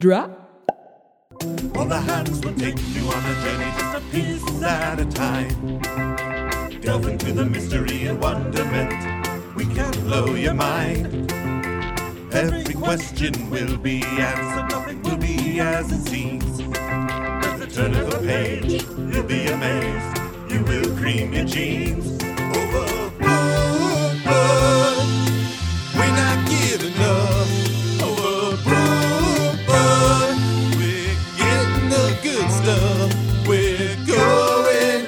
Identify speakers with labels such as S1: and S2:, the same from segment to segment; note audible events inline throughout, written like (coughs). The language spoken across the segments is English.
S1: drop.
S2: All the hands will take you on a journey just a piece at a time. Delve into the mystery and wonderment. We can blow your mind. Every question will be answered, nothing will be as it seems. At the turn of a page, you'll be amazed. You will cream your jeans. Overboard. We're not giving up. Overboard. We're getting the good stuff. We're going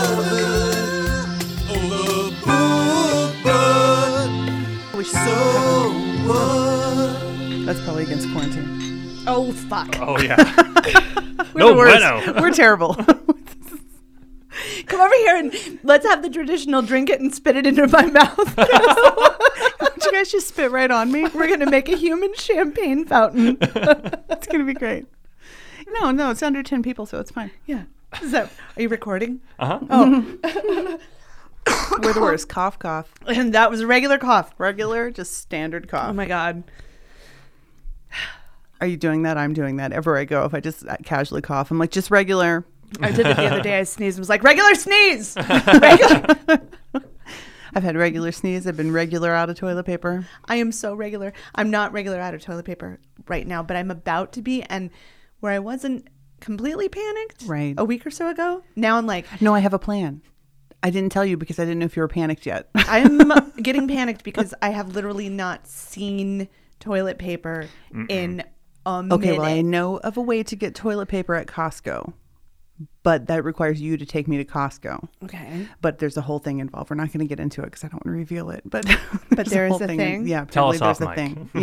S2: undercover. Overboard.
S3: We should
S2: So what?
S3: That's probably against quarantine.
S4: Oh fuck!
S3: (laughs)
S5: Oh yeah. no bueno.
S3: We're terrible.
S5: (laughs)
S4: Come over here and let's have the traditional drink it and spit it into my (laughs) mouth.
S3: Did you guys just spit right on me?
S4: We're gonna make a human champagne fountain.
S3: It's gonna be great. No, no, it's under ten people, so it's fine.
S4: Yeah. Is that? Are you recording? Oh. (coughs)
S3: We're the worst. cough, cough.
S4: And that was a regular cough.
S3: Regular, just standard cough.
S4: Oh my god.
S3: Are you doing that? I'm doing that. Everywhere I go, if I just uh, casually cough, I'm like just regular.
S4: I did it the other day. I sneezed and was like, regular sneeze. Regular.
S3: I've had regular sneeze. I've been regular out of toilet paper.
S4: I am so regular. I'm not regular out of toilet paper right now, but I'm about to be. And where I wasn't completely panicked
S3: Right.
S4: a week or so ago, now I'm like,
S3: No, I have a plan. I didn't tell you because I didn't know if you were panicked yet. (laughs)
S4: I'm getting panicked because I have literally not seen toilet paper in a minute.
S3: Okay, well, I know of a way to get toilet paper at Costco, but that requires you to take me to Costco.
S4: okay.
S3: But there's a whole thing involved. We're not going to get into it because I don't want to reveal it. But
S4: (laughs)
S3: (laughs)
S4: But
S3: there's
S4: there is
S3: whole
S4: a thing?
S3: yeah,
S5: Tell us
S3: apparently there's
S5: off
S3: a
S5: mic.
S3: thing.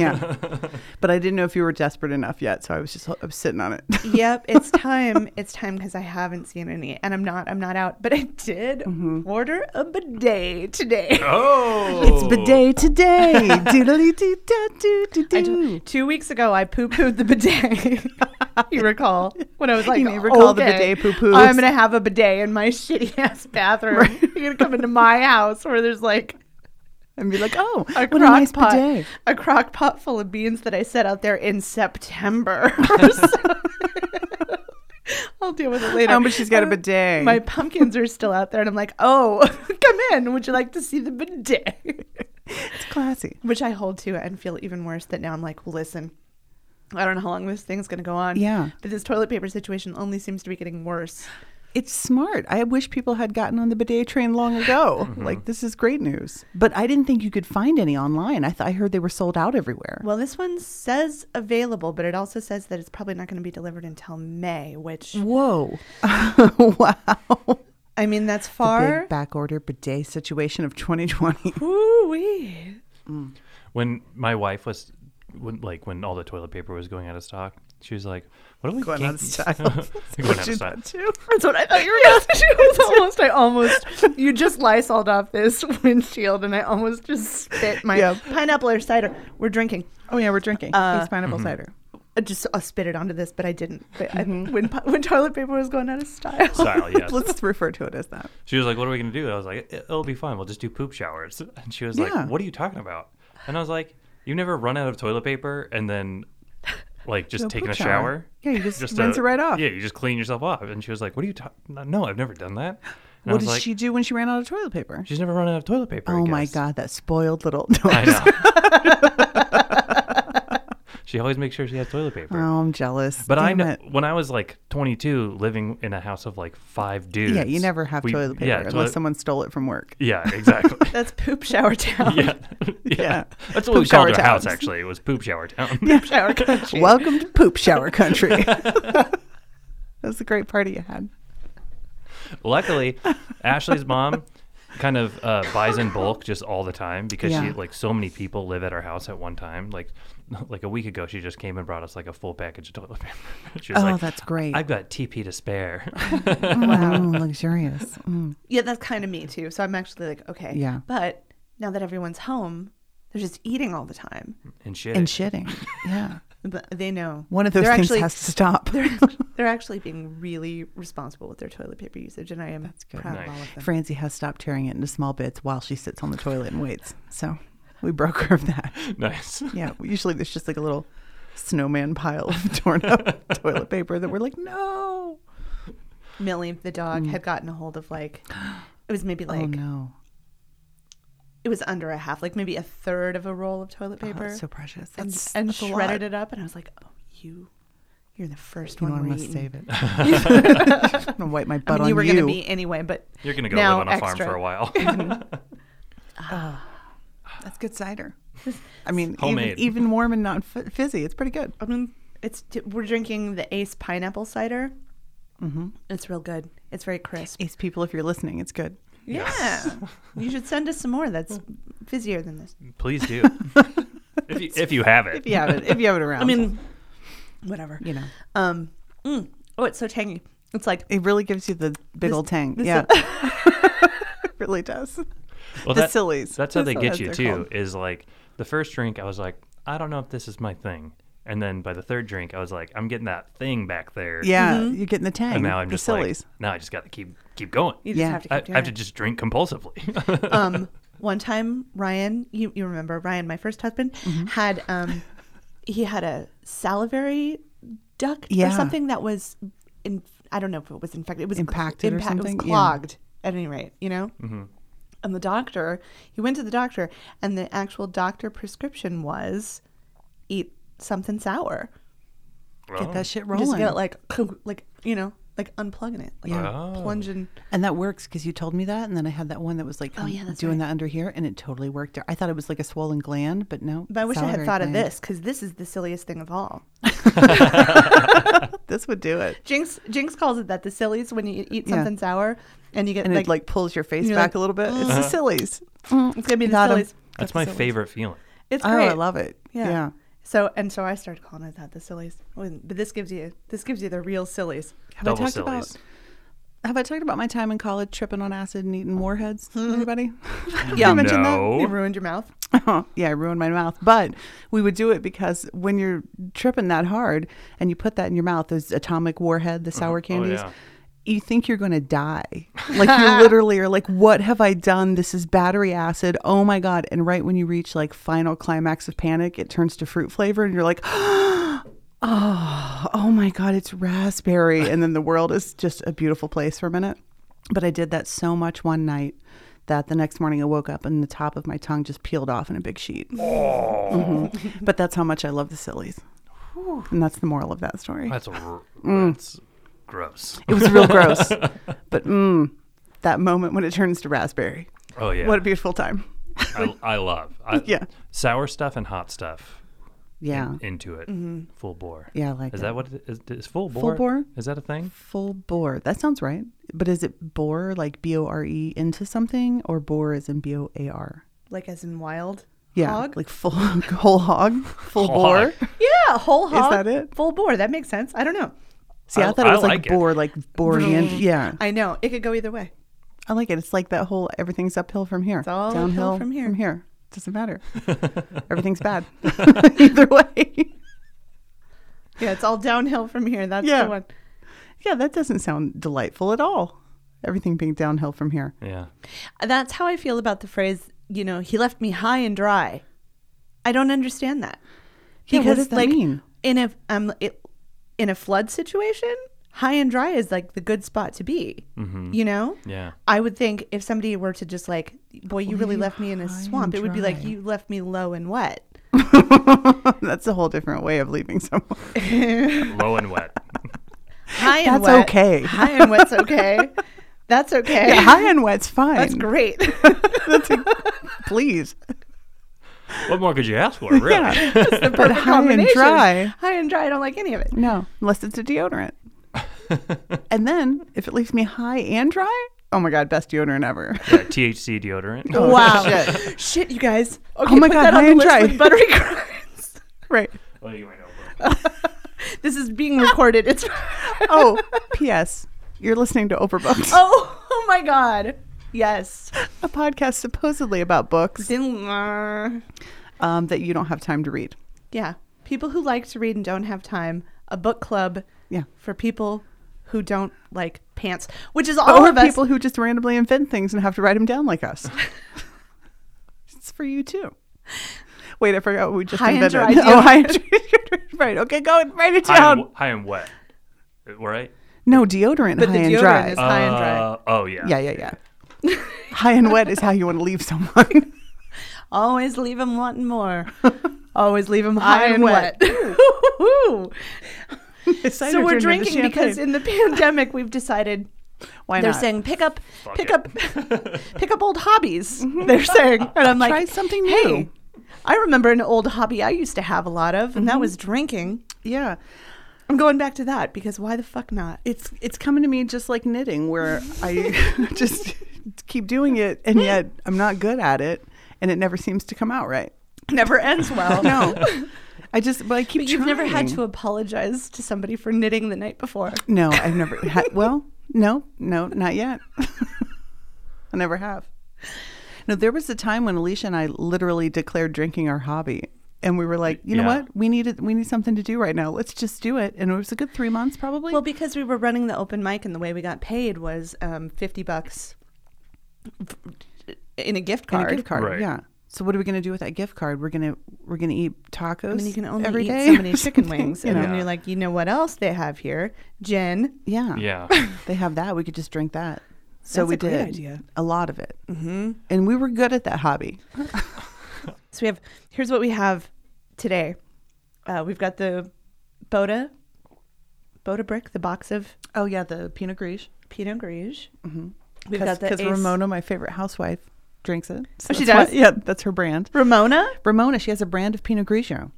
S3: Yeah,
S5: (laughs)
S3: but I didn't know if you were desperate enough yet, so I was just I was sitting on it. (laughs)
S4: yep, it's time. It's time because I haven't seen any, and I'm not. I'm not out, but I did
S3: Mm-hmm.
S4: order a bidet today.
S5: Oh.
S3: It's bidet today. Doodly doo da doo doo
S4: I do-
S3: doo.
S4: two weeks ago, I poo pooed the bidet. you recall when I was like, "Oh,
S3: You may recall the
S4: "Okay,
S3: bidet poo-poos."
S4: I'm gonna have a bidet in my (laughs) shitty ass bathroom. You're gonna come into my house where there's like
S3: And be like, oh,
S4: a
S3: what a
S4: crock
S3: nice
S4: pot,
S3: bidet.
S4: a crock pot full of beans that I set out there in
S3: (laughs)
S4: September. (laughs) So- I'll deal with it later.
S3: Oh, but she's got a
S4: Uh,
S3: bidet.
S4: My pumpkins are still out there, and I'm like, oh, (laughs) come in. Would you like to see the bidet? (laughs)
S3: It's classy.
S4: Which I hold to and feel even worse that now I'm like, listen, I don't know how long this thing's going to go on.
S3: Yeah.
S4: But this toilet paper situation only seems to be getting worse.
S3: It's smart. I wish people had gotten on the bidet train long
S5: (laughs)
S3: ago.
S5: Mm-hmm.
S3: Like this is great news. But I didn't think you could find any online. I, th- I heard they were sold out everywhere.
S4: Well, this one says available, but it also says that it's probably not going to be delivered until May, which,
S3: Mm. Whoa! (laughs) wow.
S4: I mean, that's far.
S3: Big back order bidet situation of 2020. (laughs)
S4: Ooh-wee.
S5: when my wife was when, like when all the toilet paper was going out of stock she was like what are we
S3: Going
S5: can't-
S3: out of
S5: (laughs)
S3: style. (laughs)
S5: going out of stock
S3: too.
S4: That's what I thought (laughs) you were going to do. It's almost,
S3: (laughs)
S4: I almost, you just Lysoled off this (laughs) windshield, and I almost just spit my
S3: Yeah.
S4: pineapple or cider. We're drinking. Uh, Mm-hmm.
S3: Oh yeah, we're drinking.
S5: Uh,
S3: it's pineapple cider. Mm-hmm.
S4: I just I spit it onto this, but I didn't. But I, when pi- when toilet paper was going out of
S5: (laughs)
S4: style, (laughs)
S5: style oh,
S3: (laughs)
S5: yes
S3: Let's refer to it as that.
S5: she was like what are we gonna do i was like "It- it'll be fine we'll just do poop showers (laughs) and she was
S3: Yeah.
S5: like what are you talking about and i was like you've never run out of toilet paper and then like just
S3: No,
S5: taking
S3: poop
S5: a
S3: shower.
S5: shower.
S3: Yeah, you just
S5: uh,
S3: rinse it right off.
S5: yeah you just clean yourself off and she was like what are you talking no i've never done that and I
S3: What
S5: was
S3: did
S5: like,
S3: she do when she ran out of toilet paper?
S5: she's never run out of toilet paper I
S3: oh my
S5: guess."
S3: god, that spoiled little. (laughs)
S5: i know she always makes sure she has toilet paper
S3: oh, I'm jealous.
S5: But I
S3: Damn
S5: know
S3: it.
S5: when I was like 22, living in a house of like five dudes.
S3: Yeah, you never have
S5: we-
S3: toilet paper
S5: yeah,
S3: unless
S5: toilet-
S3: someone stole it from work. (laughs)
S5: Yeah, exactly. (laughs)
S4: that's poop shower town.
S5: yeah. (laughs) yeah,
S3: Yeah. Poop
S5: That's what we called
S3: shower
S5: our house.
S3: towns.
S5: Actually, it was poop
S3: (laughs)
S5: shower town.
S4: Poop shower country.
S3: Welcome to poop (laughs) shower country. that was a great party you had.
S5: (laughs) Luckily,
S3: (laughs)
S5: Ashley's mom kind of uh, buys in bulk just all the time because
S3: Yeah.
S5: she like so many people live at our house at one time. Like, (laughs) like a week ago, she just came and brought us like a full package of toilet paper. (laughs) she was
S3: Oh,
S5: like,
S3: that's great.
S5: I've got TP
S3: (laughs)
S5: to spare.
S3: Wow, luxurious. Mm.
S4: yeah, that's kind of me too. So I'm actually like, okay,
S3: Yeah.
S4: But now that everyone's home, they're just eating all the time.
S5: and shit.
S3: And shitting. Yeah.
S4: But they know
S3: One of those
S4: they're
S3: things
S4: actually,
S3: has to stop. (laughs)
S4: They're actually being really responsible with their toilet paper usage, and I am
S3: good.
S4: proud
S5: Nice.
S4: of all of them.
S3: Francie has stopped tearing it into small bits while she sits on the toilet and waits. So we broke her of that.
S5: (laughs) Nice.
S3: Yeah. Usually there's just like a little snowman pile of (laughs) torn up
S4: (laughs)
S3: toilet paper that we're like,
S4: Oh,
S3: no.
S4: Millie, the dog, had gotten a hold of like,
S3: (gasps)
S4: it was maybe like,
S3: Mm. oh, no.
S4: it was under a half, like maybe a third of a roll of toilet
S3: Oh,
S4: paper.
S3: it's so precious.
S4: and,
S3: That's,
S4: and
S3: that's a lot.
S4: shredded it up. And I was like, oh, you, you're the first
S3: You know,
S4: one.
S3: I
S4: we're
S3: must
S4: eating.
S3: save it. I'm (laughs) going to wipe my
S4: (laughs) I
S3: butt
S4: mean, you
S3: on
S4: were
S3: you.
S4: going to be anyway, but
S5: You're gonna go
S4: Now
S5: live on a
S4: extra.
S5: farm for
S3: (laughs)
S5: a while. (laughs)
S3: That's good cider. I mean, even-
S5: Homemade.
S3: Even, warm and not f- fizzy. It's pretty good.
S4: I mean, it's we're drinking the Ace pineapple cider. Mm-hmm. It's real good. It's very crisp.
S3: Ace people, if you're listening, it's good. (laughs)
S4: Yeah, you should send us some more. That's fizzier than this.
S5: Please
S3: (laughs)
S5: do. if you if you have it.
S3: If you have it, if you have it around.
S4: I mean, whatever.
S3: you know,
S4: Um, mm, oh, it's so tangy. It's like
S3: it really gives you the big old tang.
S4: this-
S3: yeah. (laughs) it really does.
S5: Well,
S3: the
S5: that-
S3: sillies.
S5: That's how
S3: That's
S5: they
S3: what
S5: get you
S3: they're
S5: too.
S3: called.
S5: Is like the first drink, I was like, I don't know if this is my thing, and then by the third drink, I was like, I'm getting that thing back there.
S3: Yeah.
S4: Mm-hmm.
S3: You're getting the tang.
S5: And now I'm
S3: the
S5: just
S3: sillies.
S5: like, now I just got to keep keep going.
S4: you just
S3: Yeah.
S4: have to keep
S5: I, I
S4: doing
S5: have
S4: it.
S5: to just drink compulsively. (laughs)
S4: um, one time Ryan, you, you remember Ryan, my first husband,
S3: Mm-hmm.
S4: had um, he had a salivary duct or
S3: Yeah.
S4: something that was in I don't know if it was infected. It was
S3: Impacted or
S4: impact- It
S3: something?
S4: was
S3: Yeah.
S4: clogged at any rate, you know. And the doctor, he went to the doctor, and the actual doctor prescription was eat something sour.
S5: Oh.
S3: Get that shit
S4: Just
S3: rolling.
S4: get it like like you know like unplugging it, like
S5: Yeah. Oh.
S4: plunging.
S3: and that works because you told me that. And then I had that one that was like oh,
S4: yeah, that's
S3: doing
S4: right.
S3: that under here. And it totally worked. I thought it was like a swollen gland, but no.
S4: But I wish I had
S3: salivary
S4: thought of
S3: gland.
S4: this because this is the silliest thing of all.
S3: This would do it.
S4: Jinx Jinx calls it that the sillies when you eat
S3: Yeah.
S4: something sour and you get
S3: And
S4: like,
S3: it like pulls your face
S4: you're
S3: back
S4: like, "Mm."
S3: a little bit. It's
S5: (laughs)
S3: the sillies.
S4: it's gonna be the
S3: got 'em.
S4: sillies.
S5: That's my favorite feeling.
S4: It's
S3: Oh,
S4: great.
S3: I love it.
S4: Yeah.
S3: yeah.
S4: So and so I started calling it that the sillies. When- But this gives you this gives you the real sillies.
S3: Have I
S5: Double
S3: talked
S5: sillies.
S3: about? Have I talked about my time in college tripping on acid and eating
S4: (laughs)
S3: warheads?
S5: (laughs)
S3: Anybody?
S4: Yeah.
S3: I mentioned that?
S5: no.
S4: You ruined your mouth.
S3: (laughs) yeah, I ruined my mouth. But we would do it because when you're tripping that hard and you put that in your mouth, those atomic warhead, the sour candies,
S5: yeah.
S3: you think you're going to die. Like you literally are like, what have I done? This is battery acid. Oh my God. And right when you reach like final climax of panic, it turns to fruit flavor and you're like, oh my god it's
S5: (laughs)
S3: raspberry and then the world is just a beautiful place for a minute but i did that so much one night that the next morning i woke up and the top of my tongue just peeled off in a big sheet Mhm. but that's how much i love the sillies and that's the moral of that story
S5: That's, r-
S3: Mm.
S5: that's gross.
S3: it was real
S5: (laughs)
S3: gross but mm, that moment when it turns to raspberry
S5: Oh yeah.
S3: what a beautiful time
S5: I, I love. I,
S3: Yeah.
S5: Sour stuff and hot stuff.
S3: yeah
S5: Into it. Full bore.
S3: Yeah, I like
S5: Is
S3: that.
S5: that what it is? Is full bore?
S3: bore?
S5: Is that a thing?
S3: full bore that sounds right but is it bore like b-o-r-e E, into something or bore is in b-o-a-r
S4: Like as in wild
S3: Yeah,
S4: hog.
S3: like full (laughs) whole hog, full
S5: Whole
S3: bore.
S5: hog.
S4: yeah, whole hog.
S3: that it?
S4: Full bore. That makes sense. I don't know.
S3: See, I,
S5: I-
S3: thought
S5: I
S3: it was like
S5: like it.
S3: bore, like boring. and yeah,
S4: I know. It could go either way.
S3: I like it. It's like that whole everything's uphill from here, it's
S4: all uphill
S3: downhill
S4: from here.
S3: From here, doesn't
S5: (laughs)
S3: matter. everything's bad (laughs) either way.
S4: Yeah, it's all downhill from here. That's
S3: Yeah.
S4: the one.
S3: Yeah, that doesn't sound delightful at all. Everything being downhill from here. (laughs)
S5: Yeah.
S4: That's how I feel about the phrase, you know, he left me high and dry. I don't understand that.
S3: Yeah, what does that
S4: like
S3: mean?
S4: in a um it, in a flood situation, high and dry is like the good spot to be. You know?
S5: Yeah.
S4: I would think if somebody were to just like, boy, you really left me in a
S3: high and
S4: swamp, it would be like
S3: dry.
S4: you left me low and wet.
S3: (laughs) That's a whole different way of leaving someone.
S5: Low and wet. (laughs)
S4: High and
S3: That's
S4: wet.
S3: okay.
S4: (laughs) High and
S3: (laughs)
S4: wet's okay. That's okay.
S3: Yeah, high and wet's fine. (laughs)
S4: That's great. (laughs)
S5: (laughs)
S3: Please.
S5: what more could you ask for, really?
S4: the
S3: (laughs)
S4: perfect
S3: high and
S4: combination.
S3: dry.
S4: High and dry. I don't like any of it.
S3: No, unless it's a
S4: (laughs)
S3: deodorant. and then if it leaves me high and dry, oh my god, best deodorant ever. (laughs) Oh,
S5: Yeah, THC deodorant.
S4: Wow. Shit. you guys. Okay,
S3: my
S4: put
S3: God,
S4: that on
S3: high
S4: the
S3: and
S4: list
S3: dry. (laughs)
S4: with buttery crimes.
S3: Right.
S5: Well, you might know.
S4: This is being recorded. It's
S3: (laughs) Oh, P.S. You're listening to Overbooks,
S4: (laughs) oh, oh my god. Yes.
S3: a podcast supposedly about books
S4: Yeah.
S3: um, that you don't have time to read.
S4: People who like to read and don't have time. A book club
S3: Yeah.
S4: for people who don't like pants, which is all
S3: Or
S4: of us.
S3: people who just randomly invent things and have to write them down like
S4: (laughs)
S3: us. it's for you too. Wait, I forgot what we just
S4: High and
S3: invented.
S4: dry
S3: (laughs) oh, high and dry. right. Okay, go and write it
S5: High and,
S3: down.
S5: w- high and wet, right?
S3: No, deodorant
S4: But
S3: high
S4: the
S3: and
S4: deodorant
S3: dry.
S4: is high and dry.
S5: Uh, oh yeah.
S3: yeah, yeah, yeah. high and wet is how you want to leave someone.
S4: Always leave them
S3: (laughs)
S4: wanting more. Always leave them
S3: High
S4: high,
S3: and
S4: and wet. (laughs) Ooh. so we're drinking because in the (laughs) pandemic we've decided
S3: Why
S4: they're
S3: not?
S4: saying pick up, (laughs) pick
S5: it.
S4: up, pick up old hobbies.
S3: (laughs)
S4: They're saying, and I'm like,
S3: Mm-hmm. Try something new.
S4: Hey, I remember an old hobby I used to have a lot of,
S3: Mm-hmm.
S4: and that was drinking.
S3: yeah.
S4: I'm going back to that because why the fuck not?
S3: It's it's coming to me just like knitting, where I (laughs) just keep doing it, and yet I'm not good at it, and it never seems to come out right.
S4: never ends well.
S3: (laughs)
S4: (laughs)
S3: No, I just but I keep.
S4: But you've never had
S3: trying.
S4: to apologize to somebody for knitting the night before.
S3: No, I've never had. Well, no, no, not yet. (laughs) I never have. No, there was a time when Alicia and I literally declared drinking our hobby. And we were like, you know
S5: Yeah.
S3: what? We needed we need something to do right now. Let's just do it. And it was a good three months probably.
S4: Well, because we were running the open mic, and the way we got paid was um, fifty bucks f- in a gift
S3: And
S4: card.
S3: a gift card.
S5: Right.
S3: Yeah. So what are we gonna do with that gift card? We're gonna we're gonna eat tacos.
S4: I mean, you can only
S3: every
S4: eat
S3: day
S4: so
S3: or
S4: many (laughs) chicken
S3: something,
S4: wings,
S3: you
S4: and
S3: know?
S4: then you're like, you know what else they have here? Gin.
S3: (laughs) Yeah.
S5: Yeah.
S3: (laughs) They have that. We could just drink that. So
S4: That's
S3: we
S4: a great
S3: did
S4: idea.
S3: a lot of it. Mm-hmm. And we were good at that hobby.
S4: So we have. Here's what we have today. Uh, we've got the Boda, Boda brick, the box of
S3: Oh yeah, the Pinot Gris.
S4: Pinot Gris. Mm-hmm. We've got the
S3: because
S4: Ace-
S3: Ramona, my favorite housewife, drinks it. So
S4: Oh, she
S3: that's
S4: does?
S3: why- yeah, that's her brand.
S4: Ramona.
S3: Ramona, she has a brand of Pinot Grigio.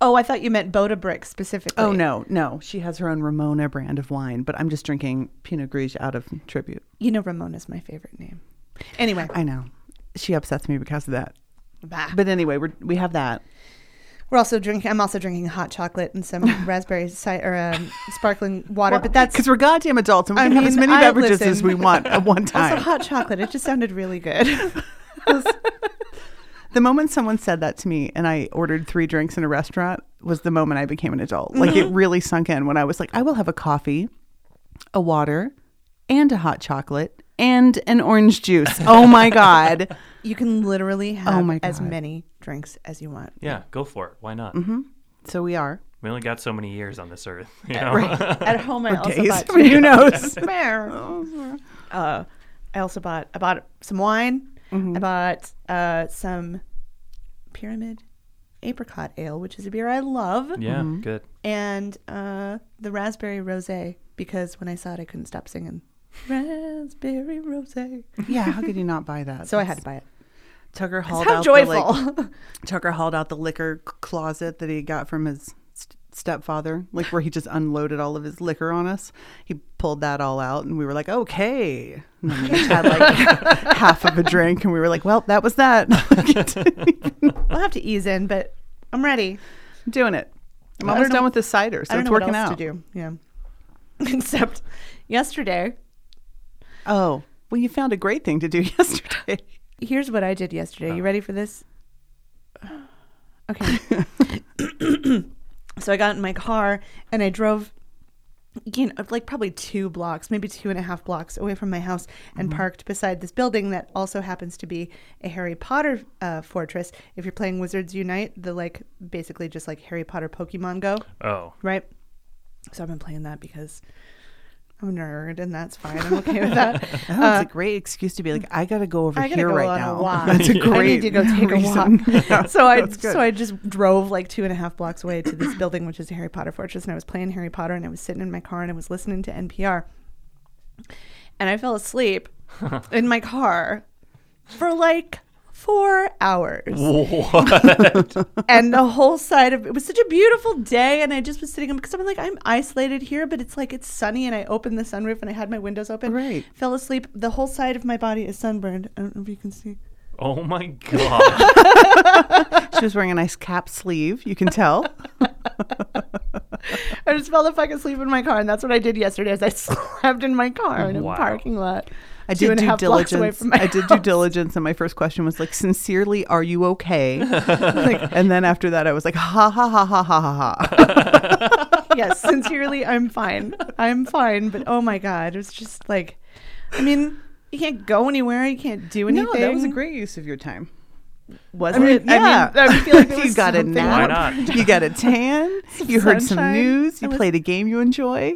S4: Oh, I thought you meant Boda brick specifically.
S3: Oh no, no, she has her own Ramona brand of wine. But I'm just drinking Pinot Grigio out of tribute.
S4: You know Ramona's my favorite name. Anyway,
S3: I know, she upsets me because of that.
S4: bah.
S3: But anyway, we we have that.
S4: We're also drinking. I'm also drinking hot chocolate and (laughs) some raspberry cider or um, sparkling water. but that's
S3: because we're goddamn adults and we
S4: I
S3: can have as
S4: mean,
S3: many
S4: I
S3: beverages
S4: listen.
S3: as we want at one (laughs)
S4: also
S3: time.
S4: hot chocolate. It just sounded really good.
S3: The moment someone said that to me and I ordered three drinks in a restaurant was the moment I became an adult. Like it really sunk in when I was like, I will have a coffee, a water, and a hot chocolate and an orange (laughs) juice. Oh my God.
S4: (laughs) You can literally have
S3: my
S4: as
S3: God.
S4: many drinks as you want.
S5: Yeah. Go for it. Why not?
S3: So we are.
S5: We only got so many years on this earth. (laughs) You know?
S4: At home, I also
S3: Days.
S4: (laughs) bought.
S3: Who (laughs) knows?
S4: (laughs) Oh, Uh, I also bought. I bought some wine. I bought uh, some Pyramid Apricot Ale, which is a beer I love,
S5: Yeah. Good.
S4: and uh, the Raspberry Rosé because when I saw it, I couldn't stop singing. Raspberry Rosé.
S3: yeah, how could you not buy that?
S4: So I had to buy it.
S3: Tucker hauled
S4: How
S3: out
S4: joyful! (laughs)
S3: The, like, Tucker hauled out the liquor c- closet that he got from his st- stepfather, like where he just unloaded all of his liquor on us. He pulled that all out, and we were like, "Okay." And then we each had like (laughs) half of a drink, and we were like, "Well, that was that."
S4: I'll have to ease in, but I'm ready.
S3: I'm (laughs) doing it. I'm
S4: I
S3: almost
S4: don't know-
S3: done with the cider,
S4: I
S3: so
S4: don't
S3: it's
S4: know what
S3: working
S4: else
S3: out.
S4: to do.
S3: (laughs)
S4: Yeah. (laughs) Except yesterday,
S3: Oh, well, you found a great thing to do (laughs) yesterday.
S4: here's what I did yesterday.
S3: Oh.
S4: You ready
S3: (sighs)
S4: for this?
S3: (coughs)
S4: Okay. so I got in my car and I drove, you know, like probably two blocks, maybe two and a half blocks away from my house, and
S3: Mm-hmm.
S4: parked beside this building that also happens to be a Harry Potter uh, fortress. If you're playing Wizards Unite, the like basically just like Harry Potter Pokemon Go.
S5: Oh. (laughs)
S4: right? So I've been playing that because I'm a nerd, and that's fine. I'm okay with
S3: (laughs)
S4: that. Uh,
S3: Oh, it's a great excuse to be like, "I got to go over
S4: I gotta
S3: here
S4: go
S3: right
S4: on
S3: now." (laughs)
S4: a walk.
S3: That's a great.
S4: I need to go take
S3: reason. (laughs)
S4: a walk. so I
S3: that's good.
S4: so I just drove like two and a half blocks away to this building, which is a Harry Potter fortress, and I was playing Harry Potter, and I was sitting in my car, and I was listening to NPR, and I fell
S3: (laughs)
S4: asleep in my car for like four hours and the whole side of it was such a beautiful day and i just was sitting because i'm like i'm isolated here but it's like it's sunny and i opened the sunroof and i had my windows open
S3: Right.
S4: fell asleep the whole side of my body is sunburned i don't know if you can see
S5: Oh my god.
S3: She was wearing a nice cap sleeve. You can tell. (laughs)
S4: i just fell the fuck asleep in my car and that's what i did yesterday is i (laughs) slept in my car in
S5: Wow.
S4: a parking lot
S3: I
S4: two
S3: did
S4: and a
S3: due
S4: half blocks away
S3: diligence.
S4: from my
S3: I did due
S4: house.
S3: diligence, and my first question was like, "Sincerely, are you okay?" (laughs) Like, and then after that, I was like, "Ha ha ha ha ha ha
S4: (laughs)
S3: ha." (laughs)
S4: yes, sincerely, I'm fine. I'm fine. But oh my god, it was just like, I mean, you can't go anywhere. You can't do anything.
S3: No, that was a great use of your time.
S4: was
S3: I mean,
S4: it?
S3: yeah.
S4: (laughs) I mean, I feel
S3: (laughs)
S4: like there
S3: you
S4: was
S3: got a
S4: something-
S5: Why
S3: nap. (laughs)
S5: not?
S3: You got a
S4: (laughs)
S3: tan. you heard some
S4: sunshine.
S3: news. You
S4: It was-
S3: played a game you enjoy.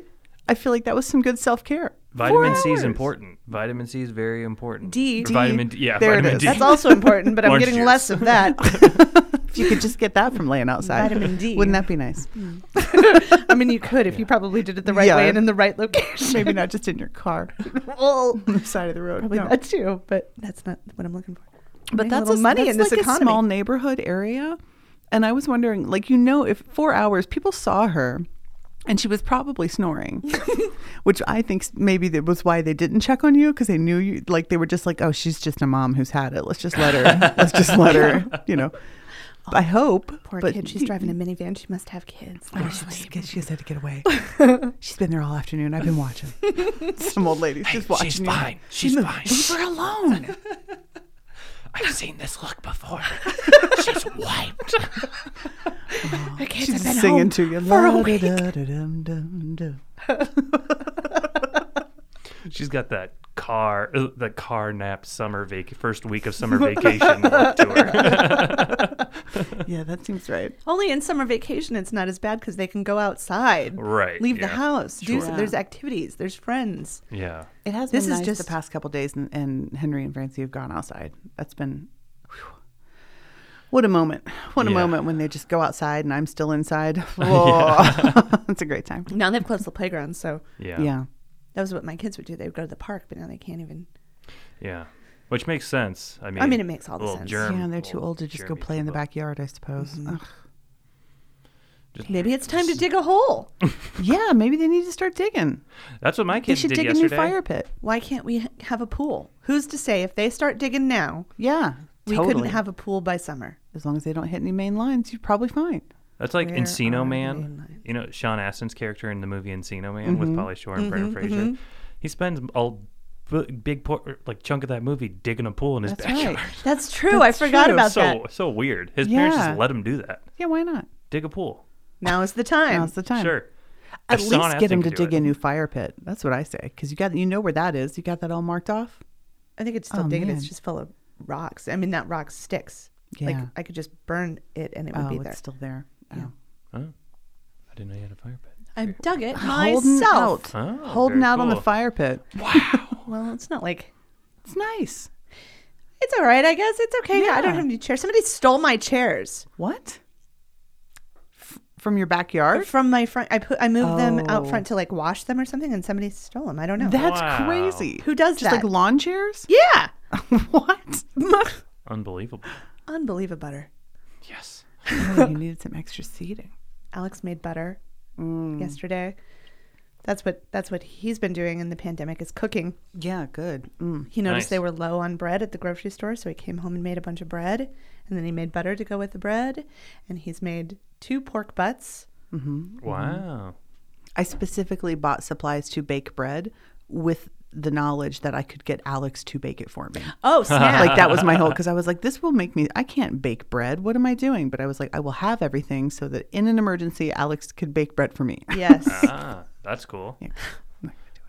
S3: I feel like that was some good self care.
S5: Vitamin C is
S3: (laughs)
S4: hours.
S5: important. Vitamin C is very important.
S4: D.
S5: Or
S4: D.
S5: Vitamin D. Yeah,
S3: There it
S5: vitamin
S3: is.
S5: D.
S4: That's also important, but I'm
S5: Orange
S4: getting
S5: juice.
S4: less
S5: (laughs)
S4: of that.
S3: (laughs) If you could just get that from laying outside,
S4: Vitamin D. Mm.
S3: wouldn't that be nice? (laughs)
S4: I mean, you could if you probably did it the right
S3: Yeah.
S4: way and in the right location.
S3: Maybe not just in your car
S4: (laughs)
S3: (laughs)
S4: well,
S3: on the side of the road.
S4: probably
S3: No.
S4: that too, but that's not what I'm looking for.
S3: but
S4: Making
S3: that's
S4: little
S3: a,
S4: money
S3: that's
S4: in this
S3: like a
S4: economy.
S3: small neighborhood area and i was wondering like you know if four hours people saw her and she was probably
S4: (laughs)
S3: snoring which i think s- maybe that was why they didn't check on you because they knew you like they were just like oh she's just a mom who's had it let's just let her let's
S4: (laughs)
S3: just let her you know i hope
S4: Poor
S3: but
S4: kid, she's
S3: you-
S4: driving a minivan. She must have kids.
S3: Oh, she, just get, she just had to get
S4: (laughs)
S3: away. she's been there all afternoon. I've been watching. Some old ladies just watching.
S5: She's
S3: you.
S5: fine. She's fine.
S3: Leave her alone.
S5: I've seen this look before. She's wiped.
S4: Her kids
S3: She's
S4: have been
S3: singing
S4: home
S3: to you.
S4: for a week.
S3: La-da-da-da-dum-dum-dum.
S5: She's got that car, uh, the car nap summer vac, first week of summer vacation look to her.
S3: Yeah, that seems right.
S4: Only in summer vacation, it's not as bad because they can go outside,
S5: Right,
S4: Leave
S5: yeah.
S4: the house. Do
S5: Sure.
S4: s- there's activities. There's friends.
S5: yeah.
S3: It has
S4: This
S3: been
S4: is
S3: nice
S4: just-
S3: the past couple days, and, and Henry and Francie have gone outside. That's been whew. what a moment! What a
S5: Yeah.
S3: moment when they just go outside, and I'm still
S5: (laughs)
S3: inside. (laughs) Oh, it's a great time.
S4: Now they've closed the playground, so
S5: Yeah.
S3: Yeah.
S4: that was what my kids would do. They would go to the park, but now they can't even.
S5: Yeah. Which makes sense. I mean,
S4: mean, it makes all the
S5: little
S4: sense.
S5: Germ,
S3: yeah, they're too
S5: little
S3: old to just go
S5: germy
S3: play in the
S5: people.
S3: backyard, I suppose. Ugh.
S5: Just-
S4: Maybe it's time to dig a hole.
S3: Yeah, maybe they need to start digging.
S5: That's what my
S3: They
S5: kids
S3: should
S5: did
S3: dig
S5: yesterday.
S3: a new fire pit.
S4: Why can't we ha- have a pool? Who's to say if they start digging now,
S3: Yeah,
S4: we
S3: totally.
S4: couldn't have a pool by summer?
S3: as long as they don't hit any main lines, you're probably fine.
S5: That's like
S4: Where are
S5: Encino
S4: the
S5: Man.
S4: mainlines?
S5: You know Sean Astin's character in the movie Encino Man
S4: Mm-hmm.
S5: with Polly Shore and Brendan Fraser. He spends all b- big por- like chunk of that movie digging a pool in his
S3: That's
S5: backyard.
S3: right.
S5: (laughs)
S4: That's true.
S3: That's
S4: I forgot
S3: true.
S4: about that.
S5: So so weird. His parents
S3: Yeah.
S5: just let him do that.
S3: Yeah, why not?
S5: Dig a pool.
S4: Now is the time.
S3: Now's the time.
S5: Sure.
S3: At
S5: If
S3: least
S5: Sean
S3: get
S5: Astin
S3: him to
S5: could do
S3: dig
S5: it.
S3: a new fire pit. That's what I say. Because you got you know where that is. You got that all marked off.
S4: I think it's still
S3: Oh,
S4: digging.
S3: man.
S4: It's just full of rocks. I mean, not rocks, sticks.
S3: Yeah.
S4: Like I could just burn it and it would
S3: oh,
S4: be
S3: it's
S4: there.
S3: still there. Oh.
S5: Oh, I didn't know you had a fire pit.
S4: I dug it
S3: Holding out,
S4: myself.
S5: Oh,
S3: holding
S5: very
S3: out on the
S5: cool.
S3: fire pit.
S4: Well, it's not like
S3: It's nice.
S4: it's all right. I guess it's okay. I don't
S3: Yeah.
S4: have any chairs. Somebody stole my chairs
S3: What? F- from your backyard?
S4: from my front. I put I moved them
S3: Oh.
S4: out front to like wash them or something, and somebody stole them. I don't know
S3: That's
S5: Wow.
S3: crazy.
S4: who does
S3: Just
S4: that.
S3: like lawn chairs?
S4: yeah,
S3: (laughs) what?
S5: Oh,
S4: (gasps)
S5: Unbelievable.
S4: unbelievable butter.
S5: Yes.
S3: oh, you needed some extra seating.
S4: Alex made butter
S3: Mm.
S4: yesterday. That's what that's what he's been doing in the pandemic is cooking.
S3: Yeah, good. Mm.
S4: He noticed
S5: Nice.
S4: they were low on bread at the grocery store, so he came home and made a bunch of bread, and then he made butter to go with the bread, and he's made two pork butts.
S5: Wow.
S3: I specifically bought supplies to bake bread with the knowledge that I could get Alex to bake it for me.
S5: (laughs)
S4: Oh snap!
S3: like that was my whole because I was like, this will make me. I can't bake bread. What am I doing? But I was like, I will have everything so that in an emergency, Alex could bake bread for me.
S4: yes,
S5: Ah, that's cool.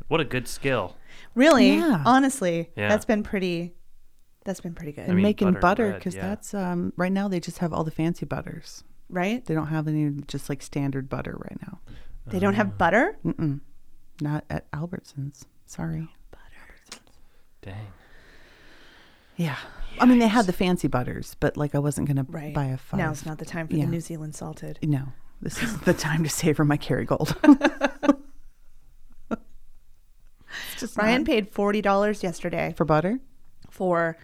S5: What a good skill.
S4: really,
S3: Yeah.
S4: honestly,
S5: Yeah.
S4: that's been pretty. That's been pretty
S3: (laughs)
S4: good,
S3: And
S5: mean,
S3: making
S5: butter
S3: butter
S5: and bread,
S3: because
S5: yeah.
S3: that's um, right now they just have all the fancy butters.
S4: right?
S3: They don't have any just like standard butter right now.
S4: They don't
S5: Mm.
S4: have butter.
S3: Mm, Not at Albertsons. Sorry.
S5: Dang.
S3: Yeah. I mean, they had the fancy butters, but like I wasn't gonna
S4: Right
S3: buy a five.
S4: now, it's not the time for
S3: Yeah.
S4: the New Zealand salted.
S3: No, this is the time to savor my Kerrygold. (laughs) It's just
S4: Brian
S3: not-
S4: paid forty dollars yesterday
S3: for butter.
S4: for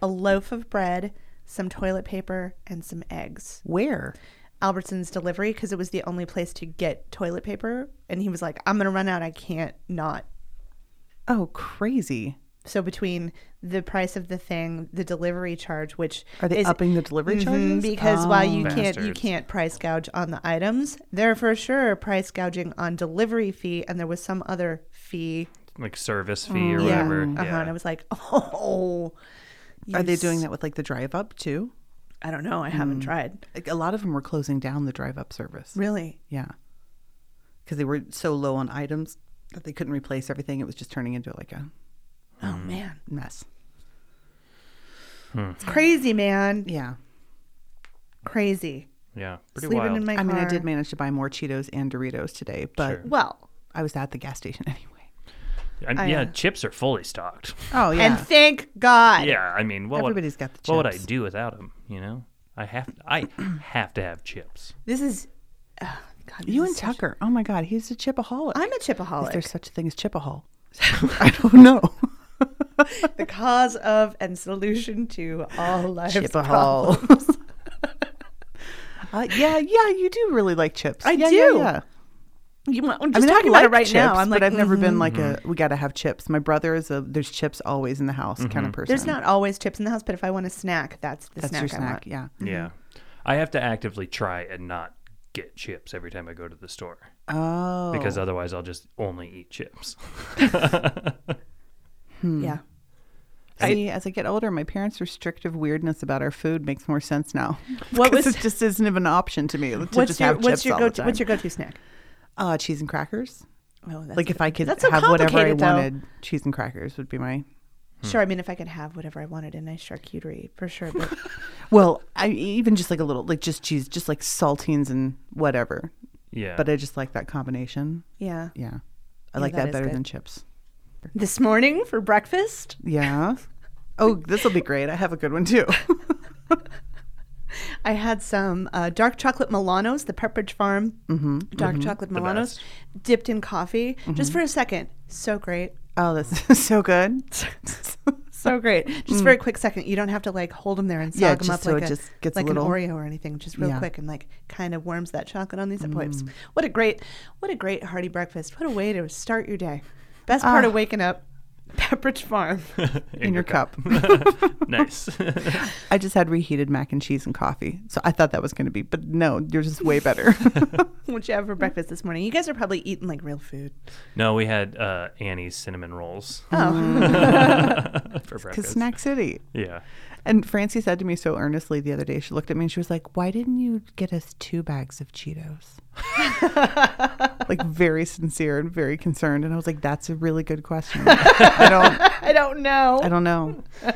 S4: a loaf of bread, some toilet paper, and some eggs.
S3: Where?
S4: Albertson's delivery because it was the only place to get toilet paper. And he was like, I'm going to run out. I can't not.
S3: Oh, crazy.
S4: So between the price of the thing, the delivery charge, which
S3: Are they
S4: is-
S3: upping the delivery
S4: Mhm,
S3: charges?
S4: because while you can't you
S5: Oh, Bastards.
S4: can't price gouge on the items, they're for sure price gouging on delivery fee, and there was some other fee.
S5: Like service fee or
S4: yeah,
S5: whatever.
S4: uh-huh.
S5: Yeah.
S4: And I was like, (laughs) oh,
S3: Are they
S4: yes.
S3: doing Hmm. that with like the drive up too?
S4: I don't know. I haven't tried.
S3: Like a lot of them were closing down the drive up service.
S4: Really?
S3: Yeah. Because they were so low on items that they couldn't Oh,
S4: Um,
S3: replace everything. It was just turning into like a
S4: Oh man.
S3: mess.
S4: It's crazy, man.
S3: Yeah.
S4: Crazy.
S5: Yeah, pretty
S4: Sleeping
S5: wild.
S4: in my
S3: I mean, I
S4: car.
S3: did manage to buy more Cheetos and Doritos today, but
S5: Sure.
S4: Well,
S3: I was at the gas station (laughs) anyway.
S5: And,
S4: I,
S5: yeah,
S4: uh,
S5: chips are fully stocked.
S3: Oh, yeah.
S4: and thank God.
S5: yeah, I mean, what
S3: Everybody's
S5: would,
S3: got the
S5: What would I
S3: chips.
S5: do without them? You know, I have
S3: (clears throat)
S5: I have to have chips.
S3: Mm-hmm.
S4: This is. Oh, God, this
S3: you
S4: is
S3: and
S4: such-
S3: Tucker. Oh, my God. He's a chipaholic.
S4: I'm a
S3: If there's
S4: chipaholic.
S3: such a thing as chipahol. (laughs) I don't know.
S4: the cause of and solution to
S3: (laughs)
S4: all life's problems.
S3: Chipahol.
S4: (laughs)
S3: uh, yeah, yeah, you do really like chips.
S4: I
S3: yeah,
S4: do.
S3: yeah, yeah.
S4: You want, I'm
S3: I
S4: just
S3: mean, I
S4: talking about it
S3: like
S4: right
S3: chips,
S4: now. I'm like,
S3: but I've never
S4: mm,
S3: been like a we got to have chips. My brother is a there's chips always in the house kind of person.
S4: Mm-hmm. There's not always chips in the house, but if I want a snack, that's the
S3: that's
S4: snack
S3: your
S4: I
S3: snack.
S4: want. Mm-hmm.
S3: Yeah.
S5: Yeah, I have to actively try and not get chips every time I go to the store
S3: Oh,
S5: because otherwise I'll just only eat chips. (laughs)
S3: Mm.
S4: Yeah.
S3: see, as I get older, my parents' restrictive weirdness about our food makes more sense now.
S4: (laughs)
S3: (laughs)
S4: What
S3: 'Cause
S4: was-
S3: it just isn't even an option to me. To
S4: What's
S3: just
S4: your
S3: have
S4: what's
S3: chips
S4: your
S3: all the
S4: go to what's
S3: time.
S4: your go
S3: (laughs)
S4: to snack?
S3: uh, cheese and crackers?
S4: Oh, that's
S3: like if I could
S4: that's so
S3: have whatever I
S4: complicated, though.
S3: wanted, cheese and crackers would be my Hmm.
S4: Sure, I mean if I could have whatever I wanted, a nice charcuterie for sure.
S3: (laughs)
S4: But
S3: Well, I even just like a little, like just cheese, just like saltines and whatever.
S5: yeah, (laughs)
S3: But I just like that combination.
S4: yeah.
S3: Yeah, I like
S4: that
S3: that,
S4: is
S3: better
S4: good.
S3: than chips.
S4: This morning for breakfast,
S3: Yeah. Oh, this will be great. I have a good one too. (laughs)
S4: I had some uh, dark chocolate Milanos, the Pepperidge Farm
S3: Mm-hmm,
S4: dark chocolate Milanos,
S5: best.
S4: dipped in coffee, just for a second. So great.
S3: oh, this is so good.
S4: (laughs) So great. Just for a quick second. You don't have to like hold them there and sog
S3: Mm. Yeah,
S4: them
S3: just
S4: up
S3: so
S4: like,
S3: it
S4: a,
S3: just gets a
S4: like
S3: little-
S4: an Oreo or anything. Just real
S3: Yeah. Mm.
S4: quick and like kind of warms that chocolate on these points. What a great, what a great hearty breakfast. What a way to start your day. Best
S3: Ah.
S4: part of waking up, (laughs) Pepperidge
S3: (laughs)
S4: Farm. (laughs)
S3: in your cup.
S5: (laughs)
S3: (laughs)
S5: nice.
S3: I just had reheated mac and cheese and coffee, so I thought that was going to be, but no, yours is way better. (laughs)
S4: what you have for breakfast this morning? You guys are probably eating like real food.
S5: no, we had uh, Annie's cinnamon rolls
S3: Uh, Mm.
S4: Oh,
S5: (laughs) for
S3: Because
S5: breakfast.
S3: Snack City.
S5: yeah,
S3: And Francie said to me so earnestly the other day, she looked at me and she was like, Why didn't you get us two bags of Cheetos?
S5: (laughs)
S3: like very sincere and very concerned. And I was like, That's a really good question. I don't
S4: (laughs) I don't know.
S3: I don't know.
S5: (laughs)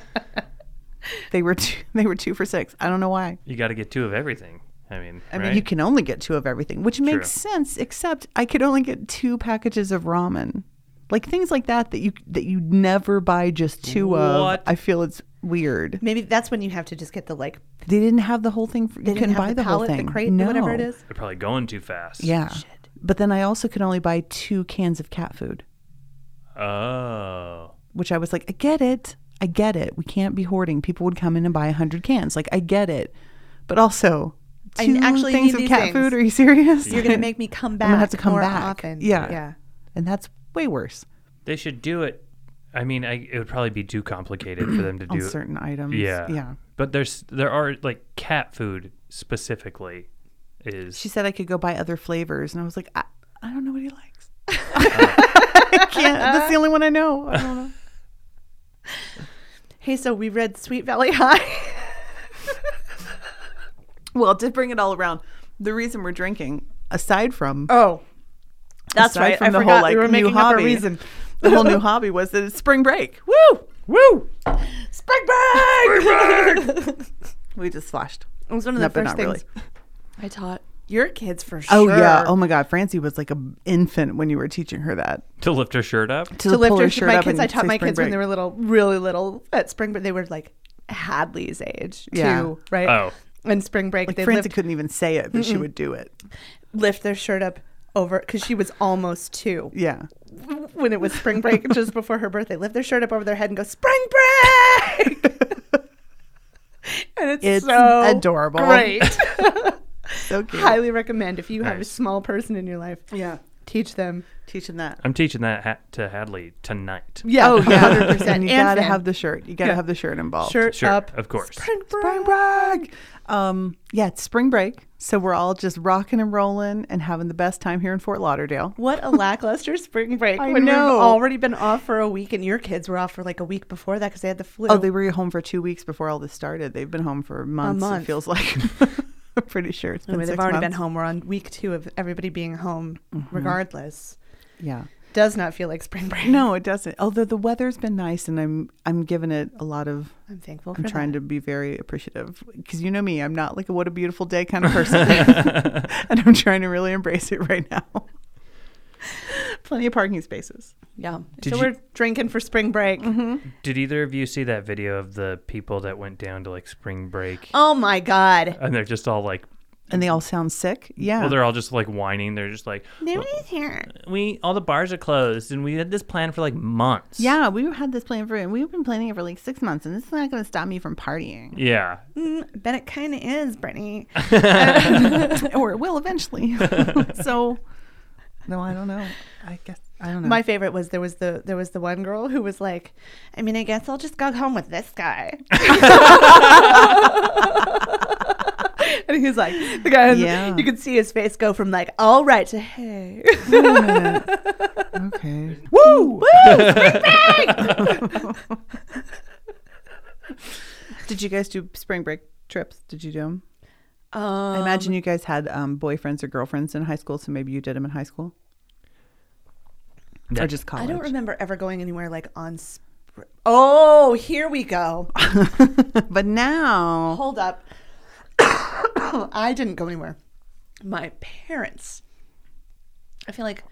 S3: They were two they were two for six. I don't know why.
S5: you got to get two of everything. I mean,
S3: I mean
S5: right?
S3: you can only get two of everything, which makes sense, except I could only get two packages of ramen. Like things like that that you that you never buy just two of.
S5: What?
S3: I feel it's weird.
S4: Maybe that's when you have to just get the like.
S3: They didn't have the whole thing. For, you
S4: didn't
S3: couldn't
S4: have
S3: buy the, whole
S4: pallet,
S3: thing.
S4: the crate,
S3: no.
S4: whatever it is.
S5: They're probably going too fast.
S3: Yeah. But then I also could only buy two cans of cat food,
S5: Oh.
S3: which I was like, I get it. I get it. We can't be hoarding. People would come in and buy 100 cans. Like, I get it. But also,
S4: I
S3: two
S4: actually
S3: things
S4: need
S3: of
S4: these
S3: cat
S4: things.
S3: food? Are you serious? (laughs)
S4: You're gonna make me come back.
S3: gonna have to come
S4: more
S3: back.
S4: Often.
S3: Yeah.
S4: yeah.
S3: And that's way worse
S5: They should do it. I mean, I, it would probably be too complicated for them to
S3: (clears throat)
S5: do
S3: on
S5: it.
S3: certain items.
S5: Yeah.
S3: Yeah.
S5: But there's there are like cat food specifically is
S3: She said I could go buy other flavors. And I was like, I, I don't know what he
S4: (laughs)
S3: likes. (laughs) I can't. That's the only one I know. I don't know.
S4: Hey, so we read Sweet Valley (laughs) High.
S3: Well, to bring it all around, the reason we're drinking, aside from
S4: Oh, that's
S3: aside
S4: right.
S3: from
S4: I
S3: the
S4: forgot
S3: whole like
S4: we were
S3: new
S4: making up
S3: hobby.
S4: a reason.
S3: The whole (laughs) new hobby was that it's spring break. Woo, woo.
S4: Spike break.
S3: We just flashed.
S4: (laughs) it was one of the
S3: No, but
S4: first
S3: not
S4: things
S3: really.
S4: I taught your kids for
S3: Oh
S4: sure.
S3: yeah. Oh my God. Francie was like an infant when you were teaching her that
S5: to lift her shirt up.
S3: to,
S4: To lift
S3: pull
S4: her,
S3: her
S4: shirt
S3: shirt
S4: my
S3: up
S4: kids,
S3: and
S4: I taught
S3: say
S4: my
S3: spring
S4: kids when
S3: break.
S4: they were little, really little at spring break. They were like Hadley's age,
S3: Yeah.
S4: too, right?
S5: Oh.
S4: and spring break they
S3: Francie
S4: lift,
S3: couldn't even say it, but she would do it.
S4: lift their shirt up over because she was almost two
S3: Yeah.
S4: when it was spring break, (laughs) just before her birthday. Lift their shirt up over their head and go spring break. (laughs) and it's,
S3: It's
S4: so
S3: adorable.
S4: (laughs) great.
S3: So cute.
S4: Highly recommend if you have a
S5: Nice.
S4: small person in your life.
S3: Yeah.
S4: Teach them.
S3: Teaching that.
S5: I'm teaching that ha- to Hadley tonight.
S4: Yeah.
S3: (laughs) Oh yeah.
S4: 100%. (laughs)
S3: And you
S4: And
S3: gotta
S4: Finn.
S3: have the shirt. You gotta
S4: Yeah.
S3: have the shirt involved.
S4: Shirt
S5: Sure,
S4: up.
S5: of course.
S4: Spring break.
S3: Spring break. Um, yeah, it's spring break. So we're all just rocking and rolling and having the best time here in Fort Lauderdale.
S4: What a lackluster spring (laughs) break.
S3: I
S4: when
S3: know.
S4: We've already been off for a week, and your kids were off for like a week before that because they had the flu.
S3: Oh, they were home for two weeks before all this started. They've been home for months.
S4: month.
S3: It feels like. (laughs) I'm pretty sure it's been.
S4: Anyway, they've
S3: six
S4: already
S3: months.
S4: been home. We're on week two of everybody being home, regardless.
S3: Yeah.
S4: Mm-hmm. does not feel like spring break.
S3: (clears throat) No, it doesn't. Although the weather's been nice, and I'm I'm giving it a lot of.
S4: I'm thankful for
S3: I'm
S4: that.
S3: trying to be very appreciative because you know me. I'm not like a what a beautiful day kind
S5: (laughs)
S3: of person, (laughs) and I'm trying to really embrace it right now. (laughs) Plenty of parking spaces.
S4: Yeah.
S5: Did
S4: so
S5: you-
S4: we're drinking for spring break.
S5: Did either of you see that video of the people that went down to like spring break
S4: Oh my God.
S5: and they're just all like,
S3: And they all sound sick. Yeah.
S5: well, they're all just like whining. They're just like,
S4: Nobody's here.
S5: we all the bars are closed and we had this plan for like months.
S3: yeah, we had this plan for and we've been planning it for like six months, and this is not going to stop me from partying,
S5: Yeah.
S4: Mm, bet it kind of is, Brittany. (laughs)
S3: (laughs) or it will eventually. so, no, I don't know. I guess I don't know.
S4: My favorite was there was the there was the one girl who was like, I mean, I guess I'll just go home with this guy. (laughs) and he's like, the guy,
S3: Yeah.
S4: you could see his face go from like, all right to hey.
S3: okay.
S4: Woo! Woo!
S3: (laughs) Did you guys do spring break trips? Did you do them? I
S4: Um,
S3: imagine you guys had um, boyfriends or girlfriends in high school, so maybe you did them in high school
S5: Yeah.
S3: or just
S4: I
S3: college.
S4: don't remember ever going anywhere like on. Spr- oh, here we go.
S3: (laughs) but now,
S4: Hold up. (coughs) I didn't go anywhere. My parents. I feel like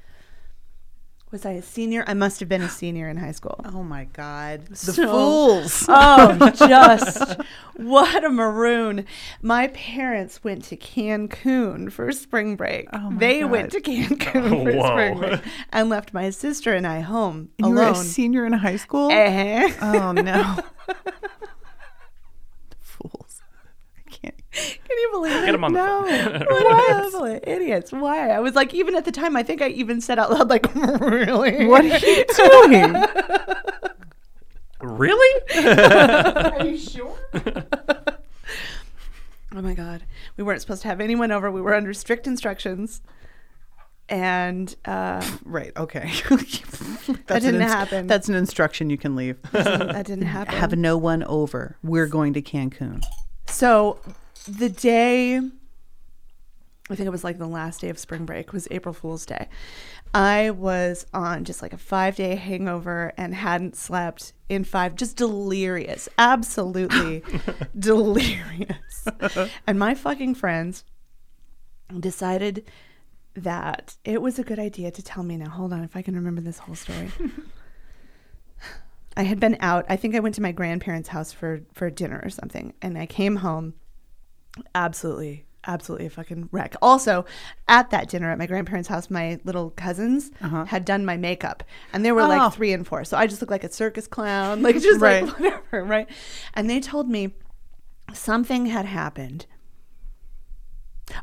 S4: was I a senior? I must have been a senior in high school.
S3: oh my god, the
S4: So-
S3: fools!
S4: (laughs) Oh, just what a maroon. My parents went to Cancun for spring break.
S3: Oh my
S4: they
S3: God.
S4: went to Cancun
S5: Oh,
S4: for
S5: whoa.
S4: spring break and left my sister and I home
S3: you were a
S4: alone.
S3: senior in high school.
S4: Eh.
S3: Oh no, the fools! I can't.
S4: (laughs) Can you believe it?
S5: Get them on
S3: No,
S5: the phone. (laughs)
S4: What? Idiots. Why? I was like, even at the time, I think I even said out loud, like, (laughs) really?
S3: what are you doing?
S5: really?
S3: (laughs)
S4: Oh my God. We weren't supposed to have anyone over. We were under strict instructions. And uh,
S3: right? Okay, that's an
S4: didn't happen.
S3: That's an instruction you can
S5: (laughs)
S3: leave.
S4: that didn't happen.
S3: (laughs) Have no one over. We're going to Cancun.
S4: so the day, I think it was like the last day of spring break, was April Fool's Day. I was on just like a five day hangover and hadn't slept in five, just delirious, absolutely delirious. And my fucking friends decided that it was a good idea to tell me now. Hold on, if I can remember this
S3: (laughs)
S4: whole story. I had been out. I think I went to my grandparents' house for for dinner or something, and I came home absolutely absolutely a fucking wreck also at that dinner at my grandparents house my little cousins had done my makeup and they were
S3: Uh-huh. Oh.
S4: like three and four so i just looked like a circus clown (laughs) like just
S3: Right.
S4: like whatever right and they told me something had happened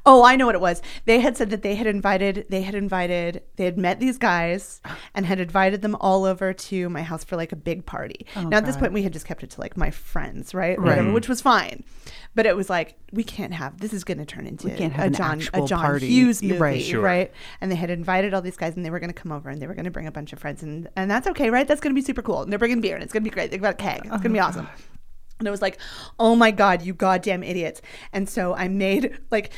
S4: Oh, I know what it was. They had said that they had invited, they had invited, they had met these guys and had invited them all over to my house for like a big party. now, at this
S3: Oh, God.
S4: point, we had just kept it to like my friends, right?
S3: Right.
S4: Whatever, which was fine. But it was like, we can't have, this is going to turn into
S3: can't have
S4: a
S3: an
S4: John, a
S3: actual
S4: John
S3: party.
S4: Hughes
S3: You're
S4: movie,
S3: right.
S4: right?
S5: Sure.
S4: And they had invited all these guys and they were going to come over and they were going to bring a bunch of friends. And, and that's okay, right? That's going to be super cool. And they're bringing beer and it's going to be great. They've got a keg. It's going to
S3: Oh,
S4: be awesome. And I was like, oh my God, you goddamn idiots. And so I made, like,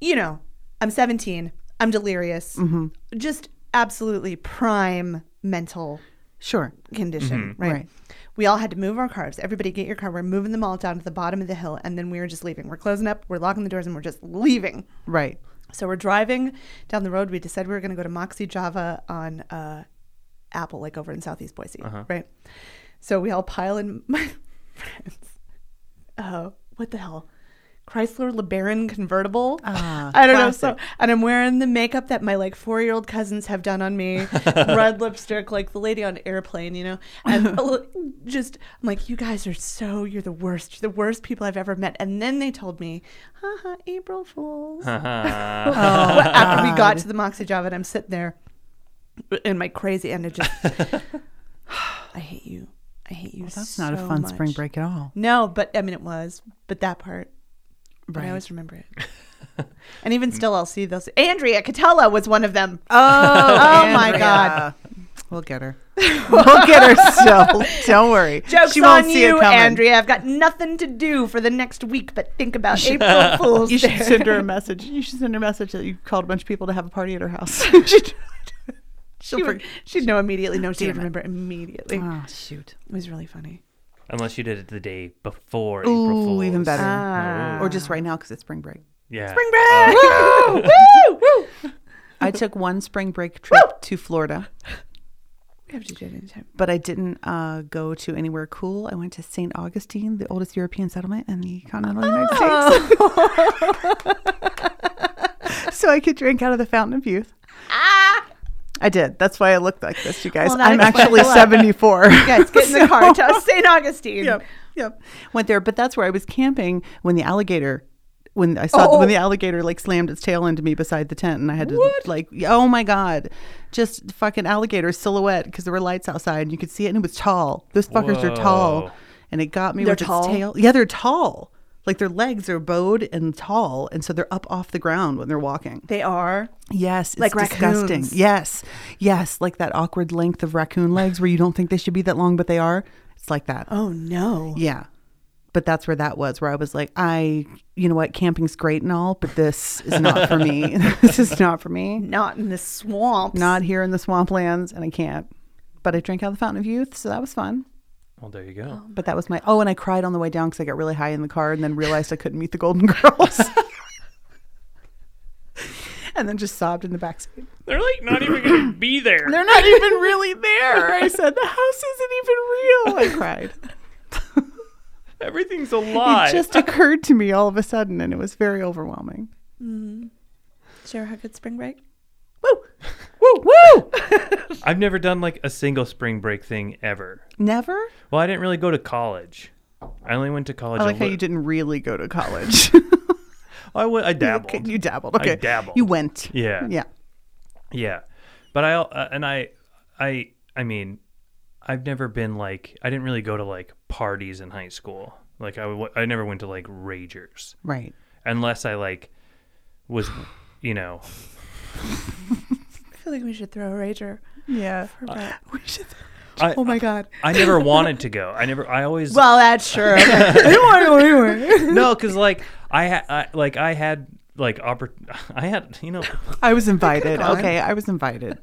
S4: you know, I'm 17, I'm delirious, just absolutely prime mental
S3: Sure.
S4: condition, right?
S3: Right.
S4: We all had to move our cars. Everybody get your car. We're moving them all down to the bottom of the hill. And then we were just leaving. We're closing up, we're locking the doors, and we're just leaving.
S3: Right.
S4: So we're driving down the road. We decided we were going to go to Moxie Java on uh, Apple, like over in Southeast Boise, right? So we all pile in (laughs) my friends. Uh, what the hell? Chrysler LeBaron convertible.
S3: Ah,
S4: (laughs) I don't know. So, and I'm wearing the makeup that my like four year old cousins have done on me, red lipstick, like the lady on airplane, you know. And just I'm like, you guys are so you're the worst, you're the worst people I've ever met. And then they told me, haha, April Fools.
S5: Uh-huh. (laughs)
S3: Oh,
S4: Well, after we got to the Moxie Java, and I'm sitting there in my crazy, and
S3: (laughs)
S4: it just, (sighs) I hate you. I hate you.
S3: That's not a
S4: so
S3: fun
S4: much.
S3: spring break at all.
S4: No, but I mean, it was, but that part, but I always remember it.
S3: (laughs)
S4: and even
S3: Mm.
S4: still, I'll see those. Andrea Catella was one of them.
S3: Oh,
S4: Oh, my God.
S3: (laughs) We'll get her. we'll get her still. Don't worry.
S4: Joke's
S3: she won't
S4: on
S3: see
S4: you,
S3: it coming.
S4: Andrea. I've got nothing to do for the next week but think about (laughs) April Fool's
S3: You should
S4: Day.
S3: (laughs) send her a message. You should send her a message that you called a bunch of people to have a party at her house. she,
S4: (laughs) She'll
S3: for-
S4: for, she'd know immediately. No, she would
S3: Damn it.
S4: remember immediately.
S3: Oh shoot.
S4: It was really funny.
S5: Unless you did it the day before April
S3: Ooh,
S5: Fool's.
S3: even better.
S4: Ah.
S3: Or just right now because it's spring break.
S5: Yeah.
S4: Spring break! Woo! Woo! Woo! (laughs)
S3: I took one spring break trip to Florida,
S4: We have to do it in time.
S3: but I didn't uh, go to anywhere cool. I went to St. Augustine, the oldest European settlement in the continental United
S4: Oh. (laughs)
S3: States. so I could drink out of the fountain of youth.
S4: Ah!
S3: I did. That's why I look like this, you guys.
S4: Well, that
S3: I'm
S4: explains
S3: actually
S4: a lot.
S3: 74. (laughs)
S4: Guys, get in the (laughs) car to St. Augustine.
S3: yep, yep. Went there, but that's where I was camping when the alligator, when I
S4: Oh,
S3: saw when the alligator like slammed its tail into me beside the tent, and I had to like, oh my god, just fucking alligator silhouette because there were lights outside and you could see it, and it was tall. Those fuckers are tall,
S5: Whoa.
S3: and it got me
S4: They're
S3: with
S4: tall?
S3: its tail. Yeah, they're tall. Like their legs are bowed and tall, and so they're up off the ground when they're walking.
S4: They are.
S3: Yes, it's
S4: Like
S3: disgusting.
S4: raccoons.
S3: Yes, yes, like that awkward length of raccoon legs where you don't think they should be that long, but they are. It's like that.
S4: Oh, no.
S3: Yeah. But that's where that was, where I was like, I, you know what, camping's great and all, but this is not for me. (laughs) this is not for me.
S4: Not in the swamps.
S3: Not here in the swamplands, and I can't. But I drank out of the fountain of youth, so that was fun.
S5: Well, there you go.
S3: But that was my, oh, and I cried on the way down because I got really high in the car and then realized I couldn't meet the Golden Girls. (laughs) and then just sobbed in the backseat.
S5: They're like not even going to be there.
S3: They're not even really there. I said, the house isn't even real. I cried.
S5: Everything's
S3: It
S5: alive.
S3: just occurred to me all of a sudden, and it was very overwhelming.
S4: Sarah, how good spring break?
S3: Woo! Woo! Woo!
S5: I've never done like a single spring break thing ever.
S3: Never?
S5: Well, I didn't really go to college. I only went to college.
S3: I
S5: a
S3: like how
S5: li-
S3: you didn't really go to
S5: (laughs)
S3: college. (laughs)
S5: I went- I dabbled.
S3: you dabbled. Okay.
S5: dabbled.
S3: You went.
S5: yeah.
S3: Yeah.
S5: Yeah, but I uh, and I, I, I mean, I've never been like I didn't really go to like parties in high school. Like I, w- I never went to like ragers (laughs)
S3: Right.
S5: unless I like was, you know,
S4: I feel like we should throw a rager.
S3: Yeah.
S4: for (laughs) Brett.
S3: We should-
S5: I,
S3: oh my God. (laughs)
S5: I never wanted to go. I never. I always
S4: Well, that's sure. (laughs)
S5: no, because like I, ha- I like I had like oppor- (laughs) I had you know
S3: I was invited. Okay. I was
S4: (laughs)
S3: invited.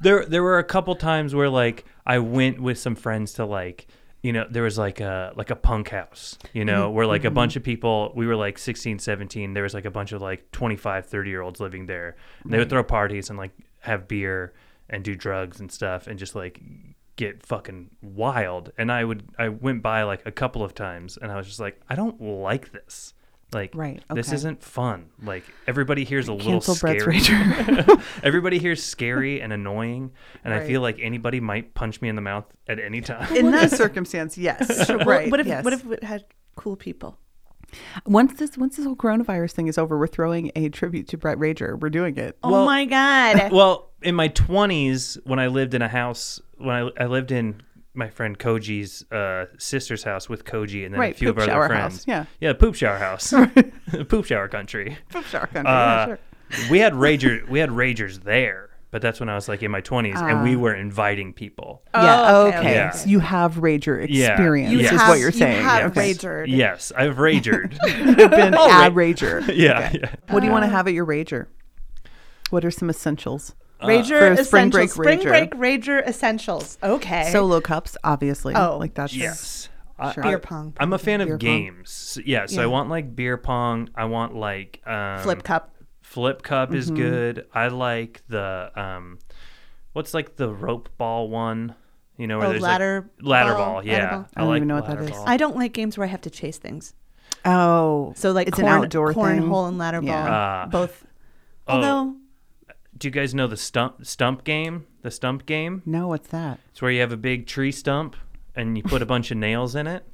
S5: there there were a couple times where like I went with some friends to like you know there was like a like a punk house you know
S3: Mm-hmm.
S5: where like a bunch of people we were like 16 17 there was like a bunch of like 25 30 year olds living there and they would throw parties and like have beer and do drugs and stuff and just like get fucking wild and i would i went by like a couple of times and i was just like i don't like this like
S3: Right,
S5: this
S3: okay.
S5: isn't fun like everybody here's a little
S3: Cancel
S5: scary
S3: Brett's Rager.
S5: (laughs) Everybody here is scary and annoying, and I
S3: Right.
S5: feel like anybody might punch me in the mouth at any time. (laughs)
S3: In that circumstance, yes. right.
S4: (laughs) What if
S3: yes.
S4: what if it had cool people?
S3: once this once this whole coronavirus thing is over, we're throwing a tribute to Brett Rager. We're doing it.
S4: oh my (laughs) god.
S5: Well, in my 20s, when I lived in a house, when I, I lived in my friend Koji's uh, sister's house with Koji and then a
S3: Right,
S5: few of
S3: poop
S5: our other
S3: shower
S5: friends.
S3: house, yeah.
S5: Yeah, poop
S3: (laughs)
S5: shower house. (laughs) poop shower country.
S3: From Shark Country. yeah,
S5: Uh,
S3: sure.
S5: we had rager we had ragers there, but that's when I was like in my 20s and
S3: Ah.
S5: we were inviting people.
S3: Yeah.
S4: Oh,
S3: okay.
S4: okay,
S5: Yeah.
S3: So you have Rager
S5: Yeah.
S3: experience,
S5: You
S3: is
S5: have-
S3: what you're saying.
S4: You have Oh,
S3: okay.
S4: ragered.
S5: Yes, I've ragered.
S3: (laughs) You've
S4: (laughs)
S3: been a Rager.
S5: yeah, yeah.
S3: What do you want
S4: Um,
S3: to have at your Rager? What are some essentials?
S4: Rager
S3: for a
S4: essentials.
S3: spring break
S4: uh, spring
S3: rager.
S4: break rager essentials. Okay.
S3: Solo cups, obviously.
S4: Oh,
S3: like that's
S5: Yes. I-
S3: Sure.
S5: I,
S4: Beer pong,
S5: I'm a fan of
S3: Beer pong.
S5: games. So- Yeah, so I want like beer pong. I want like um,
S4: flip cup.
S5: Flip cup is good. I like the um, what's like the rope ball one. You know, where
S4: Oh,
S5: there's
S4: ladder
S5: like, ladder
S4: ball,
S5: ball. Yeah,
S4: ladder ball.
S3: I don't
S5: like
S3: even know what that
S5: ladder
S3: is.
S5: ball.
S4: I don't like games where I have to chase things.
S3: Oh,
S4: So like
S3: it's
S4: corn,
S3: an outdoor thing.
S4: cornhole and ladder
S3: Yeah.
S5: Ah.
S4: ball, both. Although
S5: Do you guys know the stump stump game? The stump game.
S3: No, what's
S4: (laughs)
S3: that?
S5: It's where you have a big tree stump and you put a bunch of nails in it.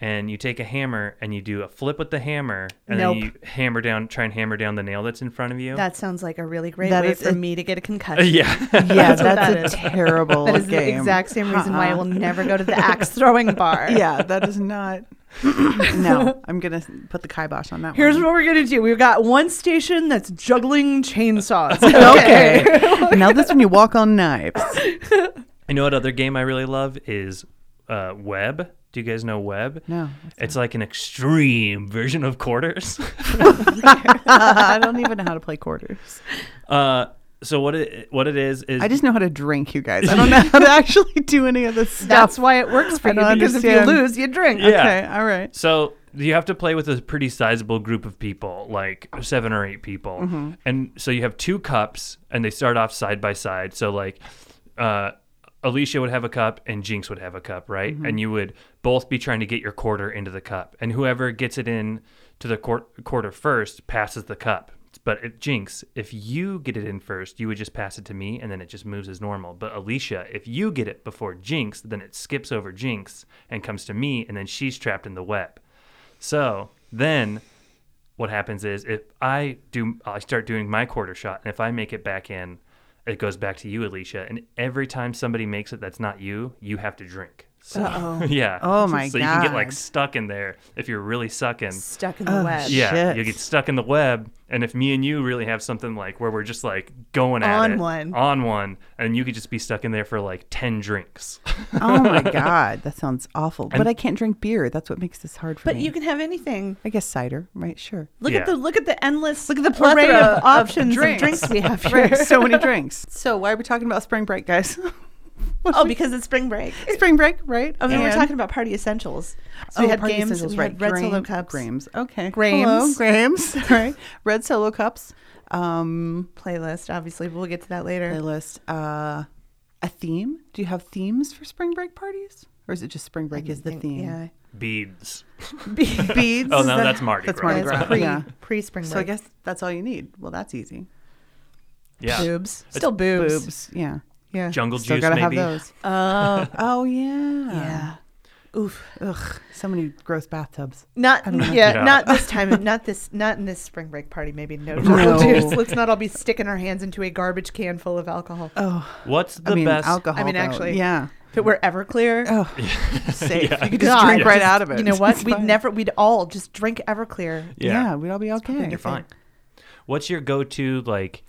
S5: And you take a hammer and you do a flip with the hammer, and
S4: Nope.
S5: then you hammer down, try and hammer down the nail that's in front of you.
S4: that sounds like a really great
S3: That
S4: way
S3: is
S4: for
S3: a-
S4: me to get a (laughs) concussion.
S5: yeah.
S3: Yeah, that's,
S4: what that
S3: a
S4: is.
S3: terrible
S4: That is
S3: game.
S4: the exact same reason why I
S3: Uh-uh.
S4: will never go to the axe throwing bar.
S3: (laughs) Yeah, that is
S4: (laughs)
S3: not. no, I'm gonna put the kibosh on that
S4: Here's
S3: one.
S4: what we're gonna do. We've got one station that's juggling (laughs) chainsaws.
S3: okay. (laughs)
S4: (laughs)
S3: now this one you walk on knives.
S5: You know what other game I really love is uh, Web. Do you guys know Web?
S3: No,
S5: It's like an extreme version of quarters. (laughs)
S3: I don't even know how to play quarters.
S5: uh, so what it what it is is
S3: I just know how to drink, you guys. I don't know how to (laughs) actually do any of this stuff.
S4: That's why it works for
S3: I
S4: you
S3: don't
S4: because if you
S3: understand.
S4: lose, you drink.
S5: Yeah.
S3: Okay, all right.
S5: So you have to play with a pretty sizable group of people, like seven or eight people, and so you have two cups, and they start off side by side. So like, uh, Alicia would have a cup, and Jinx would have a cup, right? And you would both be trying to get your quarter into the cup, and whoever gets it in to the quar- quarter first passes the cup. But if Jinx, if you get it in first, you would just pass it to me, and then it just moves as normal. But Alicia, if you get it before Jinx, then it skips over Jinx and comes to me, and then she's trapped in the web. So then, what happens is if I do, I start doing my quarter shot, and if I make it back in, it goes back to you, Alicia. And every time somebody makes it that's not you, you have to drink. So, (laughs) yeah.
S3: Oh my
S5: So you can get like
S3: God.
S5: stuck in there if you're really sucking.
S4: Stuck
S3: Oh,
S4: in the web.
S5: Yeah,
S3: Shit.
S5: you get stuck in the web, and if me and you really have something like where we're just like going at
S4: On
S5: it,
S4: one.
S5: on one, and you could just be stuck in there for like ten drinks. (laughs)
S3: Oh my god, that sounds awful. but I can't drink beer. That's what makes this hard for
S4: But
S3: me.
S4: you can have anything.
S3: I guess cider, right? Sure.
S4: Look
S5: Yeah.
S4: at the look at the endless look at
S3: the
S4: array
S3: plethora
S4: of
S3: of
S4: options of drinks.
S3: drinks.
S4: we (laughs) have here.
S3: Right. so (laughs) many drinks. So why are we talking about spring break, guys? (laughs)
S4: oh, because it's spring (laughs) break.
S3: spring break, right?
S4: Oh, we were
S3: And-
S4: talking about party essentials. So
S3: Oh,
S4: we had
S3: party
S4: games.
S3: essentials,
S4: we
S3: right?
S4: had red solo
S3: Graham-
S4: cups.
S3: Grahams. Okay.
S4: Grahams.
S3: Hello, (laughs) Grahams. Right. Red solo cups. Um,
S4: Playlist, obviously, but we'll get to that later.
S3: playlist. Uh, a theme. Do you have themes for spring break parties, or is it just spring break is the theme? (laughs)
S4: Yeah.
S5: Beads.
S3: Beads.
S5: Oh no, that's Mardi
S3: that's
S5: Gras.
S3: Mardi Gras.
S4: It's pre
S3: Yeah.
S4: pre spring break.
S3: So I guess that's all you need. Well, that's easy.
S5: Yeah.
S4: boobs. Still boobs.
S3: Boobs. Yeah.
S4: Yeah.
S5: Jungle
S3: Still
S5: juice,
S3: gotta
S5: maybe.
S3: have those.
S4: Oh,
S3: Oh yeah.
S4: yeah. Oof.
S3: Ugh. So many gross bathtubs.
S4: Not yeah,
S5: Yeah.
S4: Not this time. Not this. Not in this spring break party.
S3: (laughs)
S4: Maybe no.
S3: No.
S4: juice. Let's not all be sticking our hands into a garbage can full of alcohol.
S3: Oh,
S5: What's the
S3: I mean,
S5: best?
S3: alcohol.
S4: I mean,
S3: though.
S4: actually-
S3: yeah.
S4: If it were Everclear,
S3: Oh, safe. You
S4: (laughs)
S3: could just
S4: God,
S3: drink right
S4: just-
S3: out of it.
S4: You know what?
S3: It's
S4: We'd
S3: fine.
S4: never. We'd all just drink Everclear.
S3: Yeah, we'd all be okay.
S5: You're fine. What's your go-to like?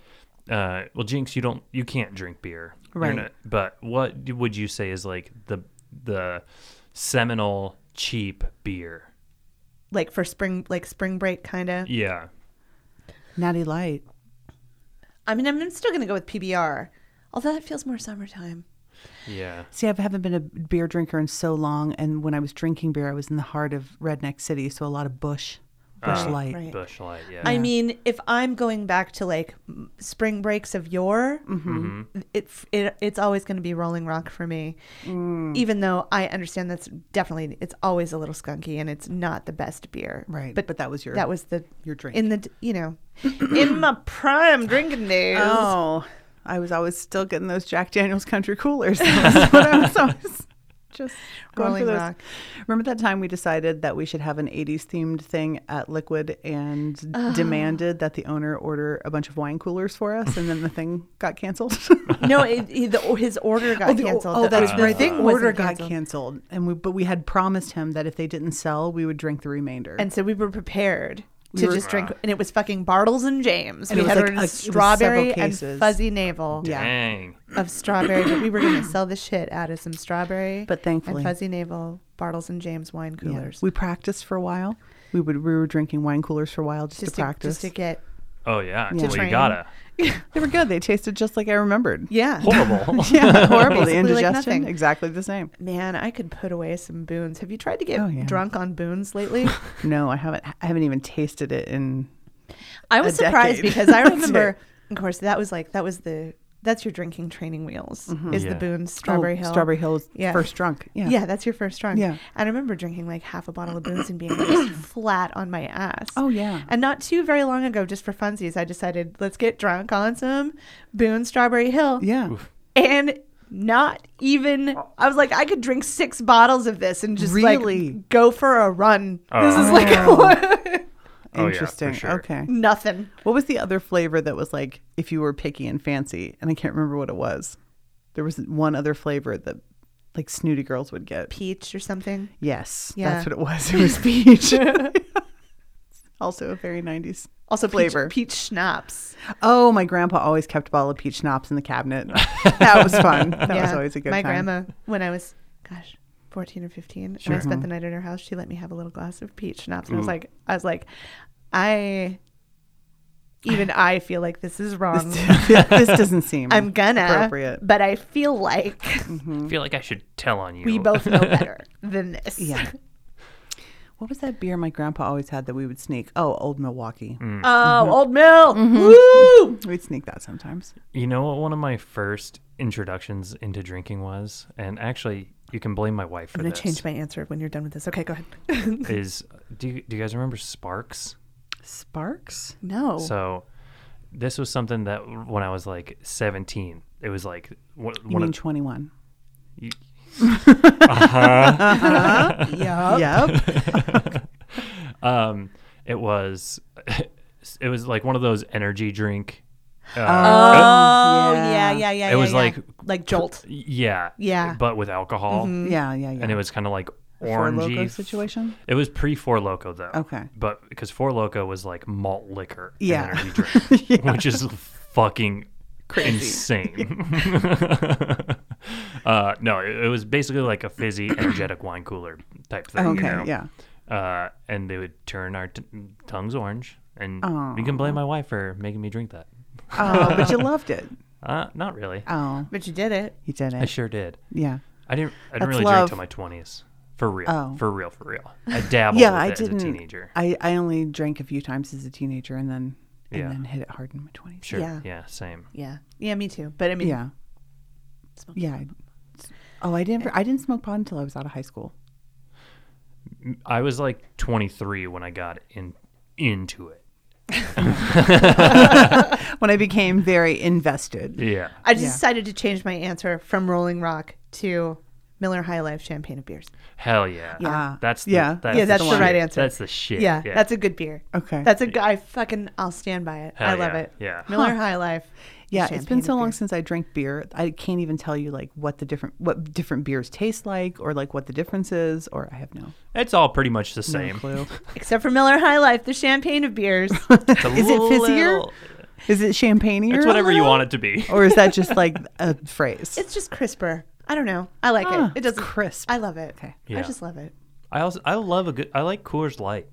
S5: Uh, well, Jinx, you don't, you can't drink beer, You're
S3: Right.
S5: not- but what do- would you say is like the the seminal cheap beer?
S4: Like for spring, like spring break, kind of.
S5: Yeah,
S3: Natty Light.
S4: I mean, I'm still gonna go with PBR, although that feels more summertime.
S5: yeah.
S3: See, I haven't been a beer drinker in so long, and when I was drinking beer, I was in the heart of Redneck City, so a lot of Bush, Bush
S5: Oh,
S3: Light.
S4: right.
S5: Bush Light. Yeah.
S4: I mean, if I'm going back to like m- spring breaks of yore,
S3: Mm-hmm.
S4: it, it it's always going to be Rolling Rock for me.
S3: Mm.
S4: Even though I understand that's definitely it's always a little skunky and it's not the best beer.
S3: Right,
S4: But
S3: but that was your-
S4: that was the
S3: your drink.
S4: in the d- you know in
S3: (coughs)
S4: my prime drinking days.
S3: Oh, I was always still getting those Jack Daniels Country Coolers. (laughs) That's what I was always just going
S4: Rolling
S3: for those.
S4: Rock.
S3: Remember that time we decided that we should have an 80s themed thing at Liquid and demanded that the owner order a bunch of wine coolers for us, and then the thing got canceled? (laughs)
S4: No, it, he, Oh, the, his order got
S3: the-
S4: canceled.
S3: Oh,
S4: The-
S3: that is
S4: the
S3: right.
S4: thing
S3: the
S4: wasn't
S3: order got canceled, and we but we had promised him that if they didn't sell, we would drink the remainder.
S4: and so we were prepared
S3: We
S4: to
S3: were- Ah.
S4: just drink, and it was fucking Bartles and James.
S3: And
S4: we
S3: it was
S4: had
S3: like
S4: ordered
S3: a- it was
S4: strawberry
S3: several
S4: and
S3: cases.
S4: fuzzy navel
S3: Yeah.
S5: dang.
S4: of strawberry, but we were gonna sell the shit out of some strawberry,
S3: But thankfully-
S4: and fuzzy navel Bartles and James wine
S3: Yeah.
S4: coolers.
S3: we practiced for a while. We would we were drinking wine coolers for a while just,
S4: just
S3: to practice.
S4: just to get
S5: Oh yeah.
S3: To
S5: Well, you
S4: train.
S5: gotta.
S3: they were good. They tasted just like I remembered.
S4: yeah.
S5: (laughs)
S3: (laughs)
S5: Horrible.
S3: Yeah, horrible. the
S4: Basically like
S3: indigestion,
S4: nothing.
S3: exactly the same.
S4: (laughs) Man, I could put away some boons. Have you tried to get
S3: Oh, yeah.
S4: drunk on
S3: (laughs)
S4: boons lately?
S3: No, I haven't. I haven't even tasted it in.
S4: I was
S3: A
S4: surprised
S3: decade.
S4: (laughs) because I
S3: That's
S4: remember, of course, that was like that was the that's your drinking training wheels is
S5: Yeah.
S4: the boons Strawberry
S3: Mm-hmm. oh,
S4: Hill.
S3: Strawberry Hill was
S4: Yeah.
S3: first drunk. Yeah.
S4: Yeah. that's your first drunk.
S3: Yeah.
S4: I remember drinking like half a bottle
S3: (clears throat)
S4: of booze and being just flat on my ass.
S3: Oh, yeah.
S4: And not too very long ago, just for funsies, I decided let's get drunk on some Boone Strawberry Hill.
S3: Yeah.
S4: And not even I was like, I could drink six bottles of this and just
S3: Really?
S4: like go for a run. This is
S5: Oh.
S4: like
S5: Oh, yeah, for
S3: Interesting.
S5: sure.
S3: Okay.
S4: (laughs) nothing.
S3: What was the other flavor that was like if you were picky and fancy? And I can't remember what it was. There was one other flavor that like snooty girls would get.
S4: Peach or something.
S3: Yes,
S4: Yeah.
S3: that's what it was. It (laughs) was peach. also a very 90s.
S4: Also peach-
S3: Flavor.
S4: Peach, schnapps.
S3: Oh, my grandpa always kept a bottle of peach schnapps in the (laughs) cabinet. that was fun. That was always a good
S4: My
S3: time.
S4: grandma, when I was, gosh, fourteen or fifteen, and I spent
S3: Mm-hmm.
S4: the night at her house, she let me have a little glass of peach schnapps, and I was like, I was like, I even I feel like this is
S3: (laughs)
S4: wrong.
S3: this doesn't seem.
S4: (laughs) I'm gonna,
S3: appropriate.
S4: but I feel
S3: (laughs)
S4: like
S5: I feel like I should tell on you.
S4: we both know better than this. (laughs)
S3: Yeah. Mm-hmm. What was that beer my grandpa always had that we would sneak? Oh, Old Milwaukee.
S5: Mm.
S4: Oh,
S3: Mm-hmm.
S4: old mill. Woo!
S3: We'd sneak that sometimes.
S5: (laughs) You know what one of my first introductions into drinking was? And actually, you can blame my wife for
S4: I'm gonna
S5: this.
S4: change my answer when you're done with this. Okay, go (laughs) ahead.
S5: is do you, do you guys remember Sparks?
S3: Sparks?
S4: no.
S5: So this was something that when I was like 17, it was like one,
S3: You
S5: one
S3: mean
S5: of
S3: 21. (laughs)
S5: you- Uh-huh.
S3: Uh-huh.
S4: yeah.
S3: Yep.
S5: um it was (laughs) it was like one of those energy drink uh,
S4: Oh yeah,
S3: Yeah.
S4: yeah, yeah.
S5: It was
S4: yeah,
S5: like-
S4: yeah. like Jolt.
S5: yeah
S4: Oh. Yeah. Mm-hmm.
S5: but with
S3: (laughs)
S5: alcohol
S3: yeah, yeah, yeah.
S5: and it was kind of like
S3: Four
S5: orangey
S3: Loko (laughs) situation?
S5: It was pre Four Loco though.
S3: Okay.
S5: But because Four Loco was like malt liquor, and
S3: Yeah. (laughs)
S5: energy drink, which is fucking
S3: (laughs)
S5: insane. (laughs) uh, no, it, it was basically like a fizzy, (clears throat) energetic wine cooler type thing.
S3: Okay,
S5: you know?
S3: yeah.
S5: Uh, and they would turn our t- tongues orange, and you can blame my wife for making me drink that.
S3: Oh, but you loved it.
S5: Uh, not really.
S3: Oh,
S4: But you did it.
S3: you did
S5: I
S3: it.
S5: sure did.
S3: Yeah.
S5: I didn't. I didn't
S3: That's
S5: really
S3: love.
S5: drink till my twenties. For real,
S3: Oh.
S5: for real, for real. I dabbled
S3: Yeah,
S5: with
S3: I
S5: it
S3: didn't.
S5: as a teenager.
S3: I, I only drank a few times as a teenager and then and
S5: Yeah.
S3: then hit it hard in my 20s.
S5: Sure.
S4: Yeah.
S5: yeah same.
S4: Yeah. Yeah, me too. But I mean,
S3: Yeah. Yeah. I- Oh, I didn't. I didn't smoke pot until I was out of high school.
S5: I was like 23 when I got in into it.
S3: When I became very invested.
S5: Yeah.
S4: I just
S3: Yeah.
S4: decided to change my answer from Rolling Rock to Miller High Life Champagne and Beers.
S5: Hell yeah.
S3: Yeah.
S5: That's the,
S3: Uh, Yeah.
S5: That's
S4: Yeah, that's the
S5: shit.
S4: right answer.
S5: That's the shit.
S4: Yeah, that's a good beer.
S3: Okay.
S4: That's a good. I fucking I'll stand by it.
S5: Hell
S4: I love
S5: yeah,
S4: it.
S5: yeah.
S4: Miller High Life.
S3: Yeah, it's
S4: champagne
S3: been so
S4: and
S3: long
S4: beer.
S3: since I drank beer. I can't even tell you like what the different what different beers taste like, or like what the difference is, or I have no,
S5: It's all pretty much the
S3: no
S5: same.
S3: clue.
S4: Except for Miller High Life, the champagne of
S3: (laughs)
S4: beers.
S5: It's a
S3: Is it fizzier?
S5: little-
S3: Is it champagne?
S5: It's whatever you want it
S3: (laughs)
S5: to be.
S3: or is that just like a phrase?
S4: it's just crisper. I don't know. I like
S3: Ah,
S4: it. It doesn't
S3: crisp.
S4: I love it. Okay.
S5: Yeah.
S4: I just love it.
S5: I also I love a good. I like Coors Light.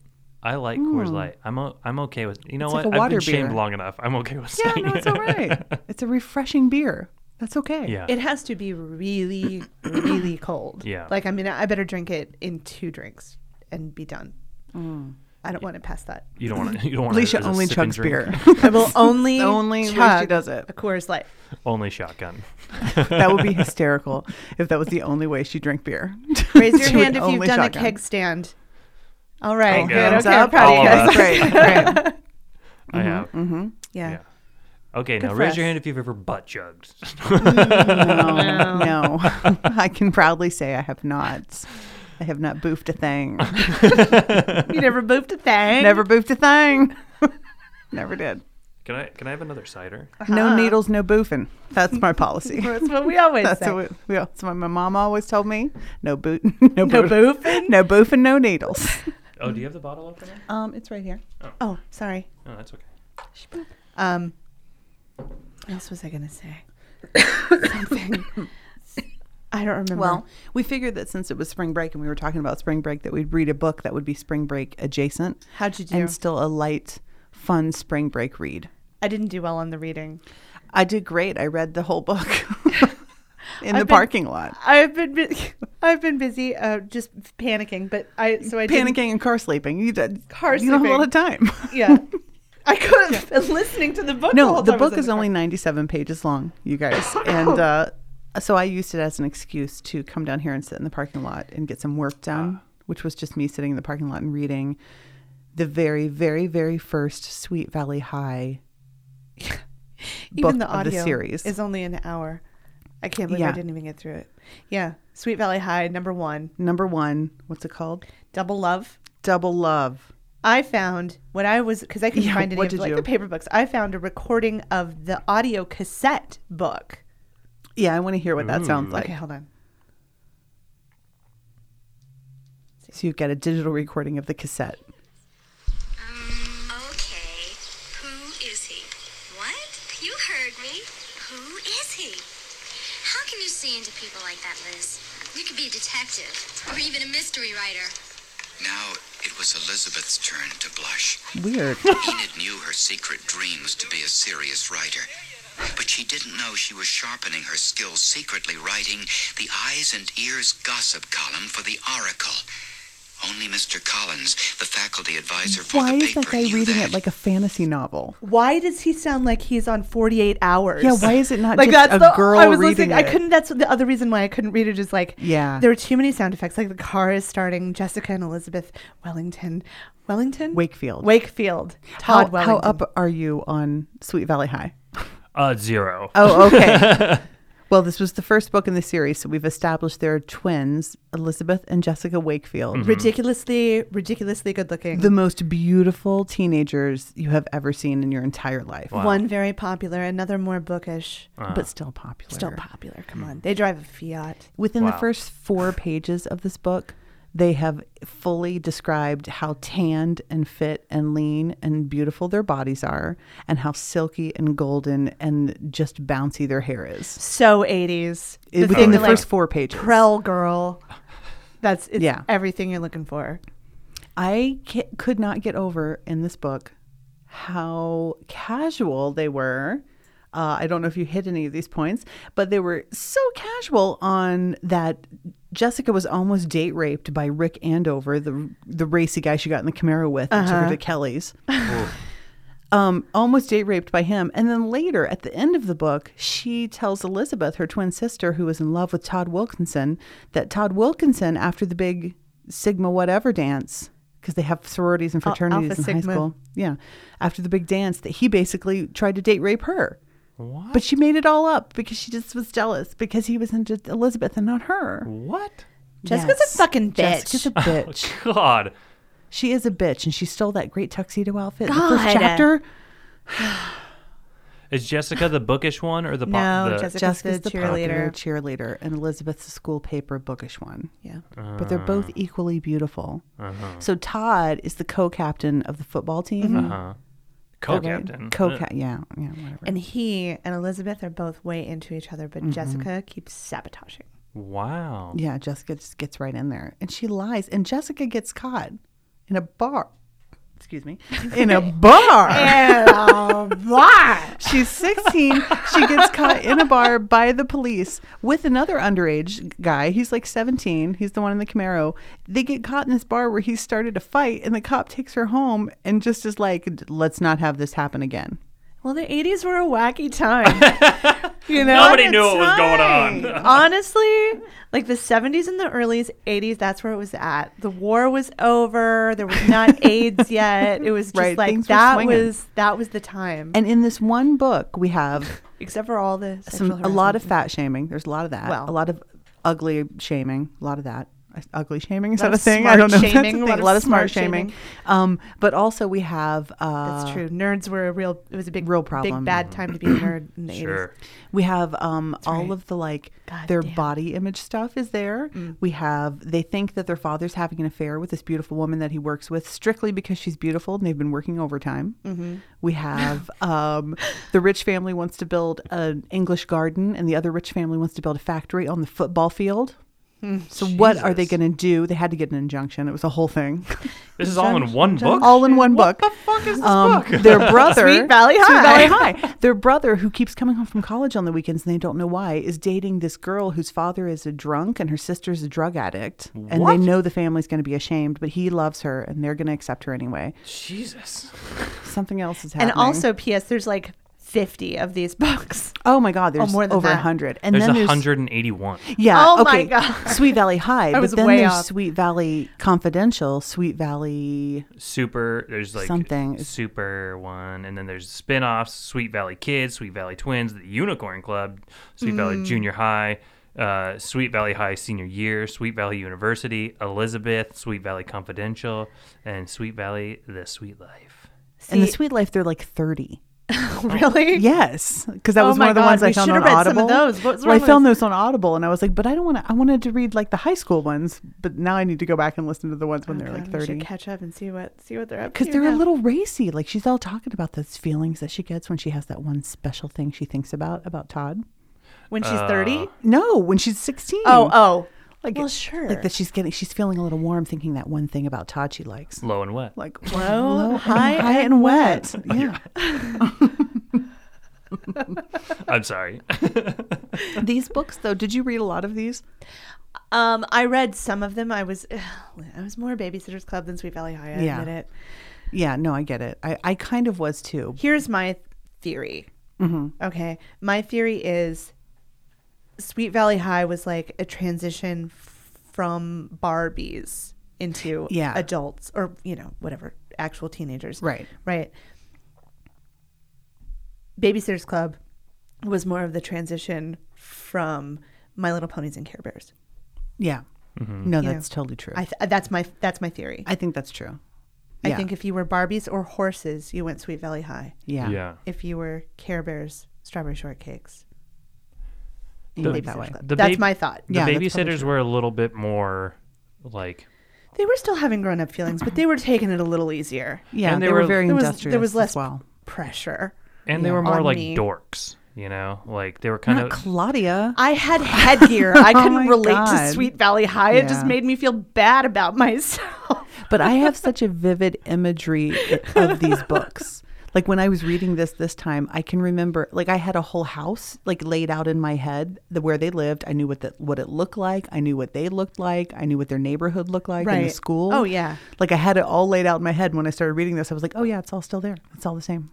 S5: I like Coors Light. I'm o- I'm okay with. You know
S3: Hmm. It's like
S5: what?
S3: a
S5: I've been
S3: water
S5: shamed
S3: beer.
S5: long enough. I'm okay with
S3: yeah,
S5: saying
S3: no, it's all right. (laughs) It's a refreshing beer. That's okay.
S5: (laughs) Yeah.
S4: It has to be really, really cold.
S5: Uh, Yeah.
S4: Like I mean, I better drink it in two drinks and be done.
S3: Mm.
S4: I don't want it past that.
S5: you don't want to. You don't want
S3: Alicia only chugs beer.
S4: (laughs) I will only
S3: The only way she
S4: chug
S3: does it.
S4: A Coors Light.
S5: (laughs) Only shotgun.
S3: Mm-hmm, that would be hysterical if that was the only way she drank (laughs) beer.
S4: Raise your
S3: She would
S4: hand if you've
S3: only
S4: done
S3: shotgun.
S4: a keg stand. All right.
S5: you
S4: Good.
S5: go.
S4: Okay.
S5: Thumbs
S4: I'm
S3: up.
S4: proud of you
S5: All of
S4: guys.
S5: us.
S3: Great,
S4: (laughs)
S3: great.
S5: I have.
S3: mm-hmm.
S4: Yeah.
S5: Yeah. Okay, now
S4: for
S5: raise your
S4: us.
S5: hand if you've ever butt chugged. (laughs)
S3: No, no. (laughs) I can proudly say I have not. I have not boofed a (laughs) thing.
S4: You never moved a thing.
S3: Never boofed a thing. (laughs) Never did.
S5: can I can I have another cider?
S3: No needles, no boofing. That's my (laughs) policy.
S4: That's what we always
S3: That's
S4: say.
S3: what, we- we, that's what my mom always told me. No (laughs) boot, no,
S4: No
S3: boof-
S4: boofing?
S3: no boofing, no needles.
S5: Oh,
S3: Hmm.
S5: do you have the bottle opener?
S3: Um, it's right here.
S4: oh, sorry.
S5: No, that's okay.
S4: Um, what else was I
S3: (coughs)
S4: gonna say? Something. I don't
S3: (laughs)
S4: remember.
S3: Well, we figured that since it was spring break and we were talking about spring break, that we'd read a book that would be spring break adjacent.
S4: How'd you do?
S3: And still a light, fun spring break read.
S4: I didn't do well on the reading.
S3: I did great. I read the whole book (laughs) in
S4: I've
S3: the
S4: been-
S3: parking lot,
S4: I've been bu- (laughs) I've been busy, uh, just panicking. But I so I didn't-
S3: panicking and car sleeping. You did
S4: Car
S3: You don't have a lot of time.
S4: (laughs) yeah.
S3: (laughs)
S4: I could have been listening to the book. the,
S3: No,
S4: whole
S3: the
S4: time I was
S3: book
S4: in
S3: is
S4: the
S3: only 97 pages long, you
S4: (laughs)
S3: guys. And uh, so I used it as an excuse to come down here and sit in the parking lot and get some work done,
S4: Ah.
S3: which was just me sitting in the parking lot and reading the very, very, very first Sweet Valley High.
S4: even
S3: book
S4: the
S3: of the
S4: audio
S3: series.
S4: is only an hour. I can't believe I
S3: Yeah.
S4: didn't even get through it. Yeah, Sweet Valley High number one,
S3: Number one, what's it called?
S4: Double Love.
S3: Double Love.
S4: I found when I was because I couldn't
S3: Yeah,
S4: find any
S3: what
S4: of
S3: did
S4: like
S3: you-
S4: the paper books. I found a recording of the audio cassette book.
S3: Yeah, I want to hear what that sounds like.
S4: Okay, hold on.
S3: So you get a digital recording of the cassette.
S1: Okay, who is he? What? You heard me. Who is he? How can you see into people like that, Liz? You could be a detective or even a mystery writer.
S6: Now, It was Elizabeth's turn to blush.
S3: Weird.
S6: (laughs) Enid knew her secret dream was to be a serious writer, but she didn't know she was sharpening her skills secretly writing the Eyes and Ears gossip column for the Oracle. Only Mr. Collins, the faculty advisor for
S3: Why
S6: the
S3: is
S6: paper,
S3: that guy
S6: knew
S3: reading
S6: that.
S3: it like a fantasy novel?
S4: Why does he sound like he's on 48 hours?
S3: Yeah, why is it not
S4: like
S3: just
S4: that's
S3: a
S4: the,
S3: girl
S4: I was
S3: reading
S4: listening. I
S3: it?
S4: couldn't. That's the other reason why I couldn't read it. Is like
S3: Yeah.
S4: there are too many sound effects. Like the car is starting. Jessica and Elizabeth Wellington, Wellington,
S3: Wakefield.
S4: Wakefield.
S3: How,
S4: Todd
S3: how
S4: Wellington.
S3: up are you on Sweet Valley (laughs) High?
S5: Uh, zero.
S3: Oh, okay. (laughs) well, this was the first book in the series, so we've established there are twins, Elizabeth and Jessica Wakefield,
S4: Ridiculously, ridiculously good looking.
S3: Mm-hmm. the most beautiful teenagers you have ever seen in your entire life,
S4: One very popular, another more bookish,
S3: but still popular.
S4: still popular. Come on, they drive a Fiat.
S3: Within the
S5: Wow.
S3: first four pages of this book, they have fully described how tanned and fit and lean and beautiful their bodies are, and how silky and golden and just bouncy their hair is.
S4: So 80s.
S3: It-
S4: thing
S3: Within the
S4: like,
S3: first four pages,
S4: Prell girl. That's it's
S3: Yeah.
S4: everything you're looking for.
S3: I ca- could not get over in this book how casual they were. Uh, I don't know if you hit any of these points, but they were so casual on that. Jessica was almost date raped by Rick Andover, the the racy guy she got in the Camaro with and took her to Kelly's. um, almost date raped by him, and then later at the end of the book, she tells Elizabeth, her twin sister, who was in love with Todd Wilkinson, that Todd Wilkinson, after the big Sigma whatever dance, because they have sororities and fraternities
S4: Alpha
S3: in
S4: Sigma.
S3: high school, yeah, after the big dance, that he basically tried to date rape her.
S5: What?
S3: But she made it all up because she just was jealous because he was into Elizabeth and not her.
S5: what?
S4: Jessica's
S3: Yes.
S4: a fucking bitch.
S3: Jessica's a bitch.
S5: God.
S3: she is a bitch, and she stole that great tuxedo outfit in the first
S4: God.
S3: chapter.
S5: Is Jessica the bookish one or the pop?
S4: no,
S5: the,
S4: Jessica's,
S3: Jessica's
S4: the,
S3: the
S4: cheerleader.
S3: popular cheerleader, and Elizabeth's the school paper bookish one.
S4: yeah.
S3: But they're both equally beautiful. So Todd is the co-captain of the football team.
S4: Mm-hmm.
S5: co-captain.
S3: Co-captain, yeah, yeah, whatever.
S4: And he and Elizabeth are both way into each other, but
S3: Mm-hmm.
S4: Jessica keeps sabotaging.
S5: Wow.
S3: Yeah, Jessica just gets right in there, and she lies, and Jessica gets caught in a bar. Excuse me, in
S4: (laughs)
S3: a bar. She's 16. she gets caught in a bar by the police with another underage guy. He's like 17. He's the one in the Camaro. They get caught in this bar where he started a fight, and the cop takes her home and just is like, let's not have this happen again.
S4: Well, the 80s were a
S5: (laughs)
S4: wacky time. you know?
S5: Nobody
S4: At
S5: knew what was going
S4: time.
S5: on.
S4: Honestly, like the 70s and the early 80s, that's where it was at. The war was over. There
S5: (laughs)
S4: was not AIDS yet. It was just
S3: Right,
S4: like
S3: things were
S4: that
S3: swinging.
S4: was that was the time.
S3: And in this one book, we have
S4: Except for all the
S3: some
S4: (laughs) sexual
S3: a lot
S4: harassment.
S3: of fat shaming. There's a lot of that.
S4: Well.
S3: a lot of ugly shaming. A lot of that. Uh, Ugly shaming is
S4: lot
S3: that a
S4: of
S3: thing?
S4: smart
S3: I don't know. if that's a,
S4: shaming,
S3: thing. A lot of smart, shaming.
S4: shaming.
S3: Um, but also we have uh,
S4: That's true. Nerds were a real. It was a big
S3: Real
S4: Big
S3: problem.
S4: bad time to be a nerd in the
S5: Sure.
S3: We have um, all
S4: right.
S3: of the like
S4: God
S3: their
S4: damn. Mm.
S3: body image stuff is there. We have they think that their father's having an affair with this beautiful woman that he works with strictly because she's beautiful and they've been working overtime.
S4: Mm-hmm.
S3: We
S4: (laughs)
S3: have um, the rich family wants to build an English garden and the other rich family wants to build a factory on the football field.
S4: Mm,
S3: So what are they
S5: Jesus.
S3: going to do? They had to get an injunction. It was a whole thing,
S5: (laughs) This is all in one book.
S3: all in one book.
S5: fuck is this
S3: Um, (laughs) their brother,
S4: Sweet Valley
S3: Sweet
S4: High.
S3: Valley High. Their brother, who keeps coming home from college on the weekends and they don't know why, is dating this girl whose father is a drunk and her sister's a drug addict. And they
S5: What?
S3: know the family's going to be ashamed, but he loves her and they're going to accept her anyway.
S5: Jesus.
S3: Something else is
S4: And
S3: happening.
S4: also, P.S. There's like 50 of these (laughs) books.
S3: oh my God, there's
S4: more than
S3: over a
S4: that.
S3: 100. And
S5: There's
S3: then there's
S5: 181.
S3: Yeah.
S4: Oh my
S3: okay.
S4: God.
S3: Sweet Valley High,
S4: was
S3: but then
S4: way
S3: there's
S4: off.
S3: Sweet Valley Confidential, Sweet Valley.
S5: Super. There's like
S3: Something.
S5: Super one, and then there's spin-offs: Sweet Valley Kids, Sweet Valley Twins, The Unicorn Club, Sweet
S3: Hmm.
S5: Valley Junior High, uh, Sweet Valley High Senior Year, Sweet Valley University, Elizabeth, Sweet Valley Confidential, and Sweet Valley: The Sweet Life.
S3: and the
S4: See-
S3: Sweet Life, they're like 30. Oh,
S4: really?
S3: Yes, because that
S4: Oh
S3: was
S4: my
S3: one of the
S4: God,
S3: ones I
S4: we
S3: found
S4: should
S3: on
S4: have read some
S3: Audible.
S4: of those. What's
S3: Well, I
S4: wrong
S3: found
S4: with-
S3: those on Audible, and I was like, but I don't want to. I wanted to read like the high school ones, but now I need to go back and listen to the ones when they were like
S4: Oh God, we should
S3: thirty.
S4: catch up and see what see what they're up to.
S3: Because they're
S4: now.
S3: a little racy. Like she's all talking about those feelings that she gets when she has that one special thing she thinks about about Todd.
S5: Uh, oh.
S4: when she's 30.
S3: No, when she's sixteen.
S4: Oh, oh.
S3: Like
S4: Well,
S3: it-
S4: sure.
S3: Like that she's getting she's feeling a little warm thinking that one thing about Todd she likes.
S5: Low and wet.
S3: Like
S4: Low,
S3: low,
S4: high,
S3: high
S4: and
S3: and wet.
S4: (laughs)
S3: Yeah.
S5: I'm sorry.
S3: These books though, did you read a lot of these?
S4: Um, I read some of them. I was, (sighs) I was more Babysitters Club than Sweet Valley High. I
S3: Yeah.
S4: admit it.
S3: Yeah, no, I get it. I, I kind of was too.
S4: Here's my theory.
S3: Mm-hmm.
S4: Okay, my theory is Sweet Valley High was like a transition from Barbies into
S3: Yeah.
S4: adults or you know whatever actual teenagers.
S3: Right.
S4: Right. Babysitters Club was more of the transition from My Little Ponies and Care Bears.
S3: Yeah.
S5: Mm-hmm.
S3: No,
S4: You
S3: that's
S4: know,
S3: totally true.
S4: I
S3: I,
S4: th- that's my that's my theory.
S3: think that's true.
S4: I
S3: Yeah.
S4: think if you were Barbies or horses, you went Sweet Valley High.
S3: Yeah.
S5: yeah.
S4: If you were Care Bears, Strawberry Shortcakes.
S3: You
S5: The-
S3: can put it that way.
S5: the
S4: That's
S5: babe-
S4: my thought.
S5: The
S3: Yeah, that's probably
S5: babysitters were a little bit more like
S4: They were still having grown up feelings, but they were taking it a little easier.
S3: Yeah,
S5: And
S3: they,
S5: they
S3: were,
S5: were-
S3: very
S4: There was,
S3: industrious
S4: there was less
S3: as well.
S4: pressure.
S5: and they were more
S4: On
S5: like
S4: me.
S5: dorks, you know? Like they were kind
S3: Not
S5: of
S3: Claudia.
S4: I
S3: (laughs)
S4: had headgear. I couldn't
S3: Oh my
S4: relate to
S3: God.
S4: Sweet Valley High. It just
S3: Yeah.
S4: made me feel bad about myself.
S3: (laughs) but I have such a vivid imagery of (laughs) these books. Like when I was reading this this time, I can remember like I had a whole house like laid out in my head the where they lived. I knew what the, what it looked like. I knew what they looked like. I knew what their neighborhood looked like and the
S4: Right.
S3: school.
S4: Oh, yeah.
S3: Like I had it all laid out in my head when I started reading this. I was like, oh yeah, it's all still there. It's all the same,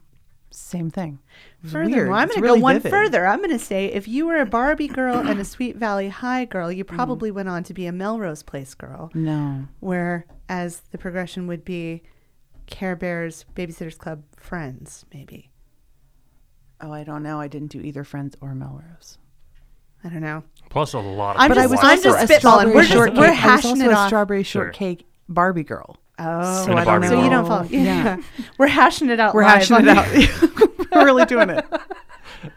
S3: same thing. It was
S4: Furthermore,
S3: weird.
S4: I'm
S3: It's
S4: going to
S3: really
S4: go one
S3: vivid.
S4: further. I'm going to say if you were a Barbie girl and
S3: (clears throat)
S4: a Sweet Valley High girl, you probably went on to be a Melrose Place girl.
S3: Mm. No.
S4: Whereas the progression would be Care Bears, Babysitters Club, Friends, maybe.
S3: Oh, I don't know. I didn't do either Friends or Melrose.
S4: I don't know.
S5: plus a lot of
S4: I'm
S3: But
S5: people
S3: I was
S5: watched
S4: I'm
S3: also
S4: just
S3: a
S4: spitballing.
S3: strawberry
S4: We're just- we're
S3: shortcake. I was
S4: hashing
S3: also
S4: it
S3: a
S4: off.
S3: strawberry
S5: Sure.
S3: shortcake Barbie girl.
S4: Oh,
S5: And a
S3: I don't
S5: Barbie
S4: so you
S5: world.
S4: don't (laughs) follow. Yeah. We're hashing it out.
S3: We're
S4: live
S3: hashing
S4: on
S3: it
S4: (laughs) the-
S3: out. (laughs) We're really doing it.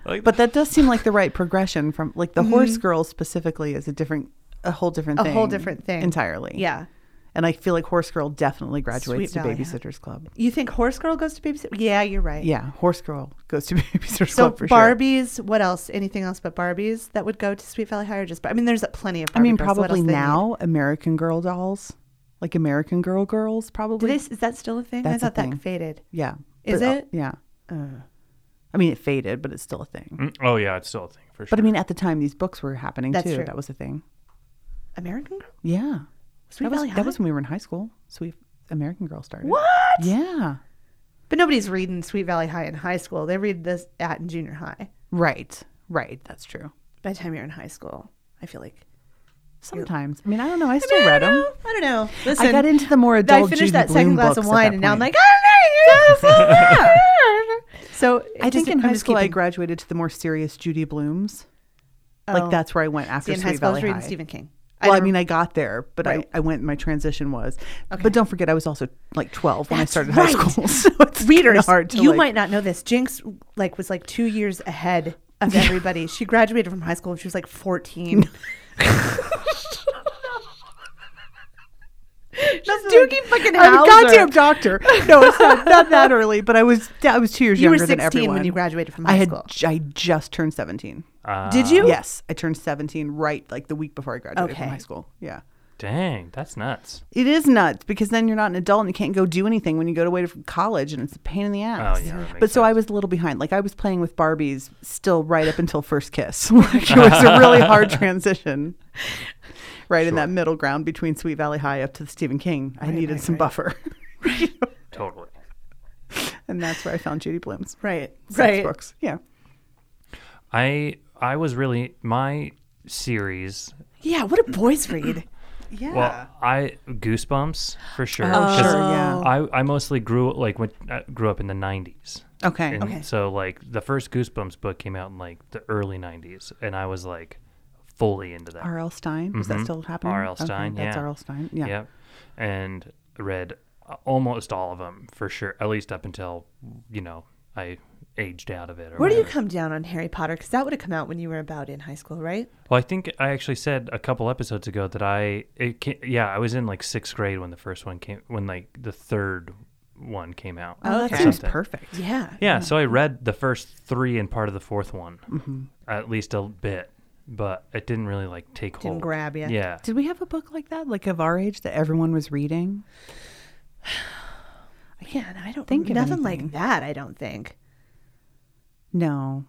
S5: Like-
S3: but that does seem like the right progression from like the horse girl specifically is a different, a whole different,
S4: Mm-hmm. A
S3: thing
S4: whole different thing.
S3: entirely.
S4: Yeah.
S3: and I feel like horse girl definitely graduates
S4: Sweet
S3: to
S4: Valley, huh?
S3: Babysitters Club.
S4: You think Horse Girl goes to babysit? Yeah, you're right.
S3: Yeah, horse girl goes to (laughs) Babysitters
S4: So
S3: Club for sure.
S4: Barbies, what else? Anything else but Barbies that would go to Sweet Valley High or just? I mean, there's plenty of.
S3: I
S4: Barbie
S3: mean,
S4: girls. What
S3: probably
S4: else they need?
S3: now American Girl dolls, like American Girl girls,
S4: Do
S3: probably.
S4: they, is that still a thing?
S3: That's
S4: I
S3: a
S4: thought that
S3: thing.
S4: faded.
S3: yeah,
S4: Is
S3: But, uh,
S4: it?
S3: yeah. I mean, it faded, but it's still a thing.
S5: Mm, Oh yeah, it's still a thing for sure.
S3: But I mean, at the time, these books were happening
S4: That's
S3: too.
S4: true.
S3: That was a thing.
S4: American Girl.
S3: Yeah.
S4: Sweet
S3: that was
S4: Valley High.
S3: that was when we were in high school. Sweet American Girl started.
S4: what?
S3: Yeah.
S4: But nobody's reading Sweet Valley High in high school. They read this at in junior high.
S3: Right. Right. That's true.
S4: By the time you're in high school, I feel like.
S3: Sometimes. I mean, I don't know. I
S4: I,
S3: still
S4: mean, I
S3: read
S4: don't
S3: them.
S4: know. I don't know. Listen,
S3: got into the more
S4: I
S3: adult
S4: finished
S3: Judy
S4: that second
S3: Blume
S4: glass of
S3: books at
S4: wine,
S3: that
S4: and now I'm like, "Ah,
S3: point.
S4: I don't know. you
S3: (laughs)
S4: guys are- so
S3: I think in high school I
S4: graduated.
S3: graduated to the more serious Judy Blooms.
S4: Oh.
S3: Like that's where I went after
S4: in
S3: Sweet
S4: high school, I
S3: Valley
S4: was reading
S3: High.
S4: Stephen King.
S3: well, I,
S4: never-
S3: mean, I got there, but
S4: Right.
S3: I, I went. My transition was, but don't forget, I was also like twelve when I started high
S4: right.
S3: school. (laughs) So it's kinda
S4: readers,
S3: hard to
S4: you
S3: like-
S4: might not know this. Jinx like was like two years ahead of everybody. she graduated from high school when she was like (laughs) fourteen. Just Doogie fucking
S3: I'm a
S4: Howser.
S3: goddamn doctor. No, it's not, not that early, but I was I was two years
S4: You were
S3: younger than
S4: 16 when
S3: everyone
S4: you graduated from
S3: I
S4: high
S3: had
S4: school.
S3: j- I just turned seventeen.
S5: Ah,
S4: Did you?
S3: Yes, I turned seventeen right like the week before I graduated
S4: Okay.
S3: from high school. Yeah,
S5: Dang, that's nuts.
S3: it is nuts because then you're not an adult and you can't go do anything when you go away to college, and it's a pain in the ass.
S5: Oh, yeah, that makes
S3: but so I was a little behind. Like I was playing with Barbies still right up until first kiss. (laughs) like it was a really
S5: (laughs)
S3: hard transition. Right in that middle ground between Sweet Valley High up to the Stephen King, I needed some buffer. (laughs)
S5: Totally.
S3: and that's where I found Judy Blume's
S4: Right.
S3: sex
S4: Right.
S3: books. Yeah,
S5: I I was really my series
S4: Yeah. What do (clears throat) boys read?
S3: yeah,
S5: Well, I goosebumps for sure.
S3: Oh,
S5: 'cause
S3: sure, yeah.
S5: I, I mostly grew like when uh, grew up in the '90s.
S3: okay,
S5: And
S3: okay,
S5: So like the first Goosebumps book came out in like the early '90s, and I was like fully into that.
S3: R.L. Stein. Was that still happening?
S5: R.L.
S3: Okay,
S5: Mm-hmm. Stein,
S3: That's
S5: yeah.
S3: R.L. Stein. Yeah.
S5: Yep. And read a- almost all of them for sure, at least up until you know I aged out of it. Or
S4: Where do you
S5: whatever.
S4: come down on Harry Potter? Because that would have come out when you were about in high school, right?
S5: Well, I think I actually said a couple episodes ago that I it ca yeah I was in like sixth grade when the first one came when like the third one came out.
S3: Oh, that
S5: or
S3: seems
S5: something.
S3: perfect.
S4: Yeah. Mm-hmm.
S5: Yeah, so I read the first three and part of the fourth one, at least a bit, but it didn't really like take
S4: Didn't
S5: hold.
S4: grab ya.
S5: Yeah.
S3: Did we have a book like that, like of our age, that everyone was reading?
S4: Yeah, and I don't
S3: Think
S4: think
S3: of
S4: nothing
S3: anything.
S4: like that. I don't think.
S3: No.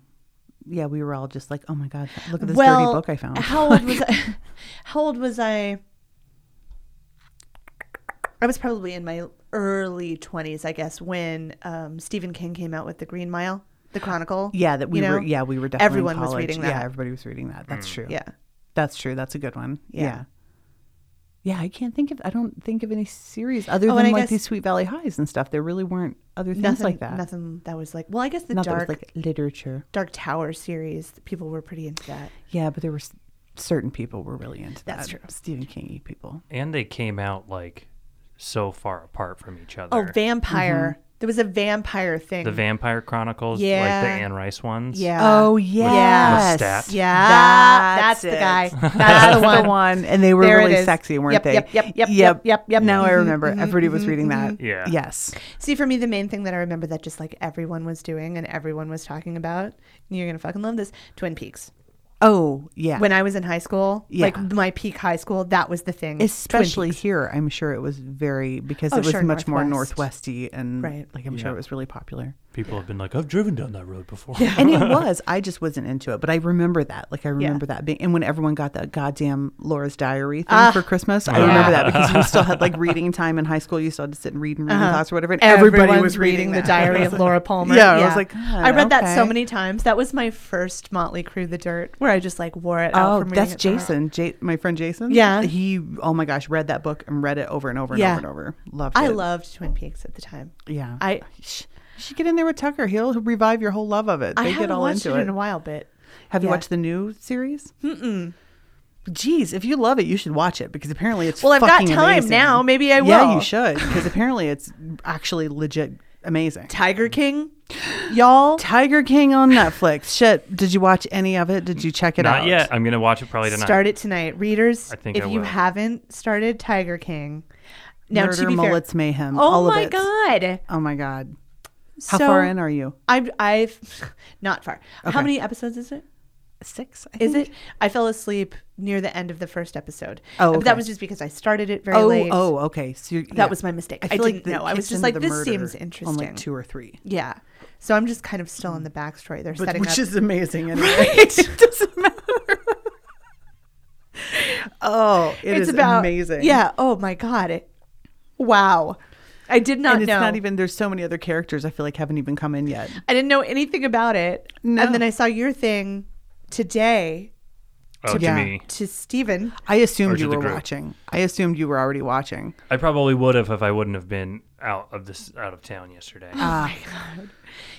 S3: Yeah, we were all just like, oh my God, look at this dirty book I found.
S4: How
S3: (laughs)
S4: old was I? (laughs) How old was I? I was probably in my early twenties, I guess, when um, Stephen King came out with The Green Mile, The Chronicle.
S3: yeah, that we
S4: you know?
S3: were. Yeah, we were definitely in
S4: everyone was
S3: college.
S4: reading
S3: Yeah,
S4: that.
S3: everybody was reading that. That's true.
S4: Yeah,
S3: that's true. That's a good one. Yeah.
S4: Yeah.
S3: yeah. I can't think of. I don't think of any series other
S4: Oh, and
S3: than
S4: I
S3: like
S4: guess-
S3: these Sweet Valley Highs and stuff. There really weren't other things
S4: nothing
S3: like that.
S4: Nothing that was like. Well, I guess the
S3: Not that it was
S4: dark
S3: like literature.
S4: Dark Tower series. People were pretty into that.
S3: Yeah, but there were s- certain people were really into
S4: That's
S3: that.
S4: true.
S3: Stephen King people.
S5: And they came out like so far apart from each other.
S4: Oh, vampire.
S3: Mm-hmm.
S4: There was a vampire thing.
S5: the Vampire Chronicles, like
S4: Yeah.
S5: the Anne Rice ones.
S4: Yeah.
S3: Oh yes,
S5: Lestat.
S4: Yeah,
S3: That's
S4: that's, the
S3: it. (laughs)
S4: guy. That's the
S3: the
S4: one.
S3: one, and they were
S4: There it
S3: really
S4: is.
S3: sexy, weren't
S4: Yep,
S3: they?
S4: yep, yep, yep,
S3: yep,
S4: yep, yep, Mm-hmm, yep.
S3: Now I remember. Everybody was reading that.
S4: mm-hmm.
S5: Yeah.
S3: Yes.
S4: See, for me, the main thing that I remember that just like everyone was doing and everyone was talking about, and you're gonna fucking love this, Twin Peaks.
S3: Oh yeah.
S4: When I was in high school,
S3: Yeah.
S4: like my peak high school, that was the thing. Twin
S3: especially
S4: Peaks.
S3: here, I'm sure it was very because
S4: Oh,
S3: it was
S4: sure,
S3: much more
S4: Northwest.
S3: northwesty and
S4: Right.
S3: like I'm sure it was really
S4: (laughs)
S3: popular.
S5: People have been like, I've driven down that road before.
S3: and it was. I just wasn't into it, but I remember that. Like I remember that being. And when everyone got that goddamn Laura's Diary thing
S4: Ah.
S3: for Christmas, I remember that because we still had like reading time in high school. You still had to sit and read and read in
S4: Uh-huh.
S3: class or whatever. And everybody
S4: Everyone
S3: was reading,
S4: the
S3: that.
S4: Diary of
S3: (laughs)
S4: Laura Palmer.
S3: Yeah, I was like, "Ah,
S4: I read that so
S3: okay.
S4: many times. That was my first Motley Crue, The Dirt, where I just like wore it out.
S3: Oh,
S4: from reading
S3: that's
S4: it forever.
S3: Jason, J- my friend Jason.
S4: Yeah.
S3: he. Oh my gosh, read that book and read it over and over and
S4: Yeah.
S3: over and over. Loved
S4: I
S3: it.
S4: loved Twin Peaks at the time.
S3: Yeah,
S4: I
S3: Sh- You should get in there with Tucker. He'll revive your whole love of it.
S4: I
S3: They
S4: haven't
S3: get all
S4: watched
S3: into
S4: it in a while, but
S3: Have you
S4: Yeah.
S3: watched the new series? Mm-mm. Geez, if you love it, you should watch it because apparently it's
S4: Well, I've got
S3: fucking
S4: time
S3: amazing.
S4: now. Maybe I
S3: Yeah, you
S4: will.
S3: should because apparently it's actually legit amazing.
S4: Tiger King, y'all.
S3: Tiger King on Netflix. Shit, did you watch any of it? Did you check it out?
S5: Not yet. I'm going to watch it probably tonight.
S4: Start it tonight, readers.
S5: I think
S4: if
S5: I
S4: you
S5: will.
S4: haven't started Tiger King, now
S3: Murder,
S4: to be fair-
S3: Mullets, Mayhem.
S4: Oh
S3: all
S4: my
S3: of it.
S4: god!
S3: Oh my god. How
S4: So-
S3: far in are you?
S4: I've I've (laughs) not far.
S3: Okay.
S4: How many episodes is it?
S3: Six. I
S4: Is
S3: think.
S4: it? I fell asleep near the end of the first episode.
S3: Oh,
S4: But
S3: okay.
S4: that was just because I started it very
S3: oh,
S4: late.
S3: oh, okay. So you're,
S4: That was my mistake. I didn't
S3: the
S4: know. I
S3: kicks
S4: was just
S3: into
S4: like,
S3: the
S4: this
S3: murder
S4: seems
S3: On like
S4: interesting.
S3: two or three,
S4: yeah. So I'm just kind of still in the backstory. They're
S3: but,
S4: setting
S3: which
S4: up. (laughs)
S3: is (laughs) amazing. Anyway. it doesn't matter. oh, it's
S4: it's about
S3: amazing.
S4: Yeah. Oh my god! It, wow. I did not
S3: and it's
S4: know.
S3: not even. There's so many other characters. I feel like haven't even come in yet.
S4: I didn't know anything about it.
S3: No.
S4: And then I saw your thing today
S5: oh,
S3: Yeah.
S5: to me.
S4: to Steven.
S3: I assumed
S5: Or
S3: you
S5: to the
S3: were
S5: group.
S3: watching. I assumed you were already watching.
S5: I probably would have if I wouldn't have been out of this out of town yesterday.
S4: Uh,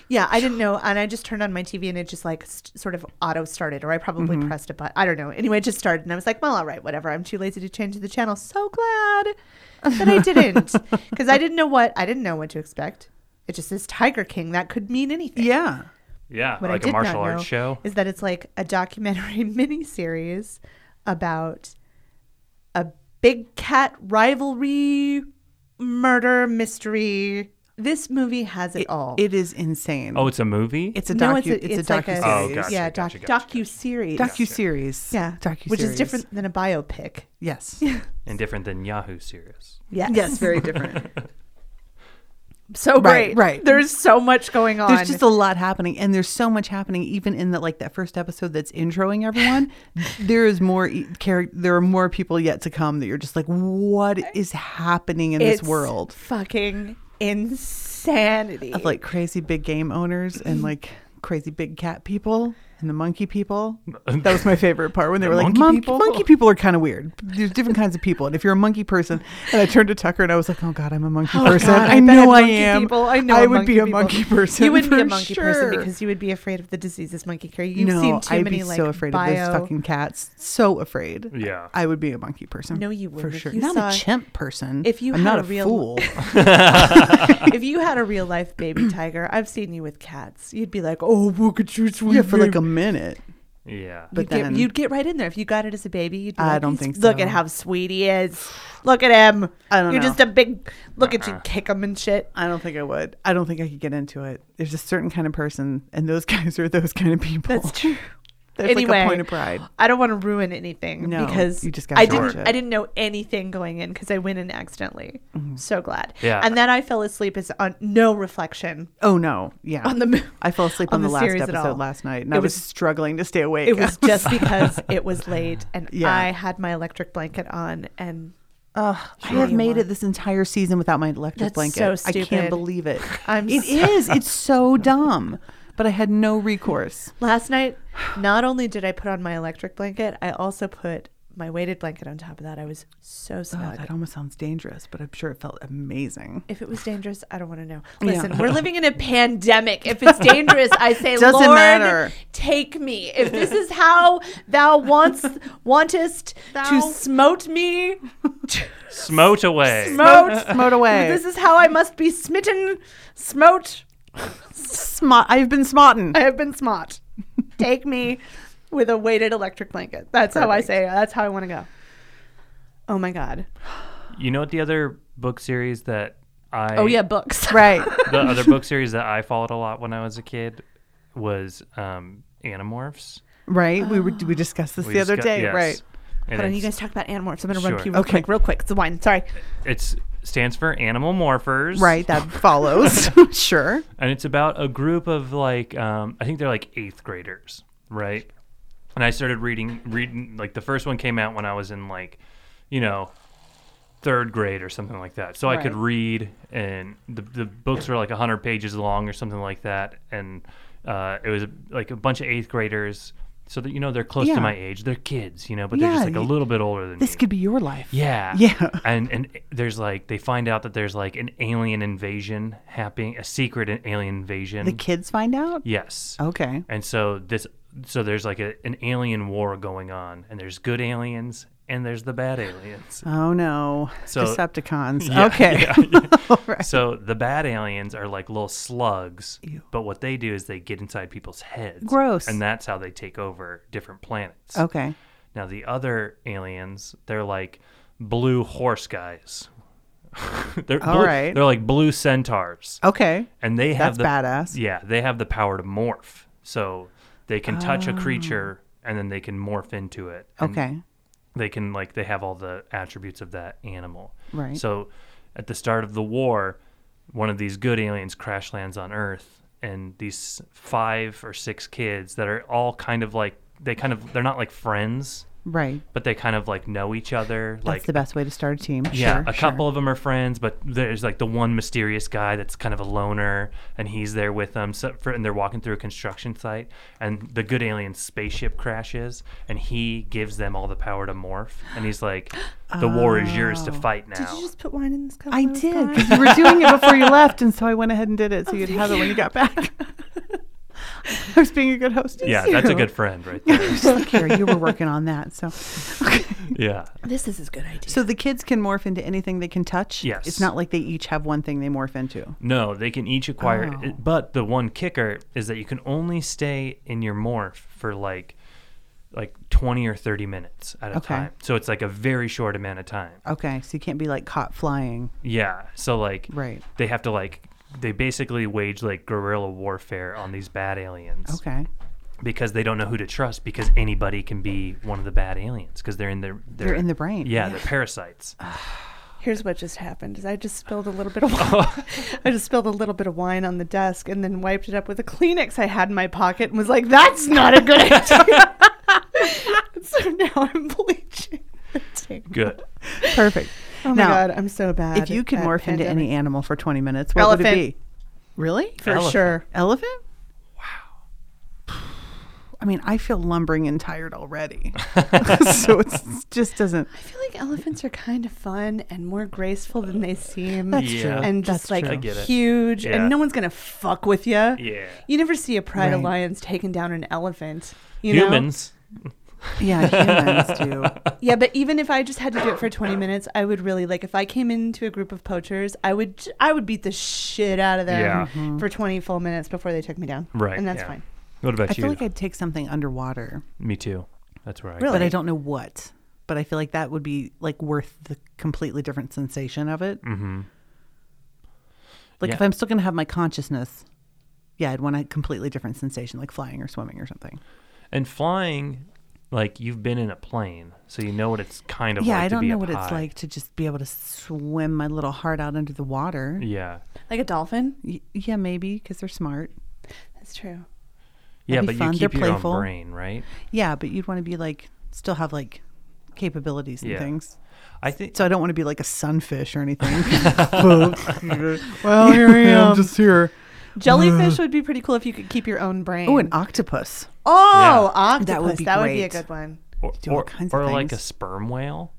S4: Yeah, I (sighs) didn't know. And I just turned on my TV and it just like st- sort of auto started, or I probably pressed a button. I don't know. Anyway, it just started. And I was like, well, all right, whatever. I'm too lazy to change the channel. So glad that I didn't (laughs) because I didn't know what I didn't know what to expect. It just says Tiger King. That could mean anything.
S3: Yeah.
S5: yeah,
S4: What I
S5: like a
S4: did not
S5: martial
S4: know
S5: arts show.
S4: Is that it's like a documentary (laughs) miniseries about a big cat rivalry, murder, mystery. This movie has it, all.
S3: It is insane.
S5: Oh, it's a movie.
S3: Oh. it's a docu.
S4: No,
S3: it's, a,
S4: like
S3: docu
S5: Oh,
S3: series.
S5: gotcha,
S4: yeah, doc,
S5: gotcha, gotcha, gotcha.
S4: docu-series.
S3: Docu series.
S4: yeah,
S3: Docu
S4: which is different than a biopic.
S3: Yes.
S5: and different than Yahoo series.
S4: Yes. (laughs)
S3: yes. Very different.
S4: So
S3: Right,
S4: great.
S3: right.
S4: There's so much going on.
S3: There's just a lot happening, and there's so much happening. Even in that, like that first episode that's introing
S4: (laughs)
S3: everyone, there is more e- char- There are more people yet to come that you're just like, what is happening in
S4: it's
S3: this world?
S4: Fucking insanity.
S3: Of like crazy big game owners
S4: Mm-hmm.
S3: and like crazy big cat people and the monkey
S4: (laughs)
S3: people. That was my favorite part when they were like,
S5: monkey
S3: monkey people?
S5: people?
S3: monkey people are kind of weird. There's different kinds of people, and if you're a monkey person, and I turned to Tucker and I was like, oh god, I'm a monkey person.
S4: God,
S3: I,
S4: bet
S3: know I
S4: monkey
S3: am.
S4: People. I know.
S3: I
S4: I'm
S3: would be a
S4: people.
S3: monkey person.
S4: You would be
S3: for
S4: a monkey person
S3: sure.
S4: because you would be afraid of the diseases monkey carry. You've seen too
S3: I'd
S4: many
S3: be
S4: like
S3: so afraid
S4: bio.
S3: of those
S4: (laughs)
S3: fucking cats. So afraid.
S5: Yeah.
S3: I would be a monkey person.
S4: No, you
S3: for
S4: wouldn't. If
S3: sure.
S4: you
S3: Not
S4: saw-
S3: a chimp person.
S4: if you
S3: I'm
S4: had
S3: not
S4: a
S3: a
S4: real- (laughs)
S3: fool. (laughs)
S4: if you had a real
S3: (clears throat)
S4: life baby tiger, I've seen you with cats. You'd be like, oh, look at you, sweet
S3: yeah, for like a
S4: baby."
S3: minute.
S5: Yeah.
S3: But
S4: you'd get,
S3: then-
S4: you'd get right in there if you got it as a baby. You'd be
S3: I
S4: like,
S3: don't
S4: "He's-
S3: think
S4: Look at
S3: so.
S4: how sweet he is. Look at him.
S3: I don't
S4: You're
S3: know.
S4: just a big. Look at you, kick him and shit.
S3: I don't think I would. I (laughs) don't think I could get into it. There's a certain kind of person, and those guys are those kind of people. (laughs)
S4: That's true.
S3: There's like a
S4: anyway,
S3: point of pride.
S4: I don't want to ruin anything
S3: No,
S4: because
S3: you just gotta
S4: I
S3: watch
S4: didn't
S3: it.
S4: I didn't know anything going in because I went in accidentally.
S3: Mm-hmm.
S4: So glad.
S5: Yeah.
S4: And then I fell asleep is on no reflection
S3: Oh no, yeah.
S4: on the mo-
S3: I fell asleep on, the, last
S4: series at all.
S3: episode last night, and
S4: It
S3: I was,
S4: was-
S3: struggling to stay awake. (laughs)
S4: It was just because it was late and
S3: Yeah.
S4: I had my electric blanket on and
S3: Ugh, I have
S4: you
S3: made
S4: were.
S3: it this entire season without my electric
S4: That's
S3: blanket.
S4: so
S3: I can't
S4: stupid.
S3: believe (laughs) it.
S4: I'm
S3: It
S4: so-
S3: is. It's (laughs) so dumb. But I had no (laughs) recourse.
S4: last night not only did I put on my electric blanket, I also put my weighted blanket on top of that. I was so
S3: Oh,
S4: snug.
S3: that almost sounds dangerous, but I'm sure it felt amazing. (laughs)
S4: if it was dangerous, I don't want to know.
S3: Yeah.
S4: Listen, we're living in a pandemic.
S3: (laughs)
S4: If it's dangerous, I say,
S3: Doesn't
S4: Lord,
S3: matter."
S4: take me. If this is how thou wants wantest to smote me,
S5: Smote away.
S4: smote.
S3: Smote away.
S4: This is how I must be smitten, smote.
S3: smot. I've been smotting.
S4: I have been smart. Take me with a weighted electric blanket. That's how I
S3: Perfect.
S4: say it. That's how I want to go. Oh my god.
S5: You know what the other book series that I
S4: Oh yeah,
S3: (laughs)
S4: books.
S3: Right.
S5: the other book series that I followed a lot when I was a kid was um Animorphs.
S3: Right. (sighs) We were, we discussed this
S5: We
S3: the other
S5: discu-
S3: day.
S5: yes.
S3: Right.
S5: And
S4: Hold on, you
S5: it's-
S4: guys talk about animorphs. I'm gonna
S5: Sure.
S4: run to you real
S3: Okay.
S4: quick, real quick. It's the wine. Sorry.
S5: it's stands for Animal Morphers.
S3: Right. (laughs) That follows. sure.
S5: and it's about a group of like um, I think they're like eighth graders, right? And I started reading reading like the first one came out when I was in like, you know, third grade or something like that. So I could
S3: Right.
S5: read, and the the books were like hundred pages long or something like that, and uh, it was like a bunch of eighth graders. So that you know they're close
S3: Yeah.
S5: to my age, they're kids, you know, but they're just
S3: Yeah,
S5: like a
S3: you-
S5: little bit older than me.
S3: This could be your life.
S5: Yeah.
S3: Yeah.
S5: And and there's like they find out that there's like an alien invasion happening, a secret alien invasion.
S3: The Oh. kids find out.
S5: yes.
S3: Okay.
S5: And so this so there's like a, an alien war going on and there's good aliens and there's the bad aliens.
S3: Oh no.
S5: So-
S3: Decepticons.
S5: (laughs) Yeah,
S3: okay.
S5: yeah, yeah.
S3: All (laughs) right.
S5: So the bad aliens are like little slugs, but what they do is they get inside people's heads.
S3: Gross.
S5: And that's how they take over different
S3: (laughs)
S5: planets.
S3: Okay.
S5: Now the other aliens, they're like blue horse guys. (laughs) they're
S3: All
S5: blue,
S3: right.
S5: They're like blue centaurs,
S3: Okay.
S5: and they have
S3: That's
S5: the
S3: badass.
S5: Yeah, they have the power to morph, so they can touch a creature and then they can morph into it. and
S3: Oh. Okay.
S5: they can like they have all the attributes of that animal.
S3: Right.
S5: So at the start of the war, one of these good aliens crash lands on Earth and these five or six kids that are all kind of like they kind of they're not like friends,
S3: Right.
S5: but they kind of like know each other.
S3: That's
S5: like
S3: the best way to start a team.
S5: yeah,
S3: Sure,
S5: a
S3: sure.
S5: couple of them are friends, but there's like the one mysterious guy that's kind of a loner, and he's there with them. So, for, and they're walking through a construction site, and the good alien spaceship crashes, and he gives them all the power to morph, and he's like, "The war is yours
S3: Oh.
S5: to fight now."
S4: Did you just put wine in this cup?
S3: I
S4: while was
S3: did. (laughs)
S4: gone?
S3: 'cause You were doing it before you left, and so I went ahead and Oh, did it so you'd have it when you got (laughs) back. I was being a good host.
S5: yeah, that's a
S3: (laughs)
S5: good friend right there.
S3: Here, you were working on that. So,
S5: yeah,
S4: This is a good idea.
S3: so the kids can morph into anything they can touch.
S5: Yes.
S3: It's not like they each have one thing they morph into.
S5: no, they can each acquire,
S3: Oh.
S5: but the one kicker is that you can only stay in your morph for like. Like twenty or thirty minutes at a
S3: Okay. Uh,
S5: time, so it's like a very short amount of time.
S3: Okay. So you can't be like caught flying.
S5: Yeah. So like
S3: Right.
S5: they have to like they basically wage like guerrilla warfare on these bad aliens
S3: Okay.
S5: because they don't know who to trust because anybody can be one of the bad aliens because they're in their
S3: They're in the brain.
S5: yeah,
S3: (laughs)
S5: they're parasites.
S4: Here's what just happened: is I just spilled a
S5: (laughs)
S4: little bit of wine. I just spilled a little bit of wine on the desk and then wiped it up with a Kleenex I had in my pocket and was like, "That's not
S5: (laughs)
S4: a good idea." (laughs) so now I'm bleaching. the table.
S5: Good.
S3: Perfect.
S4: Oh my
S3: Now,
S4: god, I'm so bad.
S3: If you could
S4: at
S3: morph into any
S4: pandemic.
S3: animal for 20 minutes, what would it
S4: Elephant.
S3: be? Really?
S4: for
S5: Elephant.
S4: sure.
S3: Elephant? Wow. (sighs) I mean, I feel lumbering and tired
S4: (laughs)
S3: already. (laughs) so it's, it just doesn't.
S4: I feel like elephants are kind of fun and more graceful than they seem.
S3: That's
S5: Yeah. true.
S4: And just
S3: That's
S4: like
S3: true. I
S5: get it.
S4: huge,
S5: Yeah.
S4: and no one's gonna fuck with you.
S5: Yeah.
S4: You never see a pride of
S3: Right.
S4: lions taking down an elephant. You know?
S5: Humans.
S3: Yeah, humans
S4: (laughs)
S3: do.
S4: Yeah, but even if I just had to do it for 20 minutes, I would really like if I came into a group of poachers, I would j- I would beat the shit out of them
S5: Yeah.
S4: for 20 full minutes before they took me down.
S5: Right.
S4: And that's
S5: yeah.
S4: fine.
S5: What about
S3: I
S5: you?
S3: feel like I'd take something underwater,
S5: Me too. That's where I
S3: but I
S5: go.
S3: don't know what. But I feel like that would be like worth the completely different sensation of it. Mm-hmm. Like if
S5: Yeah.
S3: I'm still going to have my consciousness, yeah, I'd want a completely different sensation, like flying or swimming or something.
S5: And flying, like you've been in a plane, so you know what it's kind of
S3: yeah,
S5: like
S3: I
S5: to
S3: don't
S5: be
S3: know
S5: up
S3: what it's
S5: high.
S3: like to just be able to swim my little heart out under the water.
S5: Yeah,
S4: Like a dolphin?
S3: Y- yeah, maybe because they're smart.
S4: That's true.
S5: yeah,
S3: be
S5: but
S3: fun.
S5: you
S3: They're
S5: keep your
S3: playful.
S5: own brain, right?
S3: Yeah, but you'd want to be like still have like capabilities and
S5: Yeah.
S3: things.
S5: I think
S3: So I don't want to be like a sunfish or
S5: (laughs)
S3: anything. (laughs)
S4: (laughs)
S3: well, here I am. just here.
S4: Jellyfish would be pretty cool if you could keep your own brain.
S3: Oh, an octopus.
S4: Oh,
S5: Yeah.
S3: That
S4: octopus. That
S3: would
S4: would
S3: be
S4: be, a
S3: great.
S4: good one.
S5: or,
S3: do all
S5: or,
S3: kinds of
S5: or like a
S3: things. (sighs)
S5: sperm whale.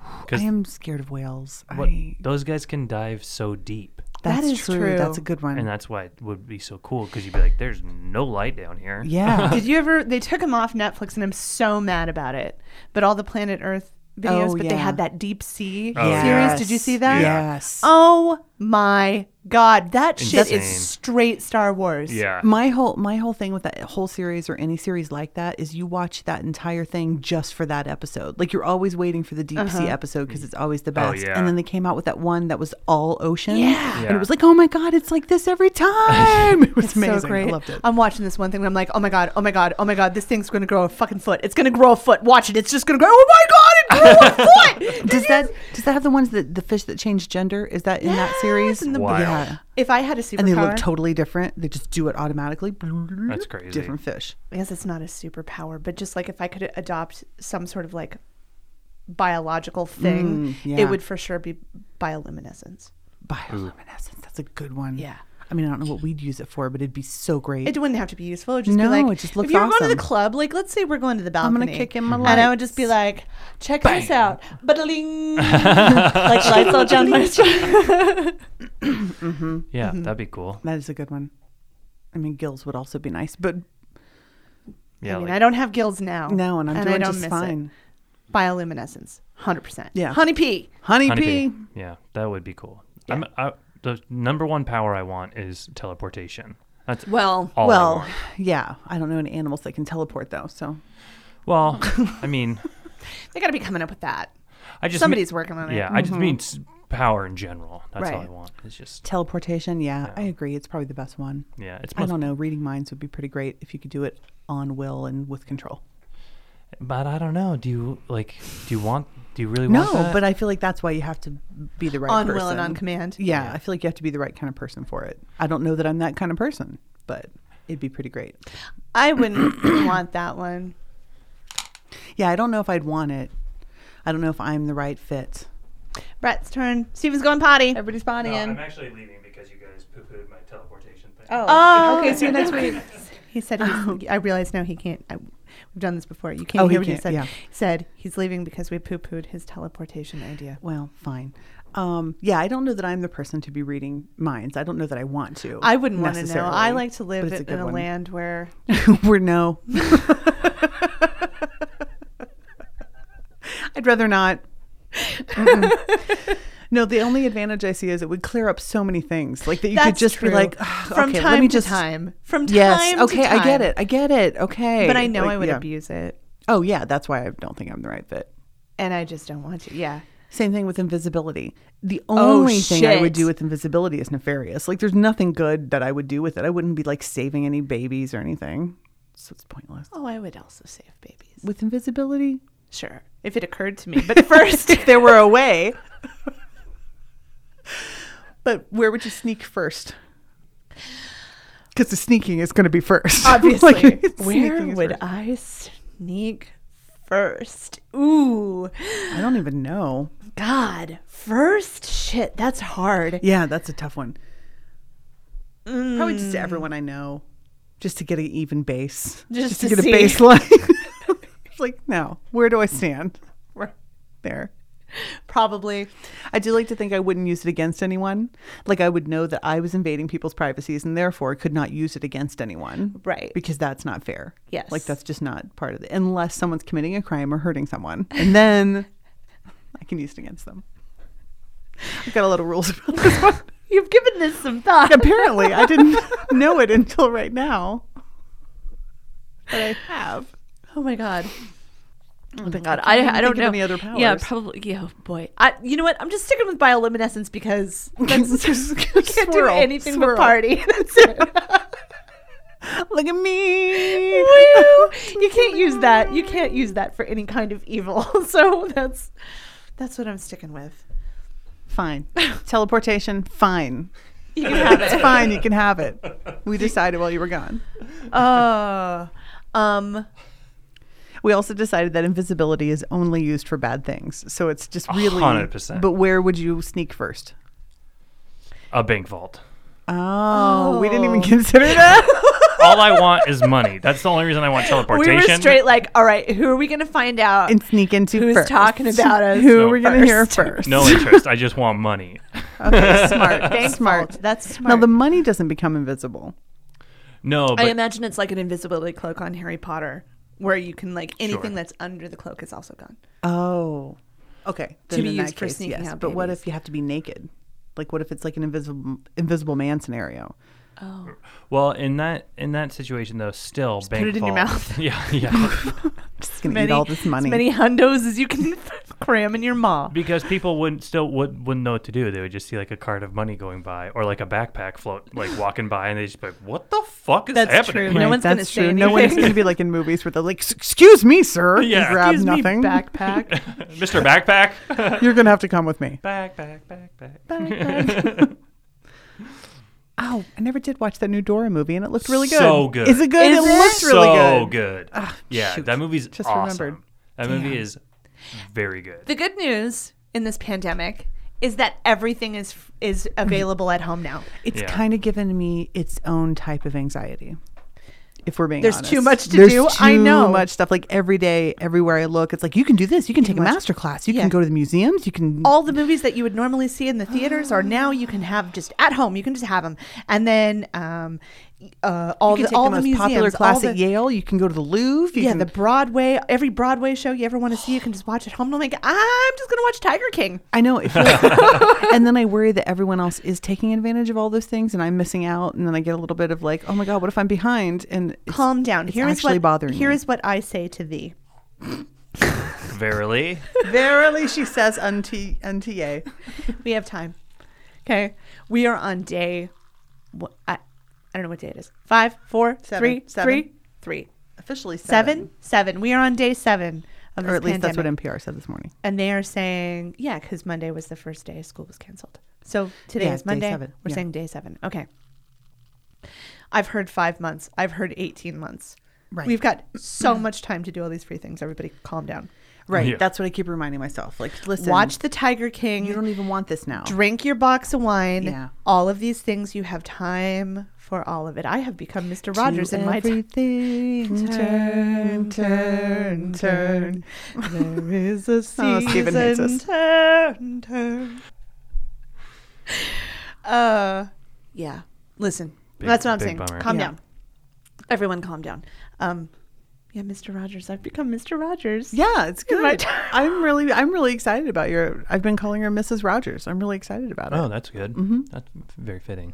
S3: I
S5: 'Cause
S3: am scared of whales.
S5: What,
S3: I,
S5: those guys can dive so deep,
S3: that's
S4: That is
S3: true.
S4: true.
S3: That's a good one.
S5: and that's why it would be so cool because you'd be like, "There's no light down here." (laughs)
S3: yeah.
S4: Did you ever? They took him off Netflix, and I'm so mad about it. But all the Planet Earth videos,
S3: Oh,
S4: but they
S3: yeah.
S4: had that deep sea
S5: Oh,
S4: series.
S5: yeah.
S4: Did you see that?
S3: Yes.
S4: Oh my god, that shit
S5: Insane.
S4: is straight Star Wars.
S5: yeah.
S3: My whole my whole thing with that whole series or any series like that is you watch that entire thing just for that episode. Like you're always waiting for the deep
S4: Uh-huh.
S3: sea episode because it's always the best.
S5: Oh, yeah.
S3: And then they came out with that one that was all ocean.
S4: Yeah.
S3: And
S5: Yeah.
S3: it was like, oh my god, it's like this every time. (laughs) It was
S4: It's
S3: amazing.
S4: So great. Um,
S3: I loved it.
S4: am watching this one thing and I'm like, oh my god, oh my god, oh my god, this thing's gonna grow a fucking foot. It's gonna grow a foot. Watch it. It's just gonna grow. Oh my god,
S3: (laughs)
S4: it grew a foot. Did
S3: does
S4: you-
S3: that does that have the ones that the fish that change gender? Is that in that series?
S4: in the
S5: Wild.
S3: Yeah.
S4: If I had a superpower,
S3: And they look totally different. They just do it automatically. That's
S5: crazy.
S3: Different fish.
S4: I guess it's not a superpower, but just like if I could adopt some sort of like biological thing,
S3: Mm, yeah.
S4: it would for sure be bioluminescence.
S3: Bioluminescence. That's a good one.
S4: Yeah.
S3: I mean, I don't know what we'd use it for, but it'd be so great.
S4: It wouldn't have to be useful. It would just
S3: No,
S4: be like
S3: it just looks
S4: if you were going to
S3: awesome.
S4: the club, like let's say we're going to the
S3: gonna
S4: balcony.
S3: kick in my
S4: And I would just be like, check this out.
S3: (laughs)
S4: Ba-da-ling. like lights all down my
S5: Yeah, that'd be cool.
S3: That is a good one. I mean, gills would also be nice, but
S5: Yeah,
S4: I mean,
S5: like-
S4: I don't have gills now.
S3: no, and I'm
S4: and
S3: doing
S4: I don't
S3: just
S4: miss
S3: fine.
S4: It. Bioluminescence, hundred percent.
S3: Yeah.
S4: honey pea.
S3: Honey,
S5: Honeybee.
S3: bee.
S5: Yeah, that would be cool. I'm, I, the number one power I want is teleportation. That's
S4: Well,
S5: all I
S3: Well,
S5: want.
S3: yeah, I don't know any animals that can teleport though. So
S5: well,
S3: (laughs)
S5: I mean,
S4: they got to be coming up with that.
S5: I just
S4: Somebody's working on
S5: mean,
S4: it. Mm-hmm.
S5: yeah. I just mean s- power in general. That's all I
S4: Right.
S5: want. It's just
S3: teleportation, yeah, I agree. It's probably the best one.
S5: yeah. It's
S3: I
S5: most,
S3: don't know. Reading minds would be pretty great if you could do it on will and with control.
S5: but I don't know. Do you like? Do you want? Do you really
S3: No,
S5: want that?
S3: but I feel like that's why you have to be the right
S4: on
S3: person.
S4: will and on command.
S3: Yeah, I feel like you have to be the right kind of person for it. I don't know that I'm that kind of person, but it'd be pretty great.
S4: I wouldn't (coughs) want that one.
S3: Yeah, I don't know if I'd want it. I don't know if I'm the right fit.
S4: Brett's turn. Steven's going potty. Everybody's pottying.
S5: actually leaving because you guys poo pooed my teleportation thing.
S4: Oh, okay. See you next week. He said, he's, I realize now he can't. I, we've done this before. You can't
S3: Oh, he
S4: hear what Oh. he
S3: can't,
S4: said.
S3: yeah.
S4: He said he's leaving because we poo pooed his teleportation idea.
S3: Well, fine. Um, yeah, I don't know that I'm the person to be reading minds. I don't know that I want to.
S4: I wouldn't want to know. I
S3: necessarily,
S4: like to live
S3: but it's
S4: in, in a
S3: good one.
S4: land (laughs) where
S3: (laughs) We're no. (laughs) I'd rather not.
S4: (laughs)
S3: Mm-mm. no, the only advantage I see is it would clear up so many things. Like that you could
S4: That's
S3: just
S4: true.
S3: be like, "Ugh,
S4: from
S3: okay,
S4: time
S3: let me
S4: to
S3: just
S4: time. From time
S3: Yes.
S4: to
S3: okay, I get
S4: time.
S3: it. I get it. Okay.
S4: But I know
S3: Like,
S4: I would
S3: yeah.
S4: abuse it,
S3: Oh yeah, that's why I don't think I'm the right fit.
S4: and I just don't want to. Yeah.
S3: Same thing with invisibility. The only thing I would
S4: shit.
S3: do with invisibility is nefarious. Like, there's nothing good that I would do with it. I wouldn't be like saving any babies or anything. So it's pointless.
S4: Oh, I would also save babies.
S3: With invisibility,
S4: Sure, if it occurred to me. But (laughs) first,
S3: if there were a way. but where would you sneak first? Because the sneaking is going to be first. (laughs)
S4: obviously,
S3: Like,
S4: where
S3: sneaking is
S4: would
S3: first.
S4: I sneak first? Ooh.
S3: I don't even know.
S4: God, first shit, that's hard.
S3: Yeah, that's a tough one. Probably just to everyone I know, just to get an even base,
S4: Just
S3: to,
S4: to
S3: get
S4: see.
S3: a
S4: (laughs)
S3: baseline. it's like, no, where do I stand?
S4: Right.
S3: There.
S4: Probably.
S3: I do like to think I wouldn't use it against anyone. Like I would know that I was invading people's privacies and therefore could not use it against anyone.
S4: Right.
S3: Because that's not fair.
S4: Yes.
S3: Like that's just not part of it. Unless someone's committing a crime or hurting someone. And then I can use it against them. I've got a lot of rules about
S4: (laughs)
S3: this one.
S4: You've given this some thought.
S3: Apparently, I didn't (laughs) know it until right now. But I have.
S4: (laughs) Oh my god. Oh my god. I, I,
S3: think
S4: don't
S3: of
S4: know
S3: any other
S4: Yeah,
S3: powers.
S4: probably. Yeah, oh boy. I. You know what? I'm just sticking with
S3: (laughs)
S4: bioluminescence because that's,
S3: Just
S4: (laughs) we can't
S3: swirl,
S4: do anything (laughs)
S3: swirl. (laughs)
S4: but party. That's it. (laughs)
S3: Look at me. (laughs)
S4: Woo! you can't use that. You can't use that for any kind of evil. (laughs) So that's that's what I'm sticking with. (laughs)
S3: Fine. Teleportation, fine.
S4: You can have
S3: It's
S4: it.
S3: fine. You can have
S4: (laughs)
S3: it. We decided while you were gone.
S4: Oh, um,
S3: We also decided that invisibility is only used for bad things. So it's just really.
S5: 100%.
S3: But where would you sneak first?
S5: A bank vault.
S3: Oh, we didn't even consider
S4: (laughs)
S3: that.
S5: All I want is money. That's the only reason I want
S4: we
S5: teleportation.
S4: were straight like, all right, who are we gonna find out?
S3: and sneak into
S4: Who's
S3: first. (laughs)
S4: talking about us
S3: Who we're going to hear
S4: first?
S3: first.
S5: no interest. I just want
S4: (laughs)
S5: money.
S3: Okay, smart.
S4: Bank
S3: smart.
S4: vault. That's smart.
S3: Now, the money doesn't become invisible.
S5: No, but
S4: I imagine it's like an invisibility cloak on Harry Potter, where you can like anything
S5: Sure.
S4: that's under the cloak is also gone.
S3: Oh, okay. Then
S4: be
S3: in that
S4: used for
S3: case,
S4: sneaking
S3: yes.
S4: out
S3: But what
S4: babies.
S3: if you have to be naked? Like, what if it's like an invisible invisible man scenario?
S5: well, in that in that situation though, still bank
S4: put it in your
S5: vault- (laughs)
S4: mouth.
S5: yeah, yeah.
S3: Just gonna eat all this money.
S4: As many hundos as you can (laughs) cram in your maw.
S5: because people wouldn't still would, wouldn't know what to do. They would just see like a cart of money going by or like a backpack float like walking by, and they just be like, "What the fuck is
S4: That's
S5: happening?"
S4: true. No one's gonna
S3: that's
S4: say
S3: true. No one's
S4: anything.
S3: gonna be like in movies where they're like, "Excuse me, sir,"
S5: Yeah.
S3: you grab
S4: Excuse me,
S3: nothing.
S4: backpack.
S5: Mr. Backpack.
S3: (laughs)
S5: (laughs)
S3: You're gonna have to come with me.
S5: back, back, back, back.
S3: (laughs) Oh, I never did watch that new Dora movie, and it looked really good.
S5: So good.
S3: Is it good?
S4: Is
S3: it,
S4: it?
S3: looks really
S5: so
S3: good. Ah,
S5: good. yeah,
S3: shoot.
S5: that movie's
S3: Just
S5: awesome.
S3: remembered.
S5: That movie is very good.
S3: (laughs)
S4: the good news in this pandemic is that everything is is available at home now.
S3: It's
S5: Yeah.
S3: kind of given me its own type of anxiety. If we're being
S4: There's
S3: honest.
S4: too much to
S3: There's
S4: do. I
S3: too
S4: know.
S3: much stuff. Like every day, everywhere I look, it's like you can do this. You can take a master class. You
S4: Yeah.
S3: can go to the museums. You can
S4: All the movies that you would normally see in the theaters are now you can have just at home. You can just have them, and then um, uh, all
S3: you can
S4: the
S3: take
S4: all
S3: the
S4: the,
S3: most
S4: museums,
S3: popular
S4: all
S3: class
S4: the-
S3: at Yale. You can go to the Louvre. You
S4: yeah,
S3: can,
S4: the Broadway, every Broadway show you ever want to see, you can just watch at home. And I'm like, I'm just gonna watch Tiger King.
S3: I know. It
S4: (laughs)
S3: feels, and then I worry that everyone else is taking advantage of all those things, and I'm missing out. And then I get a little bit of like, oh my god, what if I'm behind? And it's-
S4: Calm down.
S3: It's
S4: Here is
S3: actually
S4: what
S3: bothering
S4: here
S3: me.
S4: is what I say to thee.
S5: Verily.
S3: verily she says unto unto yea.
S4: We have time. Okay, we are on day. wh- I, I don't know what day it is. Five, four,
S3: Seven.
S4: three,
S3: Seven.
S4: three, three.
S3: Officially
S4: Seven, seven. We are on day seven of this
S3: or at least that's what
S4: pandemic.
S3: NPR said this morning.
S4: and they are saying, yeah, because Monday was the first day school was canceled. So today
S3: Yeah,
S4: is
S3: day
S4: Monday.
S3: seven.
S4: We're
S3: Yeah.
S4: saying day seven. Okay. I've heard five months. I've heard eighteen months.
S3: Right. (clears throat)
S4: We've got so much time to do all these free things. Everybody, calm down.
S3: Right.
S5: Yeah.
S3: That's what I keep reminding myself. Like, listen,
S4: Watch the Tiger King.
S3: You don't even want this now.
S4: drink your box of wine.
S3: Yeah.
S4: All of these things, you have time for all of it. I have become Mr. Rogers in my time.
S3: everything. Turn, turn, turn.
S4: (laughs) There is a
S3: (laughs) Oh, Stephen hates
S4: season.
S3: us.
S4: Turn, turn. (laughs) Uh, yeah. Listen,
S5: Big-
S4: that's what I'm
S5: big
S4: saying.
S5: bummer.
S4: Calm
S3: Yeah.
S4: down, everyone. Calm down. Um, yeah, Mr. Rogers. (laughs) I've become Mr. Rogers.
S3: Yeah, it's
S4: In my (laughs)
S3: good.
S4: time.
S3: I'm really, I'm really excited about your. I've been calling her Mrs. Rogers. I'm really excited about it.
S5: Oh, that's good. Mm-hmm. That's very fitting.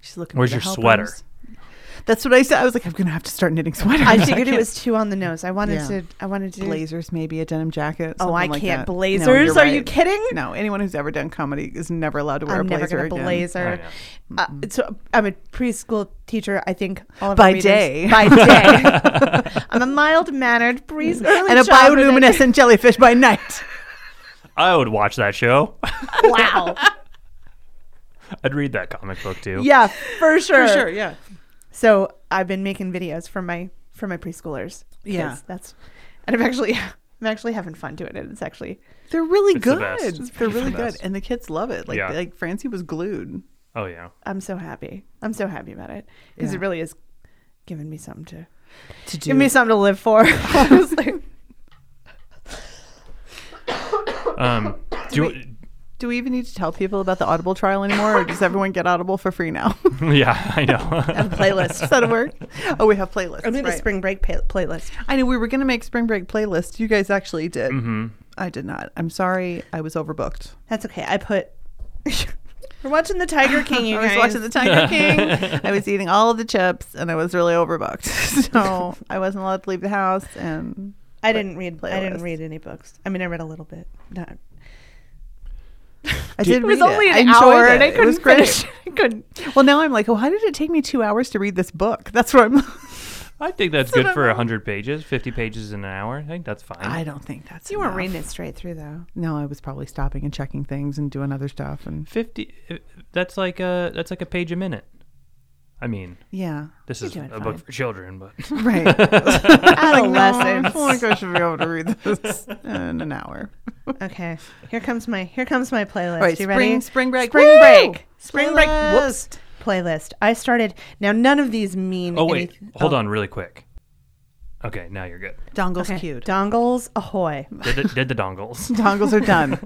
S3: She's looking.
S5: Where's
S3: for the
S5: your sweater?
S3: helpers. That's what I said. I was like, I'm gonna have to start knitting sweaters.
S4: I figured it was too on the nose. I wanted
S3: Yeah.
S4: to. I wanted to.
S3: blazers, maybe a denim jacket.
S4: Oh, I
S3: something like
S4: can't.
S3: that. No,
S4: Blazers?
S3: you're
S4: Are you kidding?
S3: No, anyone who's ever done comedy is never allowed to wear
S4: I'm
S3: a
S4: never
S3: blazer
S4: gonna
S3: again.
S4: blazer.
S5: I
S4: Uh, so I'm a preschool teacher. I think all of
S3: By
S4: our readers-
S3: day.
S4: by (laughs) day, I'm a mild mannered preschool
S3: And a bioluminescent jellyfish by (laughs) night.
S5: I would watch that show.
S4: (laughs)
S5: (laughs)
S4: Wow,
S5: I'd read that comic book too.
S4: yeah, for sure.
S3: yeah.
S4: So I've been making videos for my for my preschoolers. 'cause
S3: Yeah.
S4: that's and I'm actually (laughs) I'm actually having fun doing it. It's actually
S3: They're really
S5: It's the
S3: good.
S5: best. It's
S3: They're
S5: the
S3: really good,
S5: best.
S3: and the kids love it. Like
S5: Yeah.
S3: like Francie was glued.
S5: Oh yeah.
S4: I'm so happy. I'm so happy about it because
S3: Yeah.
S4: it really is giving me something to
S3: To do
S4: give me something to live for. (laughs) Honestly.
S5: Um, do,
S3: do we even need to tell people about the Audible trial anymore, or does everyone get Audible for free
S5: (laughs)
S3: now?
S5: (laughs)
S3: (laughs)
S5: yeah, I know. (laughs)
S4: playlist.
S3: Is that a word? Oh, we have playlists.
S4: I'm in a
S3: right.
S4: spring break pa- playlist.
S3: I knew we were going to make spring break playlists. You guys actually did.
S5: Mm-hmm.
S3: I did not. I'm sorry. I was (laughs) overbooked.
S4: That's okay. I put. (laughs) We're watching the (laughs) Tiger King. You
S3: I was
S4: guys.
S3: watching The Tiger
S5: (laughs)
S3: King. I was eating all of the chips, and I was really overbooked, (laughs) so
S5: (laughs)
S3: I wasn't allowed to leave the house. And
S4: I didn't read. I didn't
S3: playlist.
S4: read any books. I mean, I read a little bit. Not,
S3: I did.
S4: it was
S3: read
S4: only
S3: it. I
S4: an
S3: enjoyed
S4: hour, and
S3: it.
S4: I
S3: It
S4: couldn't
S3: was great. (laughs)
S4: finish. (laughs) I couldn't.
S3: (laughs) Well, now I'm like, oh, why did it take me two hours to read this book? That's what I'm.
S5: I think that's good for 100 pages, 50 pages in an hour. I think that's fine.
S3: I don't think that's
S4: You weren't
S3: enough.
S4: reading it straight through though.
S3: No, I was probably stopping and checking things and doing other stuff and
S5: 50 uh, that's like a that's like a page a minute. I mean,
S3: yeah.
S5: this is
S4: doing
S5: a book
S4: fine.
S5: for children,
S4: (laughs)
S5: but
S3: (laughs)
S5: (laughs)
S3: Right. I
S4: Adolescence.
S3: feel like I should be able to read (laughs) this in an hour.
S4: Okay. Here comes my here comes my playlist.
S3: All right,
S4: you
S3: spring-
S4: ready?
S3: spring break.
S4: Spring
S3: Woo!
S4: break. Spring break. Whoops.
S3: Playlist.
S4: Playlist. I started now none of these mean
S5: Oh wait,
S4: anything-
S5: hold
S4: oh,
S5: on really quick. Okay, now you're
S4: (laughs)
S5: good.
S3: Dongles
S4: okay.
S3: cued.
S4: Dongles ahoy.
S5: Did the, did the dongles.
S4: (laughs)
S3: Dongles are (laughs) done.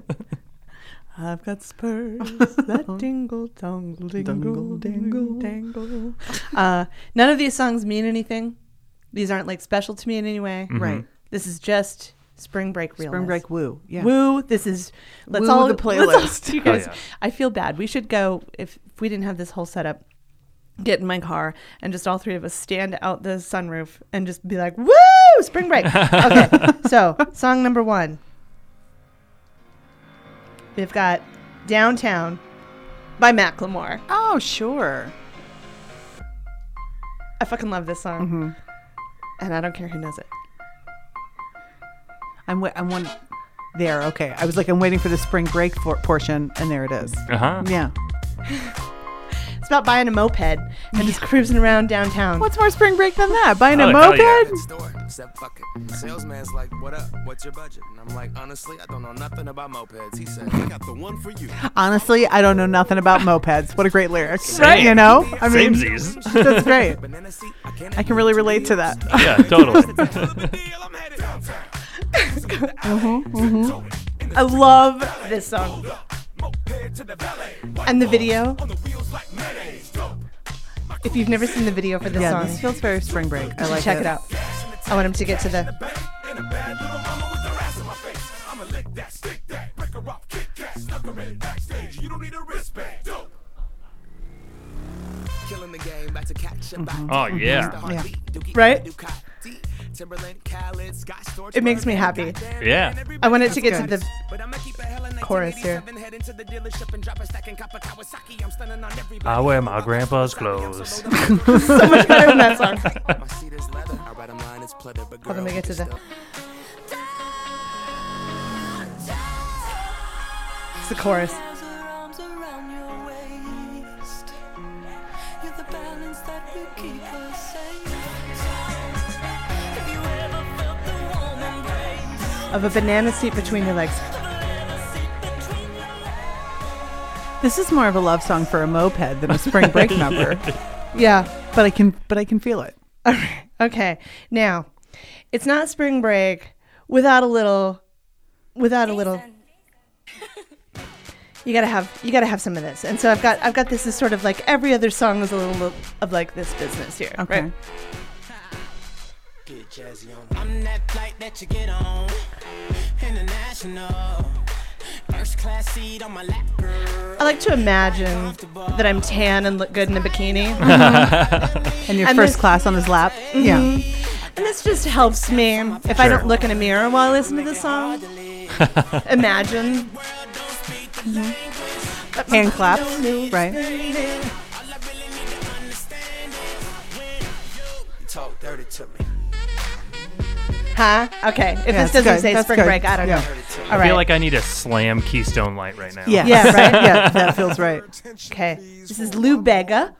S4: I've got spurs
S3: (laughs)
S4: that dingle dongle dingle
S3: Dongle, dingle.
S4: dangle. Uh, none of these songs mean anything. These aren't like special to me in any way.
S5: Mm-hmm.
S3: Right.
S4: This is just spring break realness.
S3: Spring break woo. Yeah.
S4: Woo! This is (laughs) let's
S3: Woo
S4: all
S3: the
S4: let's all-
S3: playlist.
S4: you guys,
S5: yeah.
S4: I feel bad. We should go if, if we didn't have this whole setup. Get in my car and just all three of us stand out the sunroof and just be like, "Woo! Spring break." okay, so song number one. We've got "Downtown" by Macklemore.
S3: Oh, sure.
S4: I fucking love this song,
S3: Mm-hmm.
S4: and I don't care who knows it.
S3: I'm wa- I'm one there. Okay. I was like I'm waiting for the spring break for- portion and there it
S5: (laughs)
S3: is.
S5: Uh-huh.
S3: Yeah.
S4: It's about buying a moped and just cruising around downtown.
S3: What's more spring break than that? Buying a
S5: Oh, hell
S3: moped?
S5: yeah.
S7: store. Said fuck it. Salesman's like, what up? What's your budget? And I'm like, honestly, I don't know nothing about mopeds. He said, I got the one for you.
S3: Honestly, I don't know nothing about mopeds. What a great lyric.
S5: Same.
S3: You know? I mean,
S5: Samesies.
S3: (laughs) that's great.
S7: Banana seat. I
S3: (laughs)
S7: can't.
S3: I can really relate to that.
S5: (laughs) yeah,
S4: (laughs)
S5: totally. Oh,
S4: I love this song. And the video. If you've never seen the video for this
S3: Yeah,
S4: song,
S3: this feels very spring break. I like
S4: check it. out. I want him to get to the.
S7: Killing the game, about to catch a body.
S5: Oh yeah.
S4: Right?
S7: Timberland, Khaled, Scott Storch,
S4: It makes me happy.
S5: Yeah.
S4: I want it to get to the.
S7: But I'ma keep a hell in
S4: Chorus here.
S7: 1987, head into the dealership and drop a stack and cop a Kawasaki. I'm stunning on everybody.
S5: I wear my grandpa's clothes.
S4: So much better than that song.
S7: My seat is leather. I ride a line, it's pleather, but girl,
S4: let me get to
S7: it's
S4: the-
S7: still-
S4: It's the chorus. Of a banana seat between your legs.
S3: This is more of a love song for a moped than a spring break
S5: (laughs)
S3: number,
S4: Yeah.
S3: but I can but I can feel it.
S4: Okay. Now, it's not spring break without a little. Without a little. you gotta have you gotta have some of this and so i've got i've got this is sort of like every other song is a little of, of like this business here
S3: Okay.
S4: right?
S7: Get jazzy on.
S8: I'm that flight that you get on. International. First class seat on my lap, girl.
S4: i like to imagine that i'm tan and look good in
S3: (laughs)
S4: a bikini
S3: And your
S4: And
S3: first
S4: this-
S3: class on his lap. Yeah.
S4: and this just helps me if i don't look in a mirror while i listen to this song
S3: (laughs)
S4: imagine
S3: Hand claps. Right.
S7: Talk dirty to me.
S4: huh okay if
S3: Yeah,
S4: this
S3: it's
S4: doesn't
S3: good.
S4: say
S3: That's
S4: spring
S3: good.
S4: break i don't
S3: Yeah.
S4: know all
S5: I feel
S4: right
S5: like I need a slam Keystone Light right now.
S3: Yeah. (laughs)
S4: Yeah, right?
S3: yeah, that feels right.
S4: okay this is
S5: (laughs)
S4: lou bega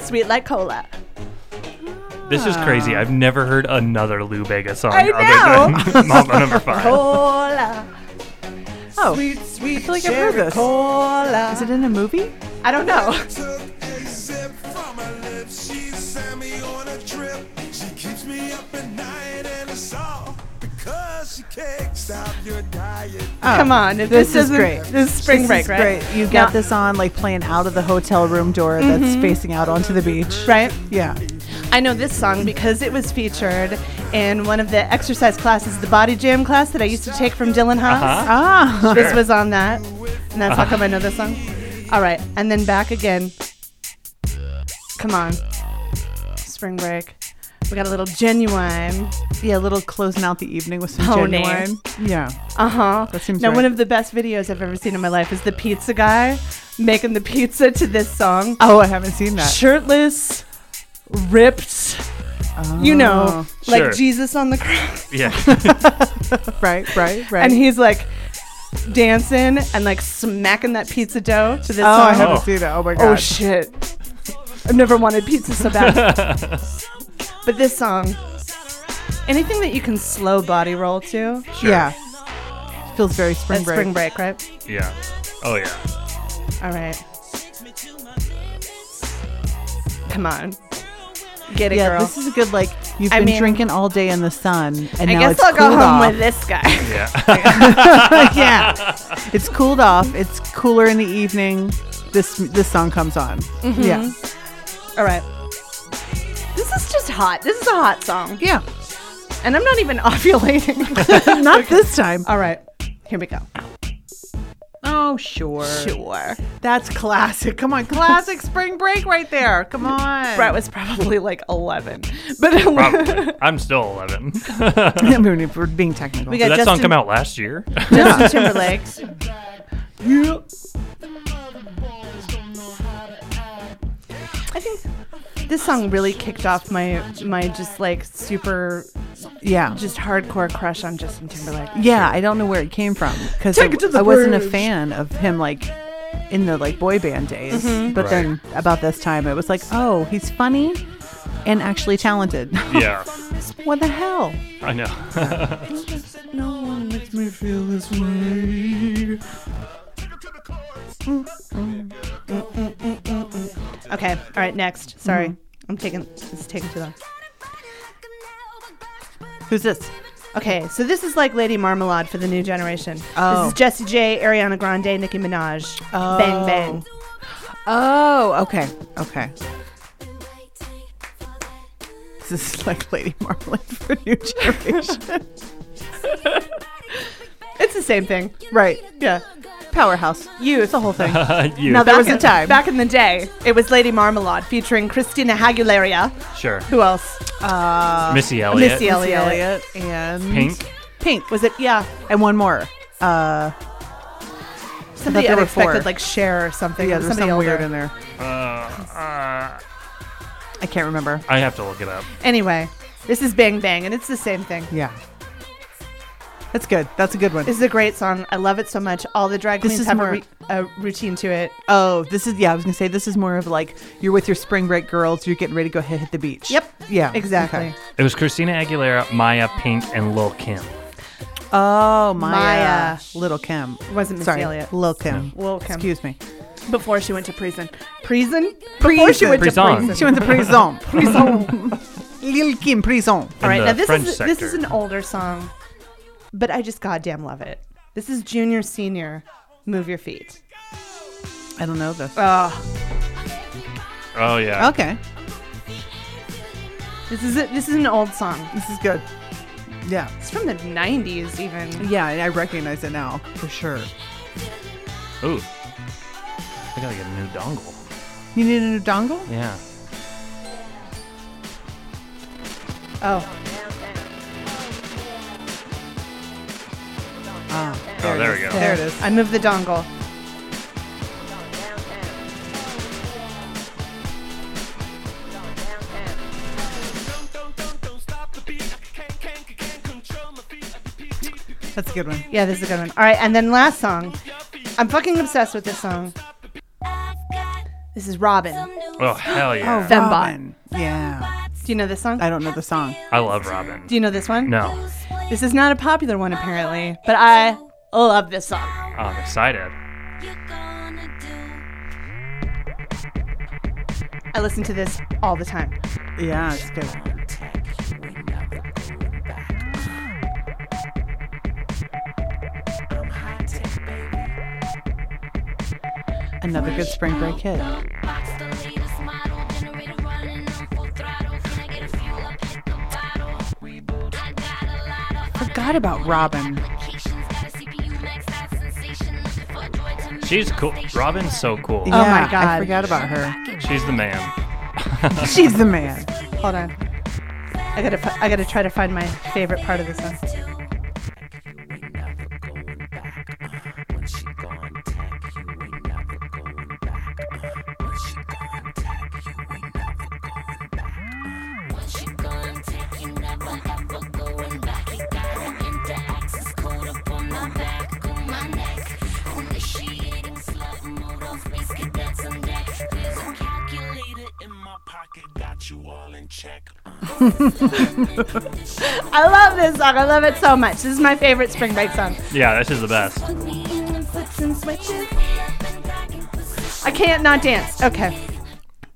S4: sweet like cola
S5: This is crazy. I've never heard another Lou Bega song
S4: I
S5: other than (laughs) Mama
S4: (laughs)
S5: Number Five.
S4: cola
S3: Oh,
S4: sweet sweet
S3: I feel like I've heard this.
S4: cola
S3: Is it in a movie?
S4: i don't know
S7: Took a sip from her lips. She sent me on a trip. She keeps me up at night and it's all because she can't stop your diet.
S4: Come on, if this,
S3: Oh. this is
S4: isn't
S3: great.
S4: This is spring
S3: This
S4: break,
S3: is
S4: right?
S3: Great. You got this on like playing out of the hotel room door that's facing out onto the beach.
S4: Mm-hmm. right?
S3: Yeah.
S4: I know this song because it was featured in one of the exercise classes, the body jam class that I used to take from Dylan Haas.
S3: Ah.
S4: This was on that, and that's how
S3: Uh-huh.
S4: come I know this song. All right, and then back again. Come on, spring break. We got a little genuine.
S3: Yeah, a little closing out the evening with some
S4: Pony.
S3: genuine. Yeah.
S4: Uh huh.
S3: That seems
S4: Now, one
S3: right.
S4: of the best videos I've ever seen in my life is the pizza guy making the pizza to this song.
S3: Oh, I haven't seen that.
S4: shirtless, ripped, you know,
S3: Oh.
S5: Sure.
S4: like Jesus on the cross. (laughs)
S5: Yeah.
S3: Right, right, right.
S4: And he's like dancing and like smacking that pizza dough to this
S3: oh, I
S4: song.
S3: haven't
S5: Oh.
S3: seen it. Oh my
S4: Oh
S3: gosh.
S4: shit. I've never wanted pizza
S5: (laughs)
S4: so bad. but this song, anything that you can slow body roll to,
S5: Sure.
S3: Yeah. Feels very spring
S4: that's
S3: break.
S4: spring break, right?
S5: Yeah. Oh yeah.
S4: All right. Come on. Get it,
S3: Yeah,
S4: girl.
S3: this is a good like you've
S4: I
S3: been
S4: mean-
S3: drinking all day in the sun and
S4: I
S3: now
S4: guess
S3: it's
S4: I'll go
S3: cooled
S4: home
S3: off. (laughs)
S4: with this guy.
S5: Yeah. (laughs)
S3: yeah. It's cooled off. It's cooler in the evening. This this song comes on.
S4: Mm-hmm.
S3: Yeah.
S4: All right. This is just hot. This is a hot song.
S3: Yeah.
S4: And I'm not even (laughs) ovulating. (laughs)
S3: Not this time.
S4: All right. Here we go.
S3: Oh, sure.
S4: Sure.
S3: That's classic. Come on, classic spring break right there. Come
S4: (laughs)
S3: on.
S4: Brett was probably like 11. But
S5: Probably. I'm still 11. Did (laughs)
S3: I mean, we're being technical.
S4: we got
S5: that song
S4: Justin-
S5: come out last year?
S4: (laughs) Justin Timberlake.
S3: Yeah.
S4: I think this song really kicked off my my just like super
S3: Yeah.
S4: just hardcore crush on Justin Timberlake.
S3: yeah, I don't know where it came from because I,
S4: Take it to the
S3: I wasn't a
S4: bridge.
S3: fan of him like in the like boy band days.
S4: Mm-hmm.
S3: But then about this time, it was like, oh, he's funny and actually talented. (laughs)
S5: (laughs) yeah.
S3: what the hell?
S5: I know. (laughs)
S4: Okay, all right, next. Sorry,
S3: Mm-hmm.
S4: I'm taking it's taking too long.
S3: Who's this?
S4: Okay, so this is like Lady Marmalade for the new generation.
S3: Oh.
S4: This is Jessie J, Ariana Grande, Nicki Minaj. Bang bang.
S3: Oh, okay, okay. This is like Lady Marmalade for a new generation, (laughs)
S4: It's the same thing.
S3: right? Yeah, powerhouse. You, it's the whole thing.
S5: you.
S3: Now there was
S4: Back
S3: a
S4: in-
S3: time.
S4: Back in the day, it was Lady Marmalade featuring Christina Aguilera.
S5: sure.
S4: Who else?
S5: Missy Elliott.
S4: Missy Elliott.
S3: Elliott and
S5: Pink.
S3: Pink was
S4: Was it? Yeah.
S3: and one more. Uh,
S4: Somebody
S3: there were
S4: unexpected,
S3: four.
S4: like Cher or something.
S3: yeah, there's
S4: somebody
S3: something
S4: older.
S3: weird in there.
S5: Uh, uh,
S3: I can't remember.
S5: I have to look it up.
S4: Anyway, this is Bang Bang, and it's the same thing.
S3: Yeah, that's good. That's a good one.
S4: This is a great song. I love it so much. All the drag
S3: This
S4: queens
S3: is
S4: have a,
S3: more-
S4: re- a routine to it.
S3: oh, this is yeah. I was gonna say this is more of like you're with your spring break girls. You're getting ready to go hit, hit the beach.
S4: Yep.
S3: Yeah.
S4: Exactly.
S3: okay.
S5: It was Christina Aguilera, Maya, Pink, and Lil Kim.
S3: Oh, Maya.
S4: Maya.
S3: Little Kim.
S4: Wasn't Missy
S3: Sorry,
S4: Elliott.
S3: Lil Kim.
S4: Lil Kim.
S3: Excuse me.
S4: Before she went to prison. Prison? Before she went
S5: Prison.
S4: to prison.
S3: She went to prison. prison. (laughs) Lil Kim, prison.
S4: All right,
S5: the
S4: now this
S5: French
S4: is this
S5: sector.
S4: is an older song, but I just goddamn love it. This is Junior Senior. Move your feet.
S3: I don't know this.
S4: Oh,
S5: Oh yeah.
S3: Okay.
S4: this is it. This is an old song.
S3: This is good. Yeah.
S4: It's from the '90s, even.
S3: Yeah, I recognize it now for sure.
S5: Ooh. I gotta get a new dongle.
S3: You need a new dongle?
S5: Yeah.
S4: Oh,
S5: oh, there we go.
S3: There it is.
S4: I moved the dongle.
S3: That's a good one.
S4: Yeah, this is a good one. All right, and then last song. I'm fucking obsessed with this song. This is Robin.
S5: Oh hell yeah.
S4: Fembot.
S3: Robin. Yeah.
S4: Do you know this song?
S3: I don't know the song.
S5: I love Robin.
S4: Do you know this one?
S5: No.
S4: This is not a popular one apparently, but I love this song.
S5: I'm excited.
S4: I listen to this all the time.
S3: Yeah, it's good. Another good spring break hit. Forgot about Robin.
S4: Oh
S5: She's cool. Robin's so cool.
S3: Yeah,
S4: my
S3: I
S4: God.
S3: forgot about her.
S5: She's the man.
S3: She's the man.
S4: Hold on. I gotta, fi- I gotta try to find my favorite part of this song.
S2: uh. uh. uh. uh.
S4: I love this song. I love it so much. This is my favorite spring break song.
S5: Yeah, this is the best.
S4: I can't not dance. Okay.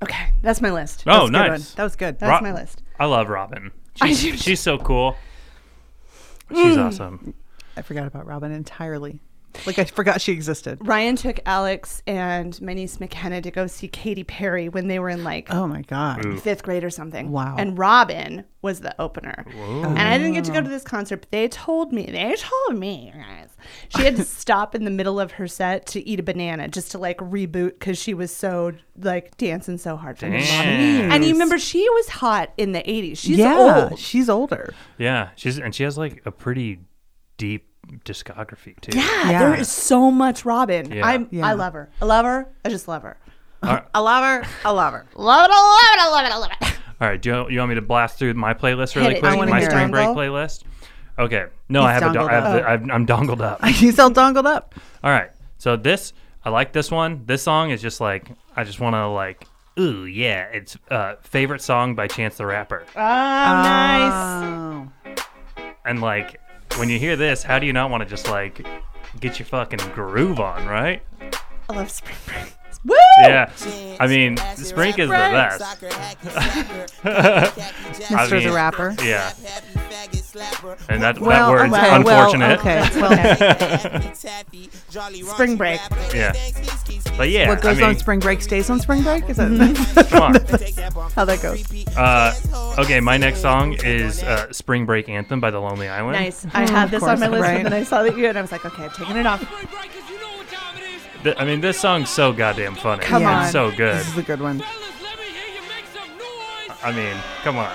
S4: Okay. That's my list.
S5: Oh,
S3: Good one.
S5: nice.
S3: That was good.
S4: That's
S5: Ro-
S4: my list.
S5: I love Robin.
S4: I
S5: She's,
S4: do too.
S5: she's so cool. She's awesome.
S3: I forgot about Robin entirely. Like I forgot she existed.
S4: Ryan took Alex and my niece McKenna to go see Katy Perry when they were in like
S3: Oh my god.
S4: fifth grade or something.
S3: Wow.
S4: And Robin was the opener. And I didn't get to
S3: Oh.
S4: go to this concert, but they told me, they told me, guys, she
S3: (laughs)
S4: had to stop in the middle of her set to eat a banana just to like reboot because she was so like dancing so hard for me.
S5: Damn.
S4: And you remember she was hot in the 80s. She's
S3: yeah,
S4: old.
S3: she's older.
S5: Yeah, she's and she has like a pretty deep discography too.
S4: Yeah,
S3: Yeah.
S4: there is so much Robin.
S5: Yeah.
S4: I
S3: Yeah.
S4: I love her. I love her. I just love her.
S5: right.
S4: I love her. I love her. Love it. I love it. I love it. I love it.
S5: All right, do you, you want me to blast through my playlist really
S4: Hit it.
S5: quick?
S4: I wanna
S5: my
S4: hear it.
S5: spring break
S4: Dongle?
S5: playlist. Okay. No, I
S3: He's
S5: have a do-
S3: dongled
S5: I have
S3: up.
S5: the, I've, I'm dongled up.
S3: She's all dongled up.
S5: All right. So this, I like this one. This song is just like I just want to like. Ooh yeah, it's uh, favorite song by Chance the Rapper.
S4: Oh, nice.
S3: Oh.
S5: And like when you hear this, how do you not want to just like get your fucking groove on, right?
S4: I love spring break. Woo!
S5: Yeah. I mean, Sprink is the best. I
S3: Mr. the
S5: mean,
S3: rapper.
S5: Yeah. And that,
S3: Well,
S4: Oh,
S5: that word's
S3: okay, well,
S5: unfortunate.
S3: okay.
S4: Spring break.
S5: Yeah. But yeah,
S3: What goes
S5: I mean,
S3: on spring break stays on spring break. Is that (laughs)
S5: come on.
S4: How that goes.
S5: Uh, okay, my next song is uh, Spring Break Anthem by The Lonely Island.
S4: Nice. I had this on my
S3: Oh, course,
S4: list,
S3: right.
S4: and then I saw that you, and I was like, okay, I'm taking
S3: (laughs)
S4: it off.
S5: Th- I mean, this song's so goddamn funny.
S4: Come
S5: it's
S4: on.
S5: so good.
S3: this is a good one.
S5: I mean, come on.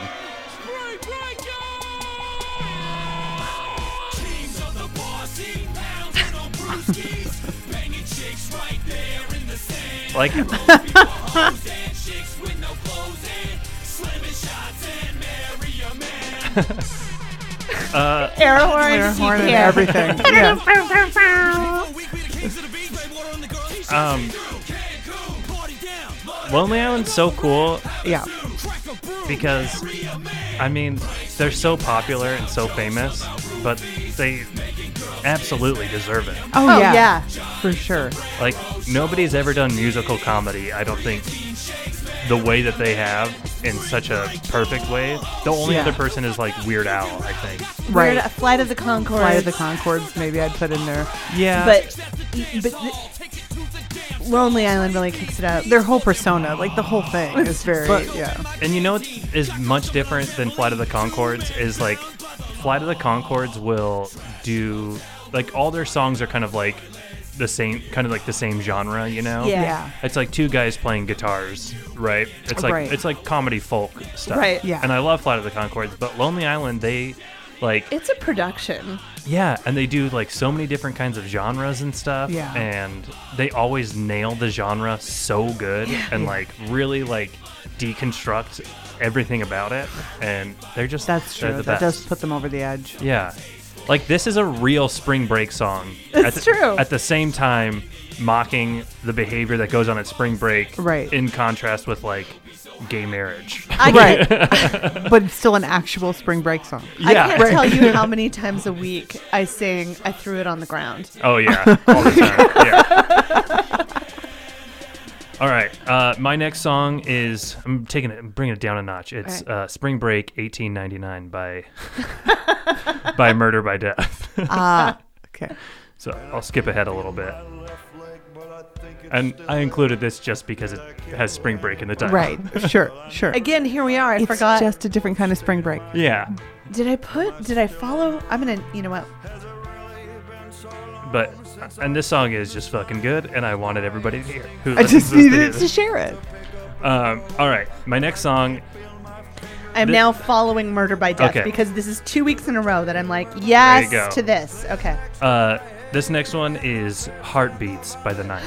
S5: Like,
S4: Air horn,
S3: Air
S4: sea
S3: horn and (laughs)
S4: care. (laughs)
S3: everything. Yeah. Oh,
S5: um, Lonely Island's so cool
S3: yeah.
S5: because I mean they're so popular and so famous, but they absolutely deserve it.
S3: Oh,
S4: Oh,
S3: yeah.
S4: yeah.
S3: For sure.
S5: Like nobody's ever done musical comedy. I don't think the way that they have in such a perfect way. The only
S3: Yeah.
S5: other person is like Weird Al, I think.
S3: Right.
S4: Weird- Flight of the Concord.
S3: Flight of the Concords, maybe I'd put in there.
S5: Yeah,
S4: But, but th- Lonely Island really kicks it up.
S3: Their whole persona, like the whole thing, is very
S5: But-
S3: yeah.
S5: and you know what is much different than Flight of the Concords is like Flight of the Concords will do like all their songs are kind of like the same kind of like the same genre, you know?
S4: Yeah.
S3: Yeah. Oh,
S5: It's like two guys playing guitars, right? It's like
S3: Right.
S5: it's like comedy folk stuff.
S4: Right.
S3: Yeah.
S5: And I love Flight of the Concords, but Lonely Island they like
S4: It's a production.
S5: yeah, and they do like so many different kinds of genres and stuff.
S3: Yeah.
S5: And they always nail the genre so good and like really like deconstruct everything about it. And they're just
S3: That's
S5: they're
S3: true.
S5: the
S3: That
S5: best.
S3: does put them over the edge.
S5: Yeah. Like this is a real spring break song.
S4: It's
S5: at the,
S4: true.
S5: At the same time, mocking the behavior that goes on at spring break.
S3: Right.
S5: In contrast with like gay marriage.
S4: I can't,
S3: (laughs) Right. (laughs) but it's still an actual spring break song.
S5: (laughs)
S4: I can't
S5: Right.
S4: tell you
S3: (laughs)
S4: how many times a week I sing I threw it on the ground.
S5: Oh yeah. All the time. yeah. All right. Uh, my next song is I'm taking it, I'm bringing it down a notch. It's
S4: All right.
S5: uh, Spring Break 1899 by by Murder by
S3: (laughs)
S5: Death.
S3: Ah, Okay.
S5: So I'll skip ahead a little bit. And I included this just because it has spring break in the title.
S3: Right. Sure. Sure.
S4: Again, here we are. I
S3: it's
S4: forgot.
S3: just a different kind of spring break.
S5: Yeah.
S4: did I put? Did I follow? I'm gonna. You know what?
S5: But and this song is just fucking good, and I wanted everybody to hear. Who
S3: I (laughs)
S5: listens
S3: just
S5: to this
S3: needed
S5: to
S3: to
S5: hear
S3: share it.
S5: this. Um, all right, my next song.
S4: I'm
S5: Thi-
S4: now following Murder by Death
S5: Okay.
S4: because this is two weeks in a row that I'm like,
S5: go.
S4: yes to this. Okay.
S5: Uh, this next one is "Heartbeats" by the
S4: (gasps)
S5: Knives,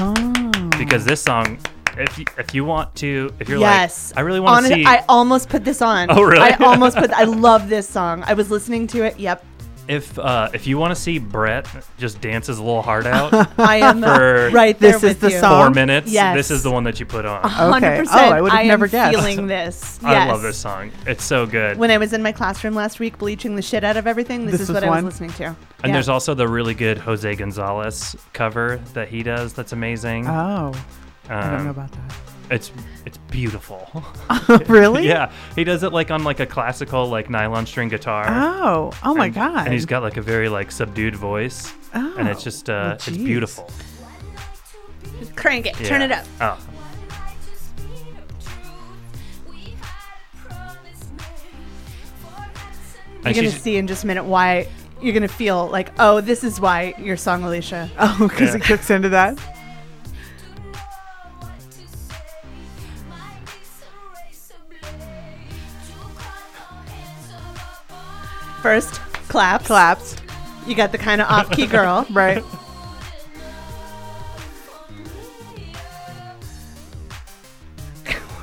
S3: Oh.
S5: because this song, if you, if you want to, if you're
S4: yes.
S5: like, I really want to see.
S4: Honest- I almost put this on.
S5: (laughs) Oh, really?
S4: I almost put. I love this song. I was listening to it. Yep.
S5: if uh, if you want to see Brett just dance his little heart
S4: (laughs)
S5: out
S4: I
S5: (laughs)
S4: am
S5: For-
S4: (laughs) right there
S3: This is
S4: with
S3: the
S4: you.
S3: song?
S5: four minutes,
S4: Um, Yes.
S5: this is the one that you put on.
S4: 100%.
S3: Okay. Oh, I would have
S4: am
S3: never guessed.
S4: feeling this.
S5: (laughs) I love
S4: Yes.
S5: this song. It's so good.
S4: When I was in my classroom last week bleaching the shit out of everything, this,
S3: This
S4: is
S3: was
S4: what I
S3: one?
S4: was listening to. And
S5: and there's also the really good Jose Gonzalez cover that he does. That's amazing.
S3: Oh, I don't
S5: Um,
S3: know about (laughs) that.
S5: it's it's beautiful. (laughs)
S3: Really?
S5: yeah, he does it like on like a classical like nylon string guitar.
S3: Oh, oh my
S5: and,
S3: God.
S5: And he's got like a very like subdued voice. and it's
S3: Oh,
S5: just
S3: well,
S5: uh, it's
S3: geez.
S5: beautiful.
S4: crank it, turn it
S5: Yeah.
S4: up.
S5: Oh,
S4: You're
S5: and
S4: gonna
S5: she's-
S4: see in just a minute why you're gonna feel like, oh, this is why your song, Alicia. (laughs)
S3: Oh, because it kicks into that.
S4: First, claps, claps. You got the kind of
S3: (laughs)
S4: off-key girl,
S3: Right.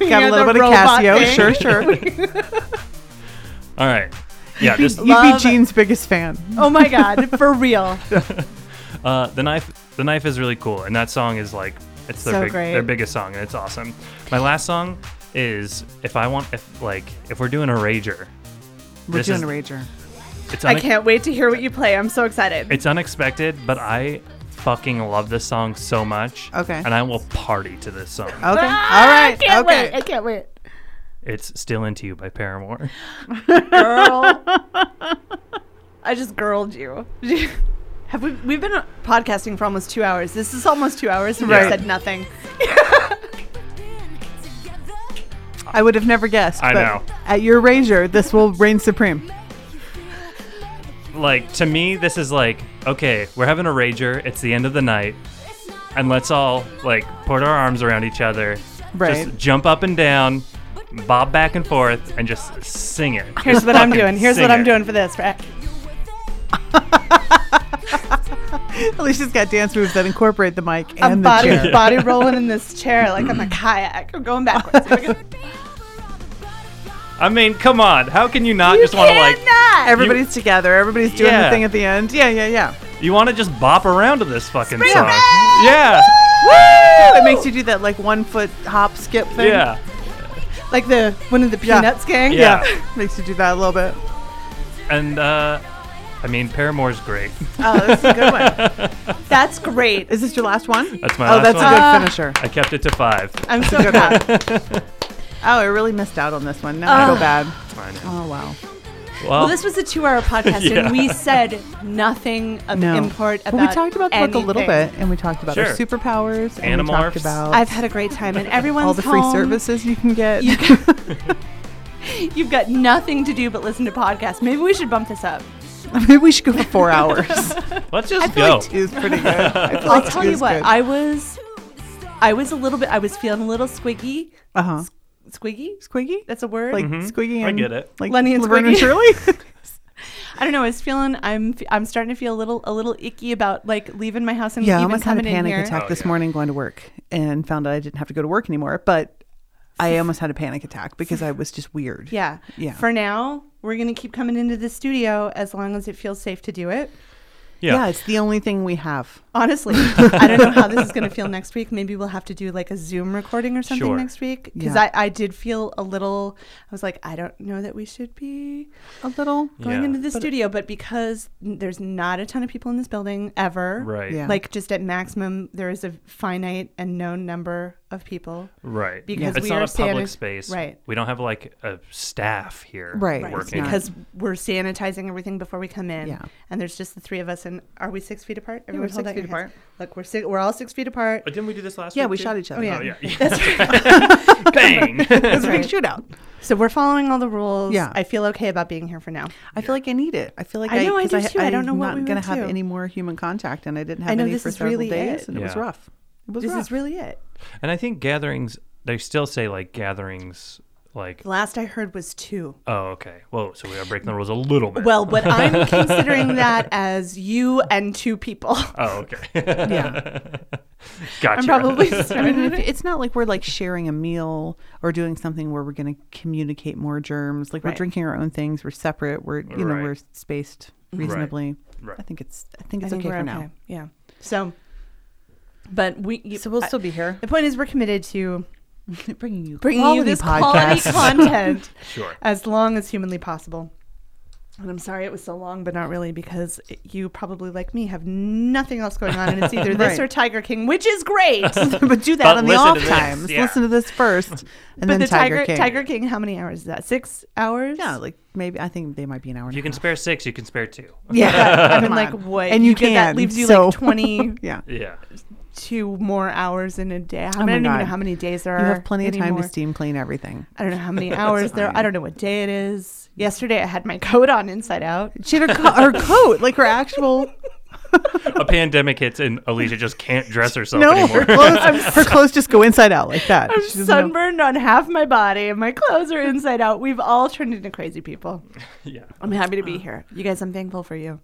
S4: You
S3: Got
S4: know,
S3: a little
S4: the
S3: bit of
S4: robot
S3: Casio.
S4: thing.
S3: Sure, sure.
S5: all right.
S4: (laughs)
S5: Yeah, just
S3: You'd be
S4: Love-
S3: Gene's biggest fan.
S4: Oh my god, for real.
S5: Uh, the knife, the knife is really cool, and that song is like it's their
S4: So
S5: big,
S4: great.
S5: their biggest song, and it's awesome. My last song is if I want if like if we're doing a rager,
S3: We're
S5: This
S3: doing
S5: is-
S3: a rager.
S5: it's
S4: I
S5: unex-
S4: can't wait to hear what you play. I'm so excited.
S5: It's unexpected, but I fucking love this song so much.
S3: Okay.
S5: and I will party to this song.
S3: Okay. All right.
S4: Ah, can't
S3: okay.
S4: wait. I can't wait.
S5: It's "Still Into You" by Paramore. (laughs)
S4: Girl. I just
S3: (laughs)
S4: girled you. Have we we've been podcasting for almost two hours. This is almost two hours and
S5: Right.
S4: we said nothing.
S3: I would have never guessed.
S5: I
S3: but
S5: know.
S3: At your rager, this will reign supreme.
S5: Like to me, this is like okay, we're having a rager. It's the end of the night, and let's all like put our arms around each other,
S3: Right.
S5: just jump up and down, bob back and forth, and just sing it.
S4: Here's what I'm doing. Here's what I'm
S5: singer.
S4: doing for this. For
S3: (laughs) Alicia's got dance moves that incorporate the mic and
S4: I'm
S3: the
S4: body
S3: chair.
S4: body rolling in this chair like
S3: (clears throat)
S4: I'm a kayak. I'm going backwards. Here we go.
S5: I mean, come on. How can you not just want to like?
S4: Cannot!
S3: Everybody's together. Everybody's doing
S5: Yeah.
S3: the thing at the end. Yeah, yeah, yeah.
S5: You want to just bop around to this fucking
S3: Spring
S5: song?
S3: back!
S5: Yeah,
S3: Woo! It makes you do that like one foot hop skip thing.
S5: yeah.
S4: like the one of the
S3: Yeah.
S4: peanuts gang.
S5: Yeah.
S3: (laughs) Makes you do that a little bit.
S5: And uh, I mean, Paramore's great.
S3: Oh, this is a good one.
S4: (laughs) That's great.
S3: Is this your last one?
S5: That's my
S3: oh,
S5: last
S3: that's
S5: one.
S3: a good
S4: Uh,
S3: finisher.
S5: I kept it to five.
S4: I'm so proud.
S3: (laughs) Oh, I really missed out on (laughs) this one. No, I feel bad.
S5: I know.
S3: Oh wow.
S5: Well,
S4: Well, this was a two-hour podcast,
S5: Yeah.
S4: and we said nothing of
S3: No.
S4: import about.
S3: But we talked about the book a little
S4: anything.
S3: bit, and we talked about our
S5: Sure.
S3: superpowers, and we talked
S5: Animorphs.
S3: about
S4: I've had a great time, and
S3: (laughs)
S4: everyone's
S3: all the free
S4: home.
S3: services you can get. (laughs)
S4: You- (laughs) You've got nothing to do but listen to podcasts. Maybe we should bump this up.
S3: Maybe we should go for
S4: (laughs)
S3: four hours.
S5: let's just go.
S3: is pretty good. I feel
S4: I'll
S3: like
S4: tell
S3: two
S4: you
S3: is
S4: what.
S3: good.
S4: I was, I was a little bit. I was feeling a little squiggy.
S3: uh-huh.
S4: Squiggy.
S3: Squiggy,
S4: That's a word.
S3: like squiggy. And,
S5: I get it.
S3: Like
S4: Lenny and
S3: Laverne
S4: Squiggy. (laughs)
S3: Shirley.
S4: I don't know. I was feeling. I'm. f- I'm starting to feel a little. A little icky about like leaving my house and
S3: yeah, I
S4: even
S3: almost had a
S4: coming in
S3: panic
S4: here.
S3: attack
S5: Oh,
S3: this
S5: yeah.
S3: morning going to work, and found out I didn't have to go to work anymore. But
S4: (laughs)
S3: I almost had a panic attack because I was just weird.
S4: Yeah.
S3: Yeah.
S4: For now, we're gonna keep coming into the studio as long as it feels safe to do it.
S5: Yeah.
S3: yeah, it's the only thing we have. (laughs)
S4: Honestly, I don't know how this is going to feel next week. Maybe we'll have to do like a Zoom recording or something
S5: Sure.
S4: next week because
S3: Yeah.
S4: I, I did feel a little. I was like, I don't know that we should be
S3: A little.
S4: going
S5: Yeah.
S4: into the studio, but because n- there's not a ton of people in this building ever,
S5: Right.
S3: Yeah.
S4: Like just at maximum, there is a finite and known number of people.
S5: Right.
S4: Because
S5: it's
S4: we
S5: not
S4: are
S5: a public
S4: sanit-
S5: space.
S4: right.
S5: We don't have like a staff here.
S3: Right. Right. It's
S5: Working.
S3: not-
S4: Because we're sanitizing everything before we come in.
S3: Uh, Yeah.
S4: And there's just the three of us. And are we six feet apart?
S3: we're
S4: hold
S3: six
S4: out
S3: feet
S4: your hands. Look, we're six, we're all six feet apart.
S5: But Oh, didn't we do this last?
S3: Yeah,
S5: week,
S3: we
S5: too?
S3: shot each other.
S4: Oh, yeah.
S5: Oh (laughs) yeah. (laughs) Bang.
S3: (laughs) It's a
S4: right.
S3: big shootout.
S4: So we're following all the rules.
S3: Yeah.
S4: I feel okay about being here for now.
S3: I feel like I need it. I feel like
S4: I know, I
S3: 'cause
S4: do too. I don't know
S3: I'm
S4: what
S3: not
S4: we would
S3: gonna have
S4: do.
S3: any more human contact, and I didn't have
S4: know,
S3: any
S4: this
S3: for
S4: is
S3: several
S4: really
S3: days,
S4: it.
S3: and it was
S5: Yeah.
S3: rough. It was
S4: This
S3: rough.
S4: is really it.
S5: and I think gatherings. They still say like gatherings. Like
S4: The last I heard was two.
S5: oh okay. Whoa. So we are breaking the rules a little bit.
S4: Well, but (laughs) I'm considering that as you and two people.
S5: Oh okay. (laughs)
S3: yeah.
S5: gotcha.
S4: I'm (laughs) (laughs) probably
S3: (laughs) I mean, if- it's not like we're like sharing a meal or doing something where we're going to communicate more germs. Like
S4: Right.
S3: we're drinking our own things. We're separate. We're you know
S5: Right.
S3: we're spaced reasonably.
S5: Right.
S3: I think it's I think
S4: Mm-hmm. I
S3: it's
S4: think
S3: okay
S4: we're
S3: for now.
S4: Yeah. So, but we.
S3: So we'll
S4: I-
S3: still be here
S4: The point is, we're committed to
S3: bringing you
S4: bringing
S3: quality
S4: you this quality
S3: podcasts.
S4: content
S5: Sure.
S4: as long as humanly possible. And I'm sorry it was so long, but not really, because you probably, like me, have nothing else going on, and
S3: (laughs)
S4: it's either this
S3: Right.
S4: or Tiger King, which is
S3: (laughs)
S4: great. (laughs) but
S3: (laughs) but do that
S5: But
S3: on the
S5: listen
S3: off
S5: to this,
S3: times.
S5: yeah.
S3: Listen to this (laughs) first, and then
S4: the
S3: Tiger, King.
S4: Tiger King, how many hours is that? Six hours?
S3: Yeah, like maybe I think they might be an hour. and
S5: You
S3: a
S5: can spare six. You can spare two.
S3: Yeah,
S4: I
S3: (laughs)
S4: mean,
S3: come
S4: like
S3: on.
S4: what?
S3: And you,
S4: get
S3: can
S4: that leaves you
S3: so-
S4: like twenty
S3: (laughs) yeah,
S5: Yeah.
S4: two more hours in a day. How
S3: Oh my
S4: many, I don't even know
S3: God.
S4: how many days there
S3: you
S4: are.
S3: have plenty of time
S4: anymore.
S3: to steam clean everything.
S4: I don't know how many hours there. I don't know what day it is. Yesterday I had my (laughs) coat on inside out.
S3: (laughs) She had her, co- her coat, like her actual (laughs)
S5: A pandemic hits and Alicia just can't dress herself
S3: no, her (laughs)
S5: anymore. (laughs)
S3: clothes, her clothes just go inside out like that.
S4: I'm
S3: She doesn't know-
S4: sunburned on half my body, and my clothes are inside out. We've all turned into crazy people.
S5: yeah.
S4: I'm happy to be here, you guys. I'm thankful for you.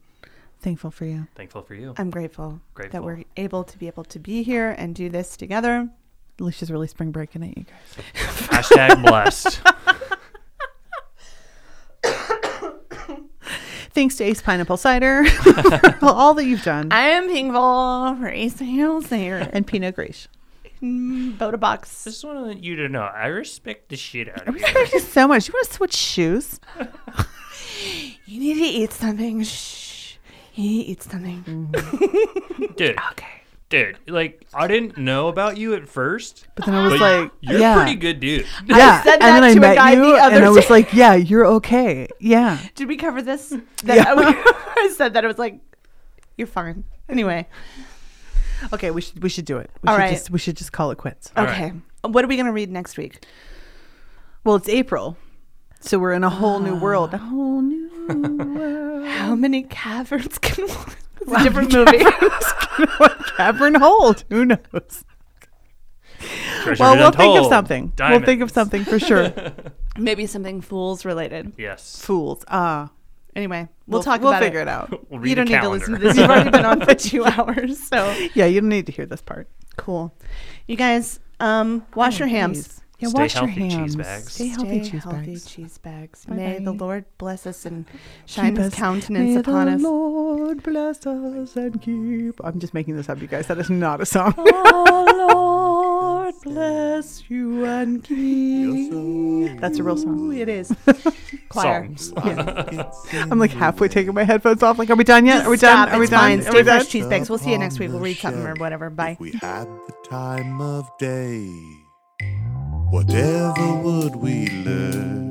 S3: Thankful for you.
S5: Thankful for you.
S4: I'm grateful,
S5: Grateful.
S4: that we're able to be able to be here and do this together.
S3: Alicia's really spring breaking it, you guys. (laughs)
S5: Hashtag blessed.
S3: Thanks to Ace Pineapple Cider (laughs)
S5: (laughs)
S3: for all that you've done.
S4: I am thankful for Ace Hills here
S3: and Pinot Gris.
S4: and Boda
S5: I
S4: Box.
S5: just want you to know I respect the shit out of you.
S3: Thank you so much. You want to switch shoes?
S4: You need to eat something. Shh. You need to eat something.
S5: Dude. Okay. Dude, like I didn't know about you at first.
S3: But then I was
S5: But
S3: like,
S5: you're
S3: yeah.
S5: a pretty
S3: (laughs)
S5: good dude.
S3: Yeah.
S4: said
S3: and
S4: that
S3: then I
S4: to a
S3: met
S4: guy
S3: you,
S4: the other
S3: and I was
S4: day.
S3: like, yeah, you're okay. Yeah.
S4: Did we cover (laughs) this? That I said that it was like, you're fine. Anyway,
S3: Okay, we should we should do it. We
S4: All
S3: should
S4: right.
S3: just we should just call it quits.
S4: okay. What are we gonna read next week?
S3: Well, it's April. So we're in a whole new world. A whole
S4: (laughs)
S3: new
S4: Ah. How many caverns can (laughs) one? It's
S3: (laughs)
S4: a different movie.
S3: cavern hold. Who knows?
S5: Treasures
S3: Well, we'll think of
S5: Untold,
S3: something. We'll think of
S5: Diamonds.
S3: something for (laughs) sure.
S4: Maybe something fools related.
S5: Yes.
S3: Fools. Ah.
S4: Anyway, we'll, talk
S3: We'll
S4: about
S3: figure
S4: it.
S3: it out.
S5: We'll
S4: You
S5: read
S4: don't
S5: the
S4: need to
S5: calendar.
S4: listen to (laughs) this. You've already been on (laughs) for two hours, so
S3: (laughs) Yeah, you don't need to hear this part.
S4: cool. You guys, um, wash your hands.
S3: Please. Yeah,
S5: Stay
S3: wash
S5: healthy,
S3: your
S5: cheese
S3: hands.
S5: bags.
S3: Stay healthy, cheese bags.
S4: cheese bags.
S3: Bye
S4: May the
S3: bye.
S4: Lord bless us and shine
S3: Keep
S4: his
S3: us-
S4: countenance
S3: May
S4: upon
S3: the
S4: us.
S3: Lord bless us and keep. I'm just making this up, you guys. That is not a song. (laughs)
S4: Oh, Lord bless you and keep.
S3: That's a real song. (laughs)
S4: It is. Choir.
S5: Songs.
S3: I'm like halfway taking my headphones off. Like, are we done yet? Are we done?
S4: Stop.
S3: Are we
S4: It's fine.
S3: done? Are
S4: Stay
S3: we done?
S4: fresh, cheese bags. We'll see you next week. We'll read something or whatever. Bye.
S2: If we had the time of day, whatever would we learn?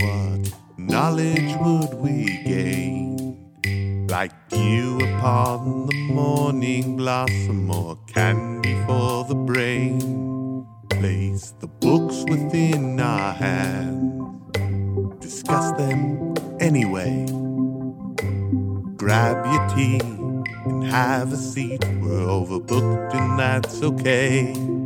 S2: What knowledge would we gain? Like dew upon the morning blossom or candy for the brain. Place the books within our hands, discuss them anyway. Grab your tea and have a seat. We're overbooked, and that's okay.